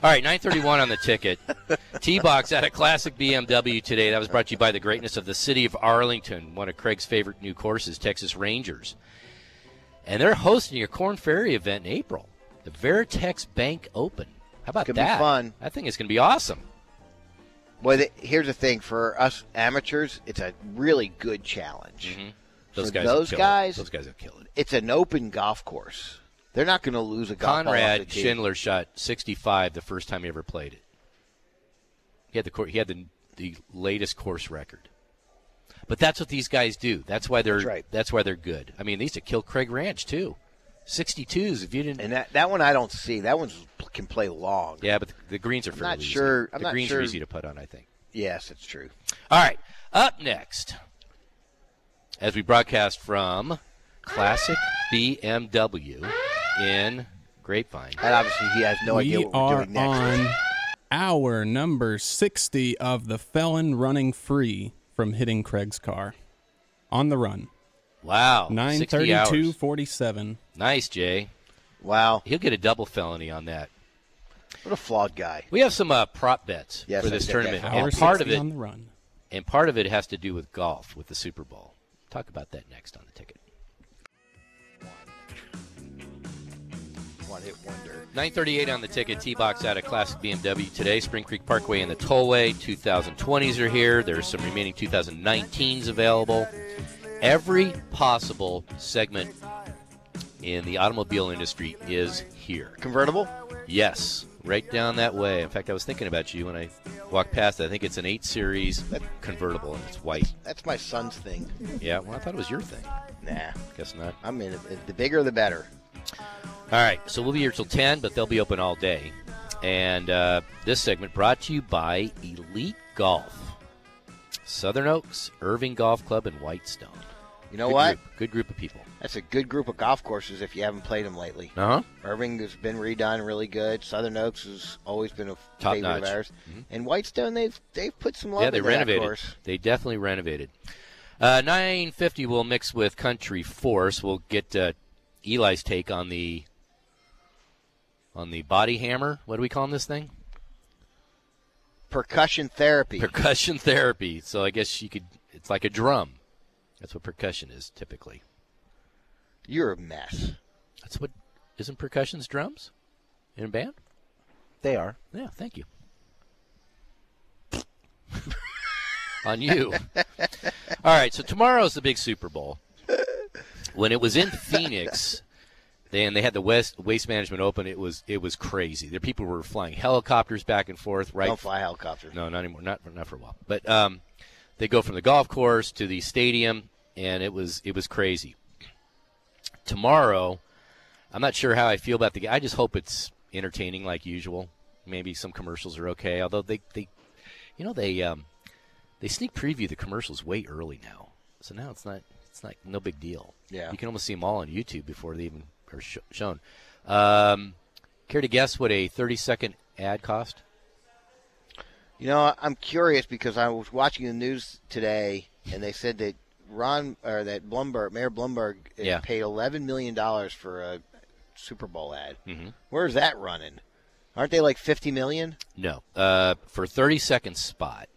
[SPEAKER 1] All right, 931 on the ticket. T-Box at a classic BMW today. That was brought to you by the greatness of the city of Arlington, one of Craig's favorite new courses, Texas Rangers. And they're hosting a Corn Ferry event in April, the Veritex Bank Open. How about
[SPEAKER 6] It's gonna be
[SPEAKER 1] that?
[SPEAKER 6] fun.
[SPEAKER 1] I think it's going to be awesome.
[SPEAKER 6] Well, the, here's the thing for us amateurs, it's a really good challenge.
[SPEAKER 1] Mm-hmm. Those
[SPEAKER 6] For
[SPEAKER 1] guys,
[SPEAKER 6] those
[SPEAKER 1] will kill
[SPEAKER 6] guys-
[SPEAKER 1] it. those guys will kill it.
[SPEAKER 6] It's an open golf course. They're not going to lose a golf ball. off the
[SPEAKER 1] Conrad
[SPEAKER 6] tee.
[SPEAKER 1] Schindler shot 65 the first time he ever played it. He had the cour- he had the the latest course record. But that's what these guys do. That's why they're
[SPEAKER 6] That's right.
[SPEAKER 1] that's why they're good. I mean, they used to kill Craig Ranch too. 62s if you didn't
[SPEAKER 6] And that, that one I don't see. That one can play long.
[SPEAKER 1] Yeah, but the, the greens are fairly
[SPEAKER 6] not
[SPEAKER 1] easy.
[SPEAKER 6] sure- I'm
[SPEAKER 1] the
[SPEAKER 6] not
[SPEAKER 1] greens
[SPEAKER 6] sure-
[SPEAKER 1] are easy to put on, I think.
[SPEAKER 6] Yes, it's true.
[SPEAKER 1] All right. Up next, as we broadcast from Classic BMW in Grapevine.
[SPEAKER 6] And obviously, he has no idea
[SPEAKER 5] we
[SPEAKER 6] what we're
[SPEAKER 5] are
[SPEAKER 6] doing next.
[SPEAKER 5] on hour number 60 of the felon running free from hitting Craig's car. On the run.
[SPEAKER 1] Wow. 60
[SPEAKER 5] 932
[SPEAKER 1] hours.
[SPEAKER 5] 47.
[SPEAKER 1] Nice, Jay.
[SPEAKER 6] Wow,
[SPEAKER 1] He'll get a double felony on that.
[SPEAKER 6] what a flawed guy.
[SPEAKER 1] We have some uh, prop bets
[SPEAKER 6] Yes,
[SPEAKER 1] for
[SPEAKER 6] I
[SPEAKER 1] this
[SPEAKER 6] said
[SPEAKER 1] tournament,
[SPEAKER 6] that.
[SPEAKER 5] Hour
[SPEAKER 1] and part of
[SPEAKER 5] 60
[SPEAKER 1] it,
[SPEAKER 5] on the run.
[SPEAKER 1] and part of it has to do with golf with the Super Bowl. Talk about that next on the ticket.
[SPEAKER 6] One hit wonder.
[SPEAKER 1] 938 on the ticket, T-Box out of Classic BMW today. Spring Creek Parkway and the Tollway. 2020s are here. There's some remaining 2019s available. Every possible segment in the automobile industry is here.
[SPEAKER 6] Convertible?
[SPEAKER 1] Yes, right down that way. In fact, I was thinking about you when I walked past. it. I think it's an 8 Series convertible, and it's white.
[SPEAKER 6] That's my son's thing.
[SPEAKER 1] Yeah, well, I thought it was your thing.
[SPEAKER 6] Nah,
[SPEAKER 1] Guess not.
[SPEAKER 6] I'm in. It. The bigger, the better.
[SPEAKER 1] All right, so we'll be here till 10, but they'll be open all day. And uh, this segment brought to you by Elite Golf, Southern Oaks, Irving Golf Club, and Whitestone.
[SPEAKER 6] You know
[SPEAKER 1] Good
[SPEAKER 6] what?
[SPEAKER 1] group- good group of people.
[SPEAKER 6] That's a good group of golf courses if you haven't played them lately.
[SPEAKER 1] Uh huh.
[SPEAKER 6] Irving has been redone really good. Southern Oaks has always been a
[SPEAKER 1] Top
[SPEAKER 6] favorite of
[SPEAKER 1] notch. Mm-hmm.
[SPEAKER 6] ours. And Whitestone, they've they've put some love
[SPEAKER 1] Yeah, they
[SPEAKER 6] into
[SPEAKER 1] renovated.
[SPEAKER 6] that course.
[SPEAKER 1] They definitely renovated. Uh, 950 will mix with Country Force. We'll get uh, Eli's take on the on the body hammer. What do we call this thing?
[SPEAKER 6] Percussion therapy.
[SPEAKER 1] percussion therapy. So I guess you could. It's like a drum. That's what percussion is typically.
[SPEAKER 6] You're a mess.
[SPEAKER 1] That's what isn't percussion's drums in a band?
[SPEAKER 2] They are.
[SPEAKER 1] Yeah. Thank you. On you. All right. So tomorrow's the big Super Bowl. When it was in Phoenix. They, and they had the West Waste Management Open. It was it was crazy. There people were flying helicopters back and forth, right?
[SPEAKER 6] Don't fly helicopter.
[SPEAKER 1] No, not anymore. Not not for a while. But um, they go from the golf course to the stadium, and it was it was crazy. Tomorrow, I'm not sure how I feel about the guy. I just hope it's entertaining like usual. Maybe some commercials are okay. Although they they, you know they um, they sneak preview the commercials way early now. So now it's not it's not no big deal.
[SPEAKER 6] Yeah.
[SPEAKER 1] you can almost see them all on YouTube before they even are sh- shown. Um, care to guess what a 30 second ad cost?
[SPEAKER 6] You know, I'm curious because I was watching the news today, and they said that Ron or that Blumberg, Mayor Blumberg, uh,
[SPEAKER 1] Yeah.
[SPEAKER 6] paid 11 million dollars for a Super Bowl ad.
[SPEAKER 1] Mhm.
[SPEAKER 6] Where's that running? Aren't they like 50 million?
[SPEAKER 1] No, uh, for thirty second spot,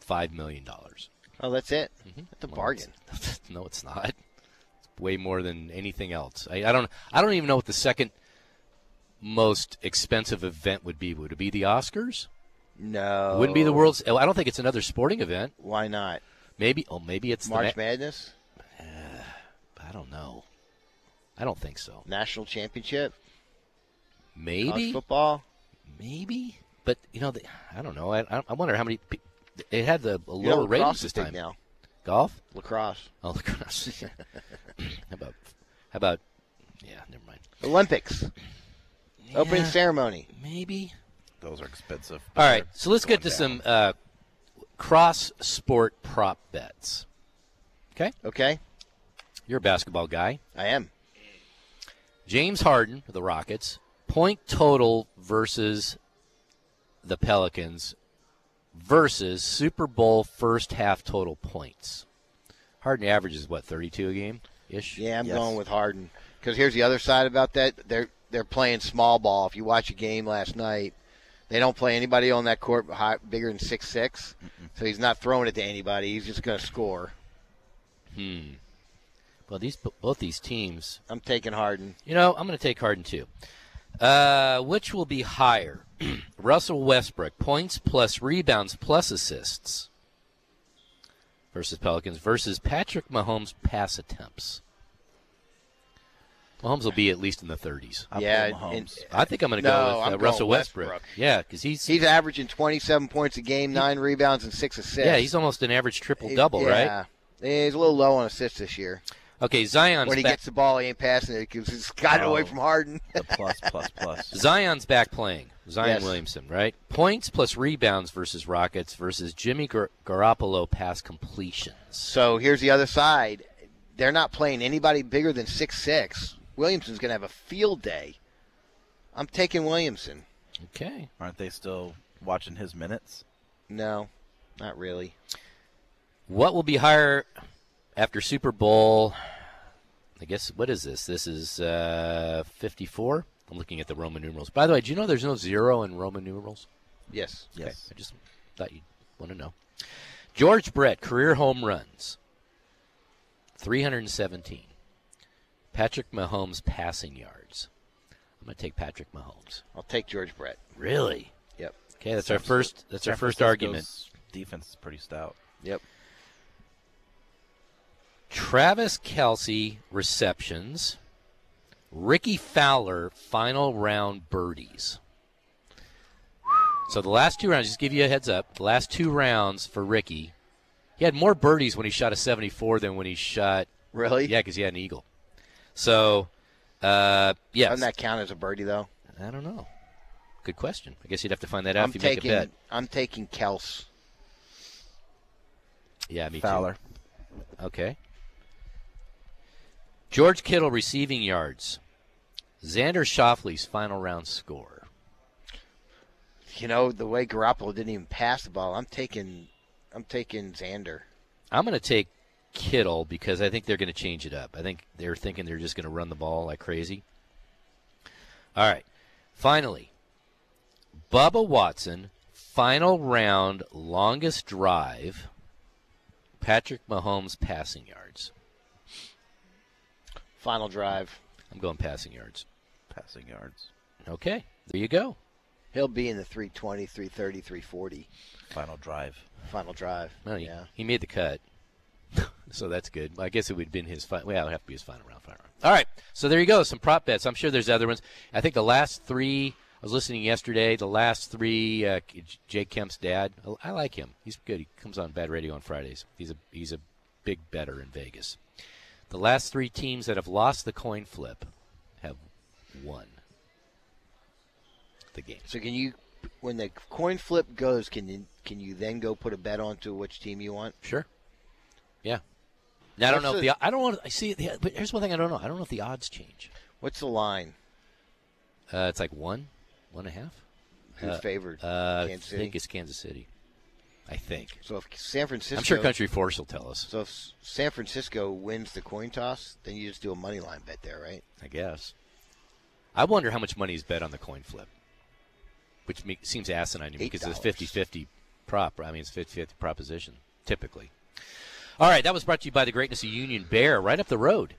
[SPEAKER 1] five million dollars.
[SPEAKER 6] Oh, that's it.
[SPEAKER 1] Mm-hmm.
[SPEAKER 6] That's a bargain.
[SPEAKER 1] no, it's not. It's way more than anything else. I, I don't. I don't even know what the second most expensive event would be. Would it be the Oscars?
[SPEAKER 6] No,
[SPEAKER 1] Wouldn't be the world's. oh, I don't think it's another sporting event.
[SPEAKER 6] Why not?
[SPEAKER 1] Maybe. Oh, maybe it's
[SPEAKER 6] March
[SPEAKER 1] the.
[SPEAKER 6] Madness,
[SPEAKER 1] Ma- I don't know. I don't think so.
[SPEAKER 6] national championship, college
[SPEAKER 1] Maybe.
[SPEAKER 6] football.
[SPEAKER 1] Maybe. But you know, the, I don't know. I, I- I wonder how many. pe- It had the a
[SPEAKER 6] You know,
[SPEAKER 1] lower ratings
[SPEAKER 6] lacrosse
[SPEAKER 1] this
[SPEAKER 6] is big
[SPEAKER 1] time.
[SPEAKER 6] now.
[SPEAKER 1] Golf.
[SPEAKER 6] Lacrosse,
[SPEAKER 1] Oh, lacrosse. how about? How about? Yeah, never mind.
[SPEAKER 6] Olympics, opening
[SPEAKER 1] Yeah,
[SPEAKER 6] ceremony.
[SPEAKER 1] Maybe.
[SPEAKER 2] Those are expensive.
[SPEAKER 1] All right, so let's
[SPEAKER 2] Going
[SPEAKER 1] get to
[SPEAKER 2] down.
[SPEAKER 1] some uh, cross sport prop bets. Okay,
[SPEAKER 6] Okay,
[SPEAKER 1] you're a basketball guy.
[SPEAKER 6] I am.
[SPEAKER 1] James Harden, of the Rockets, point total versus the Pelicans versus Super Bowl first half total points. Harden averages what 32 a game ish.
[SPEAKER 6] Yeah, I'm
[SPEAKER 2] Yes.
[SPEAKER 6] going with Harden because here's the other side about that. They're they're playing small ball. If you watch a game last night, they don't play anybody on that court high, bigger than six six. So he's not throwing it to anybody. He's just going to score.
[SPEAKER 1] Well, these both these teams
[SPEAKER 6] I'm taking Harden.
[SPEAKER 1] You know, I'm going to take Harden too. Uh, which will be higher? Russell Westbrook, points plus rebounds plus assists versus Pelicans versus Patrick Mahomes pass attempts. Mahomes will be at least in the 30s.
[SPEAKER 2] I'm
[SPEAKER 6] yeah,
[SPEAKER 2] pulling
[SPEAKER 6] and-
[SPEAKER 2] Mahomes.
[SPEAKER 1] I think I'm going to
[SPEAKER 6] No,
[SPEAKER 1] go with
[SPEAKER 6] I'm
[SPEAKER 1] uh,
[SPEAKER 6] going
[SPEAKER 1] Russell Westbrook.
[SPEAKER 6] Westbrook.
[SPEAKER 1] Yeah, because he's,
[SPEAKER 6] He's averaging 27 points a game, nine rebounds, and six assists.
[SPEAKER 1] yeah he's almost an average triple double, right?
[SPEAKER 6] Yeah, he's a little low on assists this year.
[SPEAKER 1] Okay, Zion's
[SPEAKER 6] when he
[SPEAKER 1] back.
[SPEAKER 6] gets the ball, he ain't passing it because he's gotten
[SPEAKER 2] Oh.
[SPEAKER 6] away from Harden.
[SPEAKER 2] The plus, plus, plus.
[SPEAKER 1] Zion's back playing. Zion
[SPEAKER 6] Yes.
[SPEAKER 1] Williamson, right? Points plus rebounds versus Rockets versus Jimmy Gar- Garoppolo pass completions.
[SPEAKER 6] So here's the other side. They're not playing anybody bigger than six six. Williamson's going to have a field day. I'm taking Williamson.
[SPEAKER 1] Okay.
[SPEAKER 2] Aren't they still watching his minutes?
[SPEAKER 6] No, not really.
[SPEAKER 1] What will be higher after Super Bowl? I guess what is this? This is uh, 54. I'm looking at the Roman numerals. By the way, do you know there's no zero in Roman numerals?
[SPEAKER 6] Yes.
[SPEAKER 2] Yes.
[SPEAKER 1] I just thought you'd want to know. George Brett, career home runs 317. Patrick Mahomes passing yards. I'm going to take Patrick Mahomes.
[SPEAKER 6] I'll take George Brett.
[SPEAKER 1] Really?
[SPEAKER 6] Yep.
[SPEAKER 1] Okay, that's our first that's our
[SPEAKER 2] San
[SPEAKER 1] first
[SPEAKER 2] Francisco's
[SPEAKER 1] argument.
[SPEAKER 2] Defense is pretty stout.
[SPEAKER 6] Yep.
[SPEAKER 1] Travis Kelsey receptions. Ricky Fowler final round birdies. So the last two rounds, just give you a heads up. The last two rounds for Ricky, he had more birdies when he shot a 74 than when he shot.
[SPEAKER 6] Really?
[SPEAKER 1] Yeah, because he had an eagle. So, uh, yes.
[SPEAKER 6] Doesn't that count as a birdie though?
[SPEAKER 1] I don't know. Good question. I guess you'd have to find that out
[SPEAKER 6] I'm
[SPEAKER 1] if you
[SPEAKER 6] taking.
[SPEAKER 1] make a bet.
[SPEAKER 6] I'm taking Kels.
[SPEAKER 1] Yeah, me
[SPEAKER 2] Fowler.
[SPEAKER 1] too. Okay. George Kittle receiving yards. Xander Shoffley's final round score.
[SPEAKER 6] You know the way Garoppolo didn't even pass the ball. I'm taking. I'm taking Xander.
[SPEAKER 1] I'm going to take Kittle because I think they're going to change it up. I think they're thinking they're just going to run the ball like crazy. All right. Finally, Bubba Watson, final round, longest drive, Patrick Mahomes passing yards.
[SPEAKER 6] Final drive.
[SPEAKER 1] I'm going passing yards.
[SPEAKER 2] Passing yards.
[SPEAKER 1] Okay. There you go.
[SPEAKER 6] He'll be in the 320, 330, 340.
[SPEAKER 2] Final drive.
[SPEAKER 6] Final drive.
[SPEAKER 1] Well, he,
[SPEAKER 6] yeah.
[SPEAKER 1] he made the cut. so that's good. I guess it would have been his final. Well, it would have to be his final round. Final round. All right. So there you go. Some prop bets. I'm sure there's other ones. I think the last three. I was listening yesterday. The last three. Uh, J- Jake Kemp's dad. I- I like him. He's good. He comes on Bad Radio on Fridays. He's a he's a big better in Vegas. The last three teams that have lost the coin flip have won the game.
[SPEAKER 6] So can you, when the coin flip goes, can you can you then go put a bet on to which team you want?
[SPEAKER 1] Sure. Yeah. Now, I don't know
[SPEAKER 6] What's
[SPEAKER 1] if the I don't want. I see. The, but here's one thing I don't know. I don't know if the odds change.
[SPEAKER 6] What's the line?
[SPEAKER 1] Uh, it's like one, one and a half.
[SPEAKER 6] Who's favored?
[SPEAKER 1] Uh, I
[SPEAKER 6] Kansas City?
[SPEAKER 1] think it's Kansas City. I think.
[SPEAKER 6] so if San Francisco,
[SPEAKER 1] I'm sure Country Force will tell us.
[SPEAKER 6] So if S- San Francisco wins the coin toss, then you just do a money line bet there, right?
[SPEAKER 1] I guess. I wonder how much money is bet on the coin flip, which me- seems asinine to me
[SPEAKER 6] Eight
[SPEAKER 1] because it's a
[SPEAKER 6] dollars.
[SPEAKER 1] 50 50 prop. I mean, it's 50 50 proposition, typically. All right, that was brought to you by the greatness of Union Bear right up the road,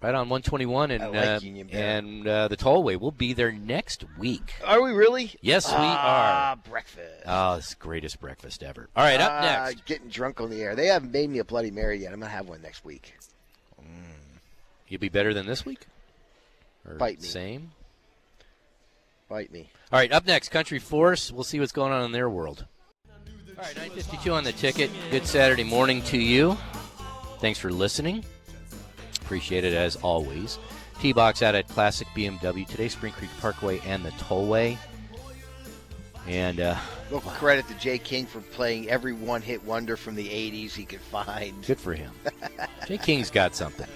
[SPEAKER 1] right on 121 and,
[SPEAKER 6] I like
[SPEAKER 1] uh,
[SPEAKER 6] Union Bear.
[SPEAKER 1] and uh, the tollway. We'll be there next week.
[SPEAKER 6] Are we really?
[SPEAKER 1] Yes, we
[SPEAKER 6] ah,
[SPEAKER 1] are.
[SPEAKER 6] breakfast.
[SPEAKER 1] Oh, this greatest breakfast ever. All right, up
[SPEAKER 6] Ah,
[SPEAKER 1] next.
[SPEAKER 6] getting drunk on the air. They haven't made me a Bloody Mary yet. I'm gonna have one next week.
[SPEAKER 1] You'll be better than this week? Or
[SPEAKER 6] Bite me.
[SPEAKER 1] Same?
[SPEAKER 6] Bite me.
[SPEAKER 1] All right, up next, Country Force. We'll see what's going on in their world. All right, 952 on the ticket. Good Saturday morning to you. Thanks for listening. Appreciate it as always. T Box out at Classic BMW today, Spring Creek Parkway and the Tollway. And uh,
[SPEAKER 6] Local credit to Jay King for playing every one-hit wonder from the '80s he could find.
[SPEAKER 1] good for him. Jay King's got something.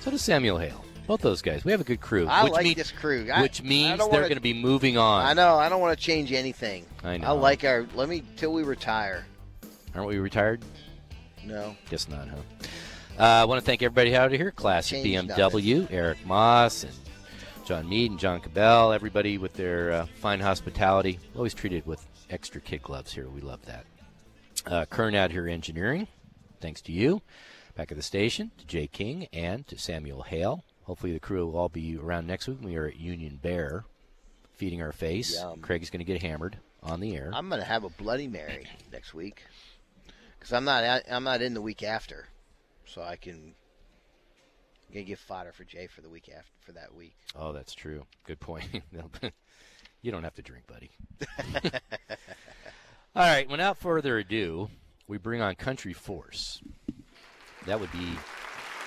[SPEAKER 1] So does Samuel Hale. Both those guys. We have a good crew.
[SPEAKER 6] I
[SPEAKER 1] which
[SPEAKER 6] like
[SPEAKER 1] mean-
[SPEAKER 6] this crew. I-
[SPEAKER 1] which means they're
[SPEAKER 6] I don't wanna-
[SPEAKER 1] going to be moving on.
[SPEAKER 6] I know. I don't want to change anything.
[SPEAKER 1] I know.
[SPEAKER 6] I like our. Let me till we retire.
[SPEAKER 1] Aren't we retired?
[SPEAKER 6] No.
[SPEAKER 1] Guess not, huh? Uh, I want to thank everybody out here. Classic
[SPEAKER 6] Changed
[SPEAKER 1] BMW, Eric Moss and John Mead and John Cabell, everybody with their uh, fine hospitality. Always treated with extra kid gloves here. We love that. Uh, Kern out here engineering. Thanks to you. Back at the station, to Jay King and to Samuel Hale. Hopefully the crew will all be around next week. We are at Union Bear feeding our face.
[SPEAKER 6] Yum.
[SPEAKER 1] Craig's going to get hammered on the air.
[SPEAKER 6] I'm gonna have a Bloody Mary next week because I'm not. I, I'm not in the week after, so I can. I'm gonna give fodder for Jay for the week after for that week.
[SPEAKER 1] Oh, that's true. Good point. No, you don't have to drink, buddy. All right. Without further ado, we bring on Country Force. That would be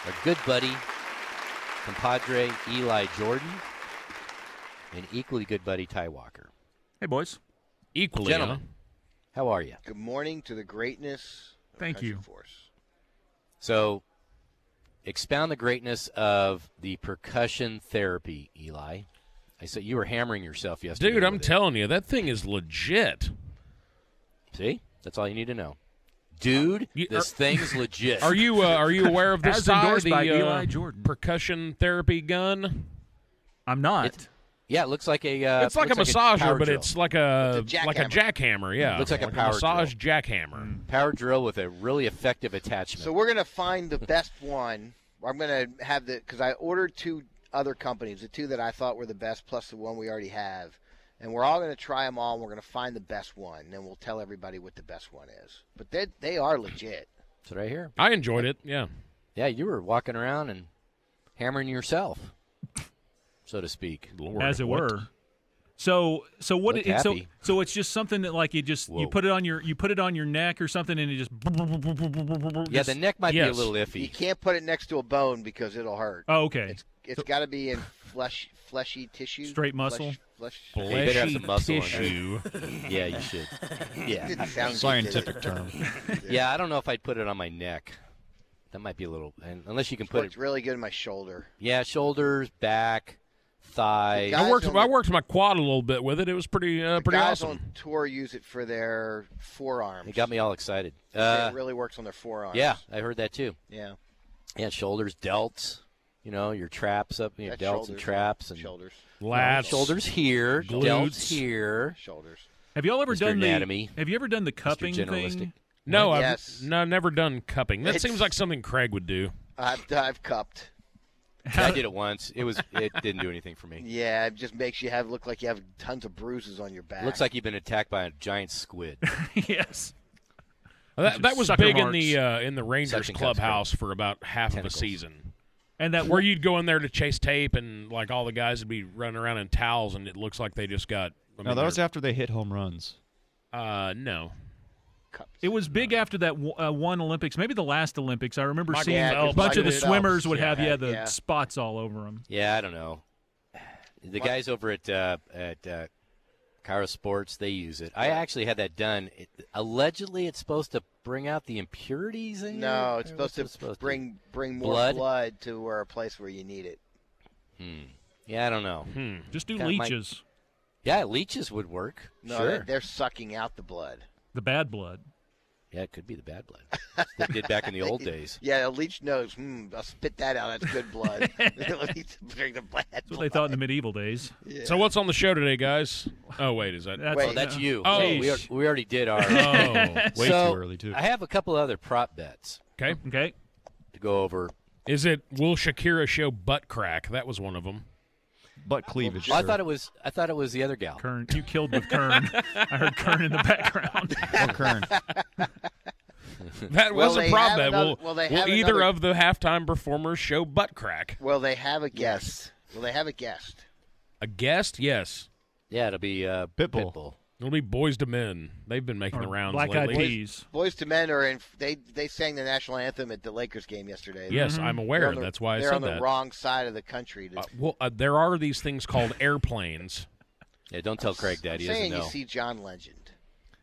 [SPEAKER 1] a good buddy, compadre Eli Jordan, and equally good buddy Ty Walker.
[SPEAKER 8] Hey, boys.
[SPEAKER 9] Equally,
[SPEAKER 1] Gentlemen, how are you?
[SPEAKER 6] Good morning to the greatness. Of
[SPEAKER 8] Thank
[SPEAKER 6] Country
[SPEAKER 8] you.
[SPEAKER 6] Force.
[SPEAKER 1] So, expound the greatness of the percussion therapy, Eli. I said you were hammering yourself
[SPEAKER 9] huh?
[SPEAKER 1] yesterday.
[SPEAKER 9] dude, I'm
[SPEAKER 1] with it.
[SPEAKER 9] telling you, that thing is legit.
[SPEAKER 1] See, that's all you need to know, dude.
[SPEAKER 9] You-
[SPEAKER 1] this
[SPEAKER 9] are-
[SPEAKER 1] thing's legit.
[SPEAKER 9] Are you uh, are you aware of this?
[SPEAKER 8] As
[SPEAKER 9] Ty,
[SPEAKER 8] endorsed
[SPEAKER 9] the,
[SPEAKER 8] by
[SPEAKER 9] uh,
[SPEAKER 8] Eli Jordan.
[SPEAKER 9] percussion therapy gun.
[SPEAKER 8] I'm not.
[SPEAKER 1] It's- Yeah, it looks like a. Uh,
[SPEAKER 9] it's like a
[SPEAKER 1] looks
[SPEAKER 9] massager,
[SPEAKER 1] power
[SPEAKER 9] but
[SPEAKER 1] drill.
[SPEAKER 9] it's like a,
[SPEAKER 6] It's a
[SPEAKER 9] like a jackhammer. Yeah,
[SPEAKER 1] Looks like a power Mm.
[SPEAKER 9] massage jackhammer.
[SPEAKER 1] power drill with a really effective attachment.
[SPEAKER 6] So we're gonna find the best one. I'm gonna have the because I ordered two other companies, the two that I thought were the best, plus the one we already have, and we're all gonna try them all. and We're gonna find the best one, and then we'll tell everybody what the best one is. But they they are legit.
[SPEAKER 1] That's what I hear.
[SPEAKER 9] I enjoyed it. Yeah,
[SPEAKER 1] Yeah, you were walking around and hammering yourself, so to speak.
[SPEAKER 8] as it were. So so what
[SPEAKER 1] Look
[SPEAKER 8] it, so
[SPEAKER 1] happy.
[SPEAKER 8] so it's just something that like you just
[SPEAKER 1] Whoa.
[SPEAKER 8] you put it on your you put it on your neck or something and it just
[SPEAKER 1] Yeah, the neck might be
[SPEAKER 8] yes.
[SPEAKER 1] a little
[SPEAKER 6] You
[SPEAKER 1] iffy.
[SPEAKER 6] can't put it next to a bone because it'll hurt.
[SPEAKER 8] oh okay
[SPEAKER 6] It's it's got to be in flesh fleshy tissue.
[SPEAKER 8] Straight muscle?
[SPEAKER 6] Flesh. flesh.
[SPEAKER 1] You better have some muscle in there.
[SPEAKER 9] tissue.
[SPEAKER 1] Yeah, you should. Yeah,
[SPEAKER 6] Didn't sound
[SPEAKER 5] Scientific term.
[SPEAKER 1] yeah. I don't know if I'd put it on my neck. That might be a little. And unless you can
[SPEAKER 6] But
[SPEAKER 1] put it.
[SPEAKER 6] it's really good in my shoulder.
[SPEAKER 1] Yeah, shoulders, back, thighs.
[SPEAKER 6] Guys
[SPEAKER 9] I worked
[SPEAKER 6] on the-
[SPEAKER 9] I worked my quad a little bit with it. It was pretty uh,
[SPEAKER 6] The
[SPEAKER 9] pretty
[SPEAKER 6] guys
[SPEAKER 9] awesome.
[SPEAKER 6] on tour use it for their forearms.
[SPEAKER 1] It got me all excited.
[SPEAKER 6] They-
[SPEAKER 1] Uh,
[SPEAKER 6] it really works on their forearms.
[SPEAKER 1] yeah, I heard that too.
[SPEAKER 6] Yeah.
[SPEAKER 1] Yeah, shoulders, delts. You know, your traps up, your
[SPEAKER 6] That's
[SPEAKER 1] delts and
[SPEAKER 6] shoulders,
[SPEAKER 1] traps and
[SPEAKER 6] Shoulders.
[SPEAKER 9] Lats,
[SPEAKER 1] shoulders here, delts
[SPEAKER 9] glutes.
[SPEAKER 1] here.
[SPEAKER 6] Shoulders.
[SPEAKER 8] have you all ever
[SPEAKER 1] Mr.
[SPEAKER 8] done
[SPEAKER 1] Anatomy.
[SPEAKER 8] the have you ever done the cupping
[SPEAKER 1] Generalistic.
[SPEAKER 8] thing
[SPEAKER 9] No, I've
[SPEAKER 6] Yes.
[SPEAKER 9] no never done cupping. That
[SPEAKER 6] It's-
[SPEAKER 9] seems like something Craig would do.
[SPEAKER 6] I've, I've cupped.
[SPEAKER 1] I did it once. It was it didn't do anything for me.
[SPEAKER 6] Yeah, it just makes you have look like you have tons of bruises on your back.
[SPEAKER 1] Looks like you've been attacked by a giant squid.
[SPEAKER 8] yes
[SPEAKER 9] That, that was
[SPEAKER 8] sucker
[SPEAKER 9] big in
[SPEAKER 8] marks.
[SPEAKER 9] the uh, in the Rangers
[SPEAKER 1] Suction cups,
[SPEAKER 9] clubhouse for about half
[SPEAKER 1] Tentacles.
[SPEAKER 9] of a season,
[SPEAKER 8] and that
[SPEAKER 9] where
[SPEAKER 8] were you
[SPEAKER 9] you'd go in there to chase tape and like all the guys would be running around in towels, and it looks like they just got. I
[SPEAKER 10] No,
[SPEAKER 9] mean,
[SPEAKER 10] that was
[SPEAKER 9] they're-
[SPEAKER 10] after they hit home runs.
[SPEAKER 9] uh, no.
[SPEAKER 6] Cupped.
[SPEAKER 8] it was big after that w- uh, one Olympics maybe the last Olympics I remember
[SPEAKER 9] Michael
[SPEAKER 8] seeing a
[SPEAKER 9] Phelps
[SPEAKER 8] bunch of
[SPEAKER 9] did
[SPEAKER 8] the
[SPEAKER 9] it.
[SPEAKER 8] swimmers would
[SPEAKER 1] Yeah,
[SPEAKER 8] have yeah the
[SPEAKER 6] yeah.
[SPEAKER 8] spots all over them
[SPEAKER 1] Yeah, I don't know. The guys over at uh, at uh, Cairo Sports they use it. I actually had that done. It, allegedly, it's supposed to bring out the impurities in
[SPEAKER 6] No,
[SPEAKER 1] you,
[SPEAKER 6] it's
[SPEAKER 1] or
[SPEAKER 6] supposed
[SPEAKER 1] what's it
[SPEAKER 6] to bring bring more
[SPEAKER 1] Blood?
[SPEAKER 6] blood? to where a place where you need it.
[SPEAKER 1] Yeah, I don't know.
[SPEAKER 9] Hmm.
[SPEAKER 8] just do
[SPEAKER 1] Kinda might-
[SPEAKER 8] leeches
[SPEAKER 1] Yeah, leeches would work.
[SPEAKER 6] No,
[SPEAKER 1] sure.
[SPEAKER 6] they're, they're sucking out the blood.
[SPEAKER 8] The bad blood.
[SPEAKER 1] Yeah, it could be the bad blood. That's what they did back in the old days.
[SPEAKER 6] Yeah, a leech knows. Hmm, I'll spit that out. That's good blood. Leech bring the bad
[SPEAKER 8] That's what they thought in the medieval days.
[SPEAKER 9] So what's on the show today, guys? Oh wait, is that?
[SPEAKER 8] That's,
[SPEAKER 6] Wait,
[SPEAKER 1] Oh, that's you.
[SPEAKER 9] Oh,
[SPEAKER 1] we, are,
[SPEAKER 9] sh-
[SPEAKER 1] we already did our. uh,
[SPEAKER 9] oh, way
[SPEAKER 1] So,
[SPEAKER 9] too early too.
[SPEAKER 1] I have a couple other prop bets
[SPEAKER 9] Okay,
[SPEAKER 8] okay.
[SPEAKER 1] to go over.
[SPEAKER 9] is it will Shakira show butt crack? That was one of them.
[SPEAKER 10] Butt cleavage.
[SPEAKER 1] Well, I
[SPEAKER 10] sir.
[SPEAKER 1] thought it was I thought it was the other gal.
[SPEAKER 8] Kern, you killed with Kern. I heard Kern in the background.
[SPEAKER 10] Oh, Kern.
[SPEAKER 9] That
[SPEAKER 6] Well,
[SPEAKER 9] was a
[SPEAKER 6] they
[SPEAKER 9] prop
[SPEAKER 6] have
[SPEAKER 9] bet.
[SPEAKER 6] another-
[SPEAKER 9] will
[SPEAKER 6] well, they
[SPEAKER 9] will
[SPEAKER 6] have
[SPEAKER 9] either
[SPEAKER 6] another-
[SPEAKER 9] of the halftime performers show butt crack?
[SPEAKER 6] Will they have a guest? Will they have a guest?
[SPEAKER 9] A guest, yes.
[SPEAKER 1] Yeah, it'll be uh,
[SPEAKER 10] Pitbull.
[SPEAKER 9] It'll be boys to men. They've been making the rounds
[SPEAKER 8] Black Eyed
[SPEAKER 9] lately.
[SPEAKER 8] Peas.
[SPEAKER 6] Boys to Men are in. They they sang the national anthem at the Lakers game yesterday.
[SPEAKER 9] Yes,
[SPEAKER 8] Mm-hmm.
[SPEAKER 9] I'm
[SPEAKER 6] They're
[SPEAKER 9] aware.
[SPEAKER 6] on the-
[SPEAKER 9] That's why I
[SPEAKER 6] they're
[SPEAKER 9] said
[SPEAKER 6] on the
[SPEAKER 9] that.
[SPEAKER 6] wrong side of the country. To,
[SPEAKER 9] Uh, well, uh, there are these things called airplanes.
[SPEAKER 1] Yeah, don't tell Craig that
[SPEAKER 6] I'm
[SPEAKER 1] he doesn't
[SPEAKER 6] saying
[SPEAKER 1] know.
[SPEAKER 6] you see John Legend.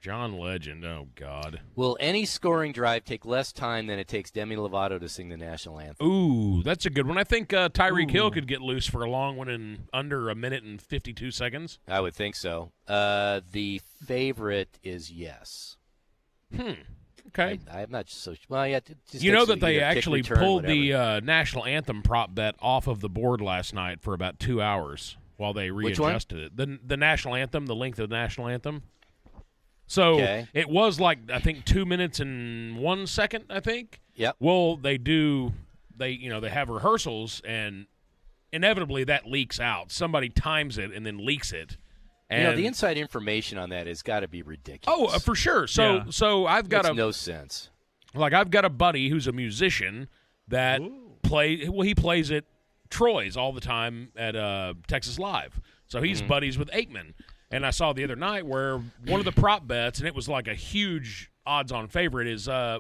[SPEAKER 9] John Legend. Oh God.
[SPEAKER 1] Will any scoring drive take less time than it takes Demi Lovato to sing the national anthem?
[SPEAKER 9] Ooh, that's a good one. I think uh, Tyreek Hill could get loose for a long one in under a minute and 52 seconds.
[SPEAKER 1] I would think so. Uh, the favorite is yes.
[SPEAKER 9] Okay.
[SPEAKER 1] I, I'm not so. Well, yeah. it just
[SPEAKER 9] you know
[SPEAKER 1] takes
[SPEAKER 9] that they
[SPEAKER 1] either kick,
[SPEAKER 9] actually
[SPEAKER 1] return,
[SPEAKER 9] pulled the
[SPEAKER 1] whatever.
[SPEAKER 9] uh, national anthem prop bet off of the board last night for about two hours while they
[SPEAKER 1] Which one?
[SPEAKER 9] readjusted it. The the national anthem, the length of the national anthem. So
[SPEAKER 1] Okay.
[SPEAKER 9] it was like I think two minutes and one second. I think.
[SPEAKER 1] Yep.
[SPEAKER 9] Well, they do. They you know they have rehearsals and inevitably that leaks out. Somebody times it and then leaks it.
[SPEAKER 1] You
[SPEAKER 9] And
[SPEAKER 1] know, the inside information on that has got to be ridiculous.
[SPEAKER 9] oh uh, for sure. So
[SPEAKER 8] Yeah.
[SPEAKER 9] so I've got
[SPEAKER 1] Makes
[SPEAKER 9] a
[SPEAKER 1] no sense.
[SPEAKER 9] like I've got a buddy who's a musician that play well he plays at Troy's all the time at uh, Texas Live. So he's
[SPEAKER 8] Hmm.
[SPEAKER 9] buddies with Aikman. And I saw the other night where one of the prop bets and it was like a huge odds on favorite is uh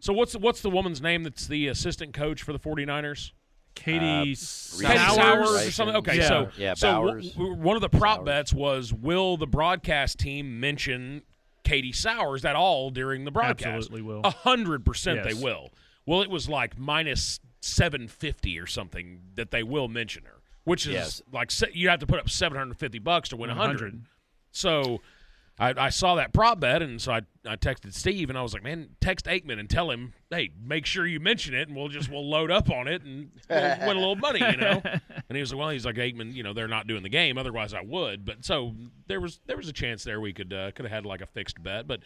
[SPEAKER 9] so what's what's the woman's name that's the assistant coach for the 49ers? Uh,
[SPEAKER 8] Katie
[SPEAKER 9] Katie
[SPEAKER 1] Bowers.
[SPEAKER 9] Sowers
[SPEAKER 8] Sowers.
[SPEAKER 9] or something. Okay,
[SPEAKER 8] Yeah.
[SPEAKER 9] so
[SPEAKER 1] Yeah,
[SPEAKER 9] so w-
[SPEAKER 1] Bowers.
[SPEAKER 9] w- one of the prop
[SPEAKER 1] Sowers.
[SPEAKER 9] bets was will the broadcast team mention Katie Sowers at all during the broadcast?
[SPEAKER 8] Absolutely will.
[SPEAKER 9] A hundred percent they
[SPEAKER 8] Yes.
[SPEAKER 9] will. Well, it was like minus seven fifty or something that they will mention her, which is
[SPEAKER 1] Yes.
[SPEAKER 9] like se- you have to put up seven hundred fifty bucks to win a
[SPEAKER 8] 100.
[SPEAKER 9] hundred. So. I, I saw that prop bet, and so I, I texted Steve, and I was like, "Man, text Aikman and tell him, hey, make sure you mention it, and we'll just we'll load up on it and we'll win a little money, you know." And he was like, "Well, he's like Aikman, you know, they're not doing the game, otherwise I would." But so there was there was a chance there we could uh, could have had like a fixed bet, but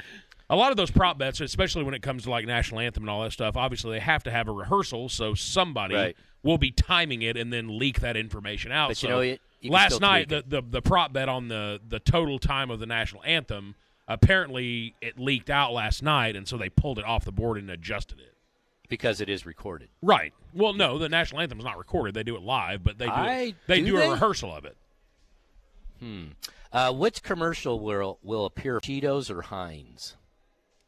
[SPEAKER 9] a lot of those prop bets, especially when it comes to like national anthem and all that stuff, obviously they have to have a rehearsal, so somebody
[SPEAKER 1] Right.
[SPEAKER 9] will be timing it and then leak that information out.
[SPEAKER 1] But
[SPEAKER 9] so
[SPEAKER 1] you know, it- you can
[SPEAKER 9] last
[SPEAKER 1] still
[SPEAKER 9] night
[SPEAKER 1] tweak
[SPEAKER 9] the, the the prop bet on the the total time of the national anthem apparently it leaked out last night, and so they pulled it off the board and adjusted it.
[SPEAKER 1] because it is recorded.
[SPEAKER 9] Right. Well, no, the national anthem is not recorded. They do it live, but they do
[SPEAKER 1] I-
[SPEAKER 9] they
[SPEAKER 1] do
[SPEAKER 9] do
[SPEAKER 1] they?
[SPEAKER 9] a rehearsal of it.
[SPEAKER 1] Uh, which commercial will will appear? Cheetos or Heinz?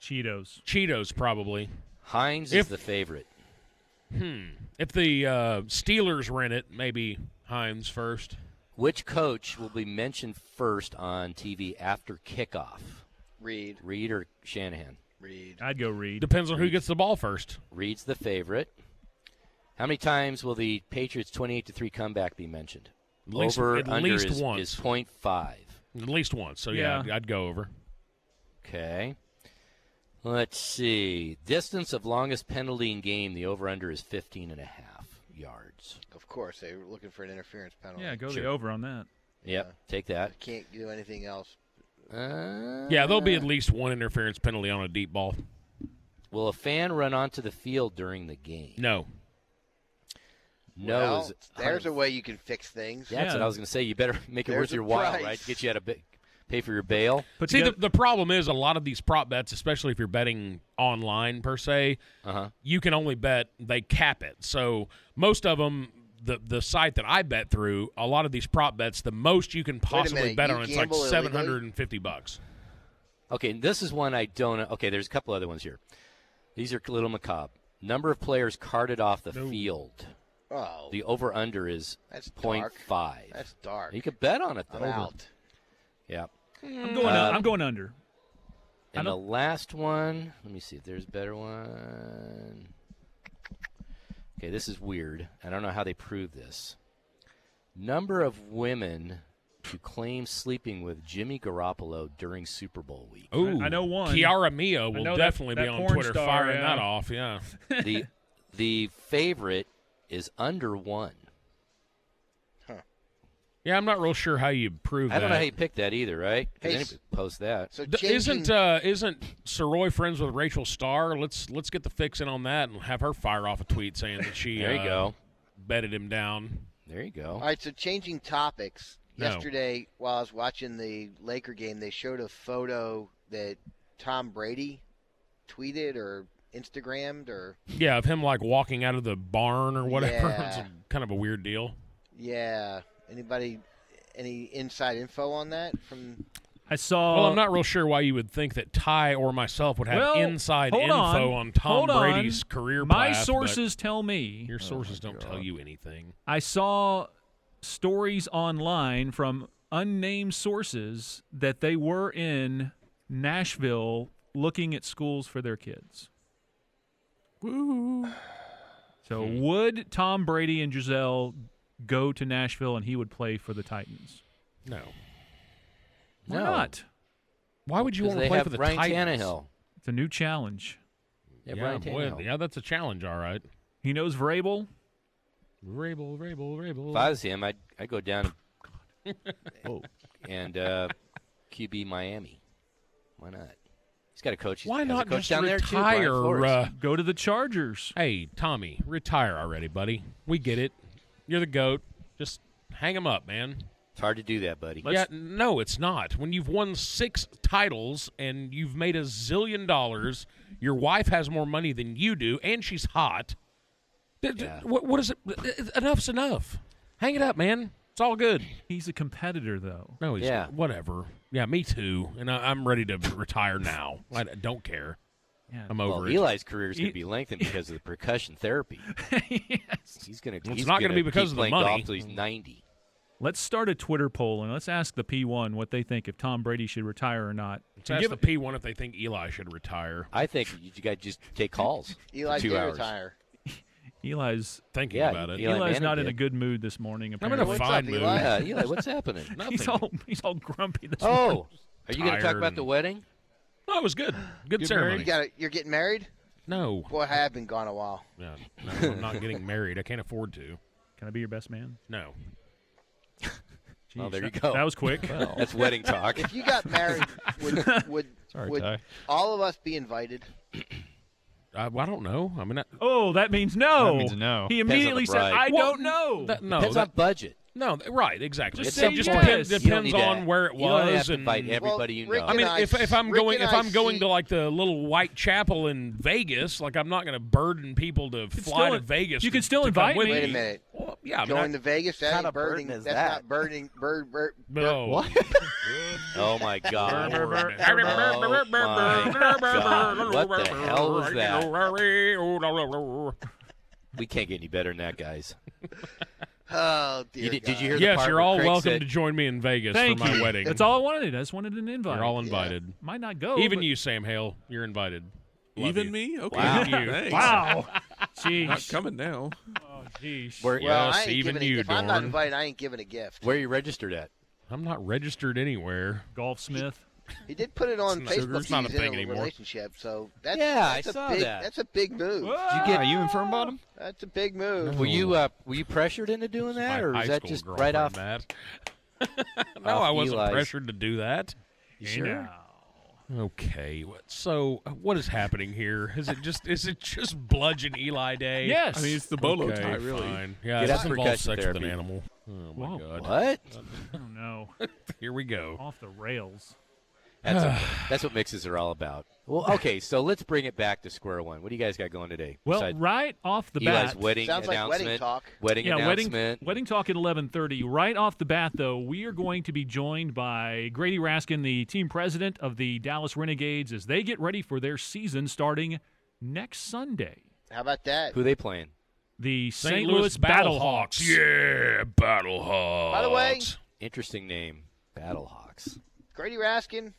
[SPEAKER 8] Cheetos.
[SPEAKER 9] Cheetos probably.
[SPEAKER 1] Heinz
[SPEAKER 9] If-
[SPEAKER 1] is the favorite.
[SPEAKER 9] If the uh, Steelers were in it, maybe Hines first.
[SPEAKER 1] Which coach will be mentioned first on TV after kickoff?
[SPEAKER 6] Reed,
[SPEAKER 1] Reed or Shanahan?
[SPEAKER 6] Reed.
[SPEAKER 8] I'd go Reed.
[SPEAKER 9] Depends on who gets the ball first.
[SPEAKER 1] Reed's the favorite. How many times will the Patriots 28 to 3 comeback be mentioned?
[SPEAKER 9] At least-
[SPEAKER 1] over
[SPEAKER 9] at
[SPEAKER 1] under
[SPEAKER 9] least
[SPEAKER 1] is,
[SPEAKER 9] once.
[SPEAKER 1] is 0.5.
[SPEAKER 9] At least once. So yeah, I'd,
[SPEAKER 8] Yeah.
[SPEAKER 9] I'd go over.
[SPEAKER 1] Okay. Let's see. Distance of longest penalty in game, the over under is 15 and a half yards.
[SPEAKER 6] Of course, they were looking for an interference penalty.
[SPEAKER 8] Yeah, go the over on that.
[SPEAKER 1] Yep, take that.
[SPEAKER 6] Can't do anything else.
[SPEAKER 1] Uh,
[SPEAKER 9] Yeah, there'll be at least one interference penalty on a deep ball.
[SPEAKER 1] Will a fan run onto the field during the game?
[SPEAKER 9] No.
[SPEAKER 1] No
[SPEAKER 6] Well,
[SPEAKER 1] is
[SPEAKER 6] there's a way you can fix things.
[SPEAKER 1] That's what
[SPEAKER 8] Yeah.
[SPEAKER 1] I was going to say. You better make it
[SPEAKER 6] There's
[SPEAKER 1] worth
[SPEAKER 6] a
[SPEAKER 1] your while,
[SPEAKER 6] price.
[SPEAKER 1] right? To get you out of ba- pay for your bail.
[SPEAKER 8] Put
[SPEAKER 9] See, the,
[SPEAKER 8] together-
[SPEAKER 9] the problem is a lot of these prop bets, especially if you're betting online per se,
[SPEAKER 1] Uh-huh.
[SPEAKER 9] you can only bet they cap it. So most of them, the the site that I bet through, a lot of these prop bets, the most you can possibly
[SPEAKER 6] minute,
[SPEAKER 9] bet
[SPEAKER 6] you
[SPEAKER 9] on it's like
[SPEAKER 6] gamble illegally?
[SPEAKER 9] seven hundred and fifty bucks.
[SPEAKER 1] Okay, and this is one I don't. Okay, there's a couple other ones here. These are a little macabre. Number of players carted off the field.
[SPEAKER 6] Oh,
[SPEAKER 1] The over under is
[SPEAKER 6] That's
[SPEAKER 1] point
[SPEAKER 6] dark.
[SPEAKER 1] five.
[SPEAKER 6] that's dark.
[SPEAKER 1] You could bet on it
[SPEAKER 6] I'm
[SPEAKER 1] though.
[SPEAKER 6] out.
[SPEAKER 1] Yeah.
[SPEAKER 8] I'm going.
[SPEAKER 9] Uh,
[SPEAKER 1] Um,
[SPEAKER 8] I'm going under.
[SPEAKER 1] And the
[SPEAKER 8] don't-
[SPEAKER 1] last one. Let me see if there's a better one. Okay, this is weird. I don't know how they prove this. Number of women to claim sleeping with Jimmy Garoppolo during Super Bowl week.
[SPEAKER 9] Ooh,
[SPEAKER 8] I know one.
[SPEAKER 9] Kiara Mia will
[SPEAKER 8] know that-
[SPEAKER 9] definitely
[SPEAKER 8] that
[SPEAKER 9] be on
[SPEAKER 8] porn
[SPEAKER 9] Twitter
[SPEAKER 8] star,
[SPEAKER 9] firing
[SPEAKER 8] yeah.
[SPEAKER 9] that off. Yeah,
[SPEAKER 1] the the favorite is under one.
[SPEAKER 9] yeah. I'm not real sure how you prove
[SPEAKER 1] I don't
[SPEAKER 9] that.
[SPEAKER 1] know how you picked that either, right? Did
[SPEAKER 6] Hey,
[SPEAKER 1] anybody post that?
[SPEAKER 6] So
[SPEAKER 9] D-
[SPEAKER 6] changing,
[SPEAKER 9] isn't uh, isn't Soroy friends with Rachel Starr? Let's let's get the fix in on that and have her fire off a tweet saying that she
[SPEAKER 1] There you
[SPEAKER 9] uh,
[SPEAKER 1] go.
[SPEAKER 9] bedded him down.
[SPEAKER 1] There you go.
[SPEAKER 6] all right. So changing topics.
[SPEAKER 9] No.
[SPEAKER 6] Yesterday, while I was watching the Laker game, they showed a photo that Tom Brady tweeted or Instagrammed or
[SPEAKER 9] Yeah, of him like walking out of the barn or whatever.
[SPEAKER 6] Yeah.
[SPEAKER 9] it's a, kind of a weird deal.
[SPEAKER 6] yeah. Anybody, any inside info on that from
[SPEAKER 8] I saw.
[SPEAKER 9] well, I'm not real sure why you would think that Ty or myself would have
[SPEAKER 8] Uh, well,
[SPEAKER 9] inside
[SPEAKER 8] hold
[SPEAKER 9] info on,
[SPEAKER 8] on
[SPEAKER 9] Tom
[SPEAKER 8] hold on.
[SPEAKER 9] Brady's career.
[SPEAKER 8] My
[SPEAKER 9] path, but
[SPEAKER 8] sources tell me
[SPEAKER 9] your sources don't
[SPEAKER 1] Oh,
[SPEAKER 9] tell you anything.
[SPEAKER 8] I saw stories online from unnamed sources that they were in Nashville looking at schools for their kids. So would Tom Brady and Giselle go to Nashville and he would play for the Titans?
[SPEAKER 9] No.
[SPEAKER 8] Why
[SPEAKER 1] No.
[SPEAKER 8] not?
[SPEAKER 9] Why would you
[SPEAKER 1] 'Cause
[SPEAKER 9] want to
[SPEAKER 1] they
[SPEAKER 9] play
[SPEAKER 1] have
[SPEAKER 9] for the
[SPEAKER 1] Ryan
[SPEAKER 9] Titans?
[SPEAKER 1] Tannehill.
[SPEAKER 8] It's a new challenge.
[SPEAKER 1] They have Ryan
[SPEAKER 9] boy,
[SPEAKER 1] Tannehill.
[SPEAKER 9] yeah, that's a challenge, all right.
[SPEAKER 8] He knows Vrabel.
[SPEAKER 9] Rabel, Rabel, Rabel.
[SPEAKER 1] If I was him, I'd, I'd go down and uh, QB Miami. Why not? He's got a coach. He's-
[SPEAKER 9] Why
[SPEAKER 1] has a
[SPEAKER 9] not
[SPEAKER 1] coach
[SPEAKER 9] just
[SPEAKER 1] down there too, Brian
[SPEAKER 9] retire?
[SPEAKER 1] Flores.
[SPEAKER 9] uh,
[SPEAKER 8] Go to the Chargers.
[SPEAKER 9] hey, Tommy, retire already, buddy. We get it. You're the goat. Just hang him up, man.
[SPEAKER 1] it's hard to do that, buddy.
[SPEAKER 9] yeah, no, it's not. When you've won six titles and you've made a zillion dollars, your wife has more money than you do, and she's hot. Th- th-
[SPEAKER 1] Yeah.
[SPEAKER 9] What, what is it? Enough's enough. Hang it up, man. It's all good.
[SPEAKER 8] He's a competitor though.
[SPEAKER 9] No, he's
[SPEAKER 1] Yeah.
[SPEAKER 9] whatever. Yeah, me too. And I, I'm ready to retire now. I d- don't care.
[SPEAKER 8] Yeah.
[SPEAKER 9] I'm
[SPEAKER 1] Well,
[SPEAKER 9] over it.
[SPEAKER 1] Eli's career is going to be lengthened because of the percussion therapy. He's going to.
[SPEAKER 9] It's not
[SPEAKER 1] going
[SPEAKER 9] gonna
[SPEAKER 1] to
[SPEAKER 9] be because of the
[SPEAKER 1] playing
[SPEAKER 9] money.
[SPEAKER 1] Golf till he's ninety.
[SPEAKER 8] Let's start a Twitter poll and let's ask the P1 what they think if Tom Brady should retire or not.
[SPEAKER 9] Let's ask
[SPEAKER 8] Give-
[SPEAKER 9] the P one if they think Eli should retire.
[SPEAKER 1] I think you, you guys just take calls.
[SPEAKER 6] Eli
[SPEAKER 1] for two
[SPEAKER 6] did
[SPEAKER 1] hours.
[SPEAKER 6] retire?
[SPEAKER 8] Eli's
[SPEAKER 9] Thinking
[SPEAKER 1] Yeah,
[SPEAKER 9] about it.
[SPEAKER 1] Eli
[SPEAKER 8] Eli's
[SPEAKER 1] Manning
[SPEAKER 8] not in
[SPEAKER 1] did.
[SPEAKER 8] a good mood this morning.
[SPEAKER 9] I'm in
[SPEAKER 8] Apparently,
[SPEAKER 9] a fine
[SPEAKER 6] up,
[SPEAKER 9] mood.
[SPEAKER 6] Eli?
[SPEAKER 1] Yeah, Eli, what's happening?
[SPEAKER 8] he's all he's all grumpy this morning.
[SPEAKER 1] Oh, are you going to talk
[SPEAKER 9] Tired
[SPEAKER 1] about
[SPEAKER 9] and-
[SPEAKER 1] the wedding?
[SPEAKER 9] No, it was good. Good
[SPEAKER 6] You
[SPEAKER 9] ceremony.
[SPEAKER 6] got to You're getting married?
[SPEAKER 9] No,
[SPEAKER 6] Boy, I have been gone a while.
[SPEAKER 9] no, no, I'm not getting married. I can't afford to.
[SPEAKER 8] Can I be your best man?
[SPEAKER 9] No.
[SPEAKER 1] Well,
[SPEAKER 8] Jeez,
[SPEAKER 1] Oh, there you
[SPEAKER 8] that-
[SPEAKER 1] go.
[SPEAKER 8] That was quick.
[SPEAKER 1] That's wedding talk.
[SPEAKER 6] If you got married, would would, would all of us be invited?
[SPEAKER 9] I, I don't know. I mean, I,
[SPEAKER 8] oh, that means no.
[SPEAKER 10] means no.
[SPEAKER 8] He
[SPEAKER 1] on
[SPEAKER 8] immediately
[SPEAKER 1] the
[SPEAKER 8] said,
[SPEAKER 1] bride.
[SPEAKER 8] "I
[SPEAKER 9] Well,
[SPEAKER 8] don't know."
[SPEAKER 9] that, no,
[SPEAKER 1] Depends
[SPEAKER 9] that-
[SPEAKER 1] on budget.
[SPEAKER 9] no, th- right, exactly.
[SPEAKER 8] Just
[SPEAKER 9] it
[SPEAKER 8] say
[SPEAKER 9] just
[SPEAKER 8] yes.
[SPEAKER 9] depends,
[SPEAKER 8] You don't
[SPEAKER 9] depends
[SPEAKER 1] need to-
[SPEAKER 9] on where it
[SPEAKER 1] you don't have
[SPEAKER 9] was
[SPEAKER 1] to
[SPEAKER 9] and
[SPEAKER 1] invite everybody you
[SPEAKER 6] Well, Rick
[SPEAKER 1] know.
[SPEAKER 9] I mean,
[SPEAKER 6] and I
[SPEAKER 9] if, if I'm
[SPEAKER 6] Rick
[SPEAKER 9] going
[SPEAKER 6] and
[SPEAKER 9] if
[SPEAKER 6] I
[SPEAKER 9] I'm going
[SPEAKER 6] see-
[SPEAKER 9] to like the little white chapel in Vegas, like I'm not going to burden people to
[SPEAKER 8] could
[SPEAKER 9] fly
[SPEAKER 8] still-
[SPEAKER 9] to Vegas.
[SPEAKER 8] you
[SPEAKER 9] to-
[SPEAKER 8] could still
[SPEAKER 9] to come
[SPEAKER 8] invite
[SPEAKER 9] with
[SPEAKER 8] me.
[SPEAKER 6] Wait a minute.
[SPEAKER 9] Well, yeah, I mean,
[SPEAKER 6] Going
[SPEAKER 9] I-
[SPEAKER 6] to Vegas? That
[SPEAKER 2] kind
[SPEAKER 6] ain't
[SPEAKER 2] of burden
[SPEAKER 6] burning.
[SPEAKER 2] is
[SPEAKER 6] That's
[SPEAKER 2] that?
[SPEAKER 6] not burning. Bird, bird,
[SPEAKER 9] no.
[SPEAKER 1] Oh my God!
[SPEAKER 9] Oh,
[SPEAKER 1] What
[SPEAKER 9] my God.
[SPEAKER 1] the hell was that? We can't get any better than that, guys.
[SPEAKER 6] Oh dear.
[SPEAKER 1] You did,
[SPEAKER 6] God.
[SPEAKER 1] did you hear? the
[SPEAKER 9] Yes,
[SPEAKER 1] part
[SPEAKER 9] you're
[SPEAKER 1] where
[SPEAKER 9] all
[SPEAKER 1] Craig
[SPEAKER 9] welcome
[SPEAKER 1] said-
[SPEAKER 9] to join me in Vegas
[SPEAKER 8] Thank
[SPEAKER 9] for my
[SPEAKER 8] you.
[SPEAKER 9] wedding.
[SPEAKER 8] That's all I wanted. I just wanted an invite.
[SPEAKER 9] You're all invited.
[SPEAKER 8] Might not go.
[SPEAKER 9] Even
[SPEAKER 8] but-
[SPEAKER 9] you, Sam Hale, you're invited. Love
[SPEAKER 10] Even
[SPEAKER 9] you.
[SPEAKER 10] me? Okay.
[SPEAKER 1] Wow.
[SPEAKER 10] Thanks.
[SPEAKER 8] Wow.
[SPEAKER 10] Not
[SPEAKER 8] Jeez. Oh,
[SPEAKER 10] coming now.
[SPEAKER 8] Jeez.
[SPEAKER 1] Where,
[SPEAKER 6] Well,
[SPEAKER 9] Yes,
[SPEAKER 6] I ain't
[SPEAKER 9] even
[SPEAKER 6] giving
[SPEAKER 9] you,
[SPEAKER 6] a, If I'm not
[SPEAKER 9] Dorn.
[SPEAKER 6] invited, I ain't giving a gift.
[SPEAKER 1] where are you registered at?
[SPEAKER 9] I'm not registered anywhere.
[SPEAKER 8] Golf Smith.
[SPEAKER 6] He did put it on
[SPEAKER 9] It's not-
[SPEAKER 6] Facebook.
[SPEAKER 9] it's not a
[SPEAKER 6] he's in
[SPEAKER 9] thing
[SPEAKER 6] a
[SPEAKER 9] anymore.
[SPEAKER 6] relationship, so that's
[SPEAKER 1] Yeah, I
[SPEAKER 6] that's a
[SPEAKER 1] saw
[SPEAKER 6] big,
[SPEAKER 1] that.
[SPEAKER 6] That's a big move.
[SPEAKER 10] Did you get? Are you in firm bottom?
[SPEAKER 6] That's a big move.
[SPEAKER 1] Were you uh, were you pressured into doing
[SPEAKER 9] My
[SPEAKER 1] that, or
[SPEAKER 9] high
[SPEAKER 1] was that
[SPEAKER 9] school
[SPEAKER 1] just right
[SPEAKER 9] girlfriend,
[SPEAKER 1] off?
[SPEAKER 9] Matt. no,
[SPEAKER 1] off
[SPEAKER 9] I wasn't
[SPEAKER 1] Eli's-
[SPEAKER 9] pressured to do that.
[SPEAKER 1] You sure?
[SPEAKER 9] Okay, what- so uh, what is happening here? Is it just is it just bludgeon Eli Day?
[SPEAKER 8] Yes.
[SPEAKER 10] I mean, it's the bolo
[SPEAKER 9] okay,
[SPEAKER 10] tie, really.
[SPEAKER 9] Fine. Yeah,
[SPEAKER 1] Get
[SPEAKER 9] this
[SPEAKER 1] out
[SPEAKER 9] involves
[SPEAKER 1] percussion
[SPEAKER 9] sex with
[SPEAKER 1] therapy.
[SPEAKER 9] an animal. Oh my
[SPEAKER 8] Whoa.
[SPEAKER 9] god!
[SPEAKER 1] What?
[SPEAKER 8] I don't know.
[SPEAKER 9] Here we go.
[SPEAKER 8] Off the rails.
[SPEAKER 1] That's, okay. That's what mixes are all about. Well, okay, so let's bring it back to square one. What do you guys got going today?
[SPEAKER 8] Well,
[SPEAKER 1] Besides
[SPEAKER 8] right off the
[SPEAKER 1] Eli's
[SPEAKER 8] bat.
[SPEAKER 1] wedding
[SPEAKER 6] Sounds like
[SPEAKER 1] announcement.
[SPEAKER 6] wedding talk.
[SPEAKER 1] Wedding
[SPEAKER 8] yeah,
[SPEAKER 1] announcement.
[SPEAKER 8] wedding wedding talk at 11:30. Right off the bat though, we are going to be joined by Grady Raskin, the team president of the Dallas Renegades as they get ready for their season starting next Sunday.
[SPEAKER 6] How about that?
[SPEAKER 1] Who they playing?
[SPEAKER 8] The St. Louis Battlehawks.
[SPEAKER 9] Yeah, Battlehawks.
[SPEAKER 6] By the way,
[SPEAKER 1] Interesting name. Battlehawks.
[SPEAKER 6] Grady Raskin,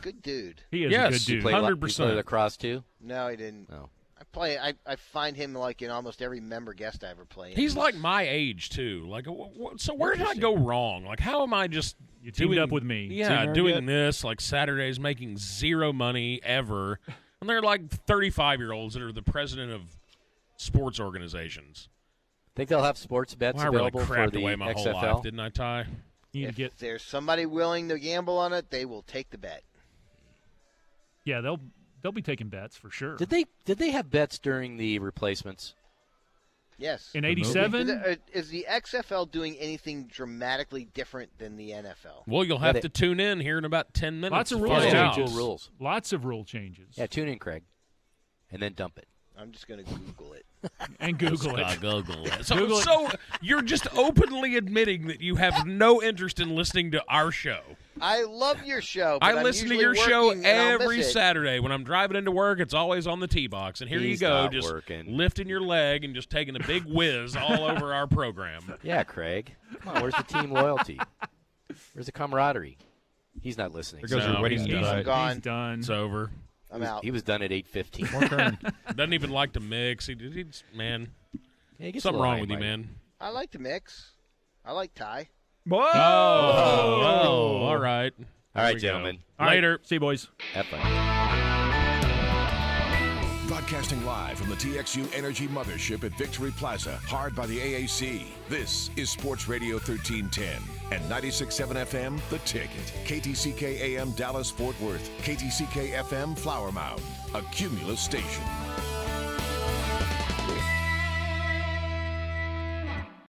[SPEAKER 6] good dude.
[SPEAKER 8] He is
[SPEAKER 9] Yes,
[SPEAKER 8] a good
[SPEAKER 9] he
[SPEAKER 8] dude.
[SPEAKER 1] Play li- you
[SPEAKER 9] 100%.
[SPEAKER 1] Play lacrosse too.
[SPEAKER 6] No, he didn't.
[SPEAKER 1] No.
[SPEAKER 6] I play. I, I find him like in almost every member guest I ever play. in.
[SPEAKER 9] He's like my age too. Like, wh- wh- so where did I go wrong? Like, how am I just
[SPEAKER 8] You teamed up with me.
[SPEAKER 9] Yeah, doing this like Saturdays, making zero money ever, and they're like thirty-five-year-olds that are the president of sports organizations.
[SPEAKER 1] Think they'll have sports bets
[SPEAKER 9] Well, I really
[SPEAKER 1] available for
[SPEAKER 9] crapped
[SPEAKER 1] the
[SPEAKER 9] away my whole
[SPEAKER 1] XFL.
[SPEAKER 9] life, didn't I, Ty?
[SPEAKER 8] You need to
[SPEAKER 6] If
[SPEAKER 8] get
[SPEAKER 6] there's somebody willing to gamble on it, they will take the bet.
[SPEAKER 8] yeah. They'll they'll be taking bets for sure.
[SPEAKER 1] Did they did they have bets during the replacements?
[SPEAKER 6] Yes.
[SPEAKER 8] In '87,
[SPEAKER 6] Is- Is the XFL doing anything dramatically different than the NFL?
[SPEAKER 9] Well, you'll
[SPEAKER 1] Yeah,
[SPEAKER 9] have
[SPEAKER 1] they-
[SPEAKER 9] to tune in here in about ten minutes.
[SPEAKER 8] lots of
[SPEAKER 9] to
[SPEAKER 8] rule
[SPEAKER 9] find
[SPEAKER 1] rules
[SPEAKER 9] out.
[SPEAKER 1] Cool
[SPEAKER 8] changes.
[SPEAKER 1] rules.
[SPEAKER 8] Lots of rule changes.
[SPEAKER 1] Yeah, tune in, Craig, and then dump it.
[SPEAKER 6] I'm just going to Google it.
[SPEAKER 8] And Google it.
[SPEAKER 9] Google it. So,
[SPEAKER 8] Google it.
[SPEAKER 9] so you're just openly admitting that you have no interest in listening to our show.
[SPEAKER 6] I love your show. But
[SPEAKER 9] I
[SPEAKER 6] I'm
[SPEAKER 9] listen to
[SPEAKER 6] usually
[SPEAKER 9] your show
[SPEAKER 6] working and I'll miss
[SPEAKER 9] every
[SPEAKER 6] it.
[SPEAKER 9] Saturday when I'm driving into work. It's always on the tee box, and here
[SPEAKER 1] He's
[SPEAKER 9] you go,
[SPEAKER 1] not
[SPEAKER 9] just
[SPEAKER 1] working.
[SPEAKER 9] lifting your leg and just taking a big whiz all over our program.
[SPEAKER 1] Yeah, Craig. Come on, where's the team loyalty? Where's the camaraderie? He's not listening.
[SPEAKER 10] There goes
[SPEAKER 9] No,
[SPEAKER 10] your wedding
[SPEAKER 9] he's
[SPEAKER 10] day.
[SPEAKER 6] I'm
[SPEAKER 8] He's
[SPEAKER 6] gone.
[SPEAKER 8] done.
[SPEAKER 9] It's over.
[SPEAKER 6] I'm out.
[SPEAKER 1] He was done at eight fifteen.
[SPEAKER 9] Doesn't even like to mix. He, he just- man,
[SPEAKER 1] Yeah,
[SPEAKER 9] something wrong with you, man.
[SPEAKER 6] I like to mix. I like Ty.
[SPEAKER 9] Whoa!
[SPEAKER 6] Oh.
[SPEAKER 9] Oh, all right.
[SPEAKER 1] All right,
[SPEAKER 9] we go. er,
[SPEAKER 1] gentlemen.
[SPEAKER 8] All right,
[SPEAKER 9] Later.
[SPEAKER 8] See you, boys.
[SPEAKER 1] Have fun.
[SPEAKER 11] Broadcasting live from the TXU Energy Mothership at Victory Plaza, hard by the AAC. This is Sports Radio 1310 and 96.7 FM, The Ticket. KTCK AM Dallas Fort Worth, KTCK FM Flower Mound, a cumulus station.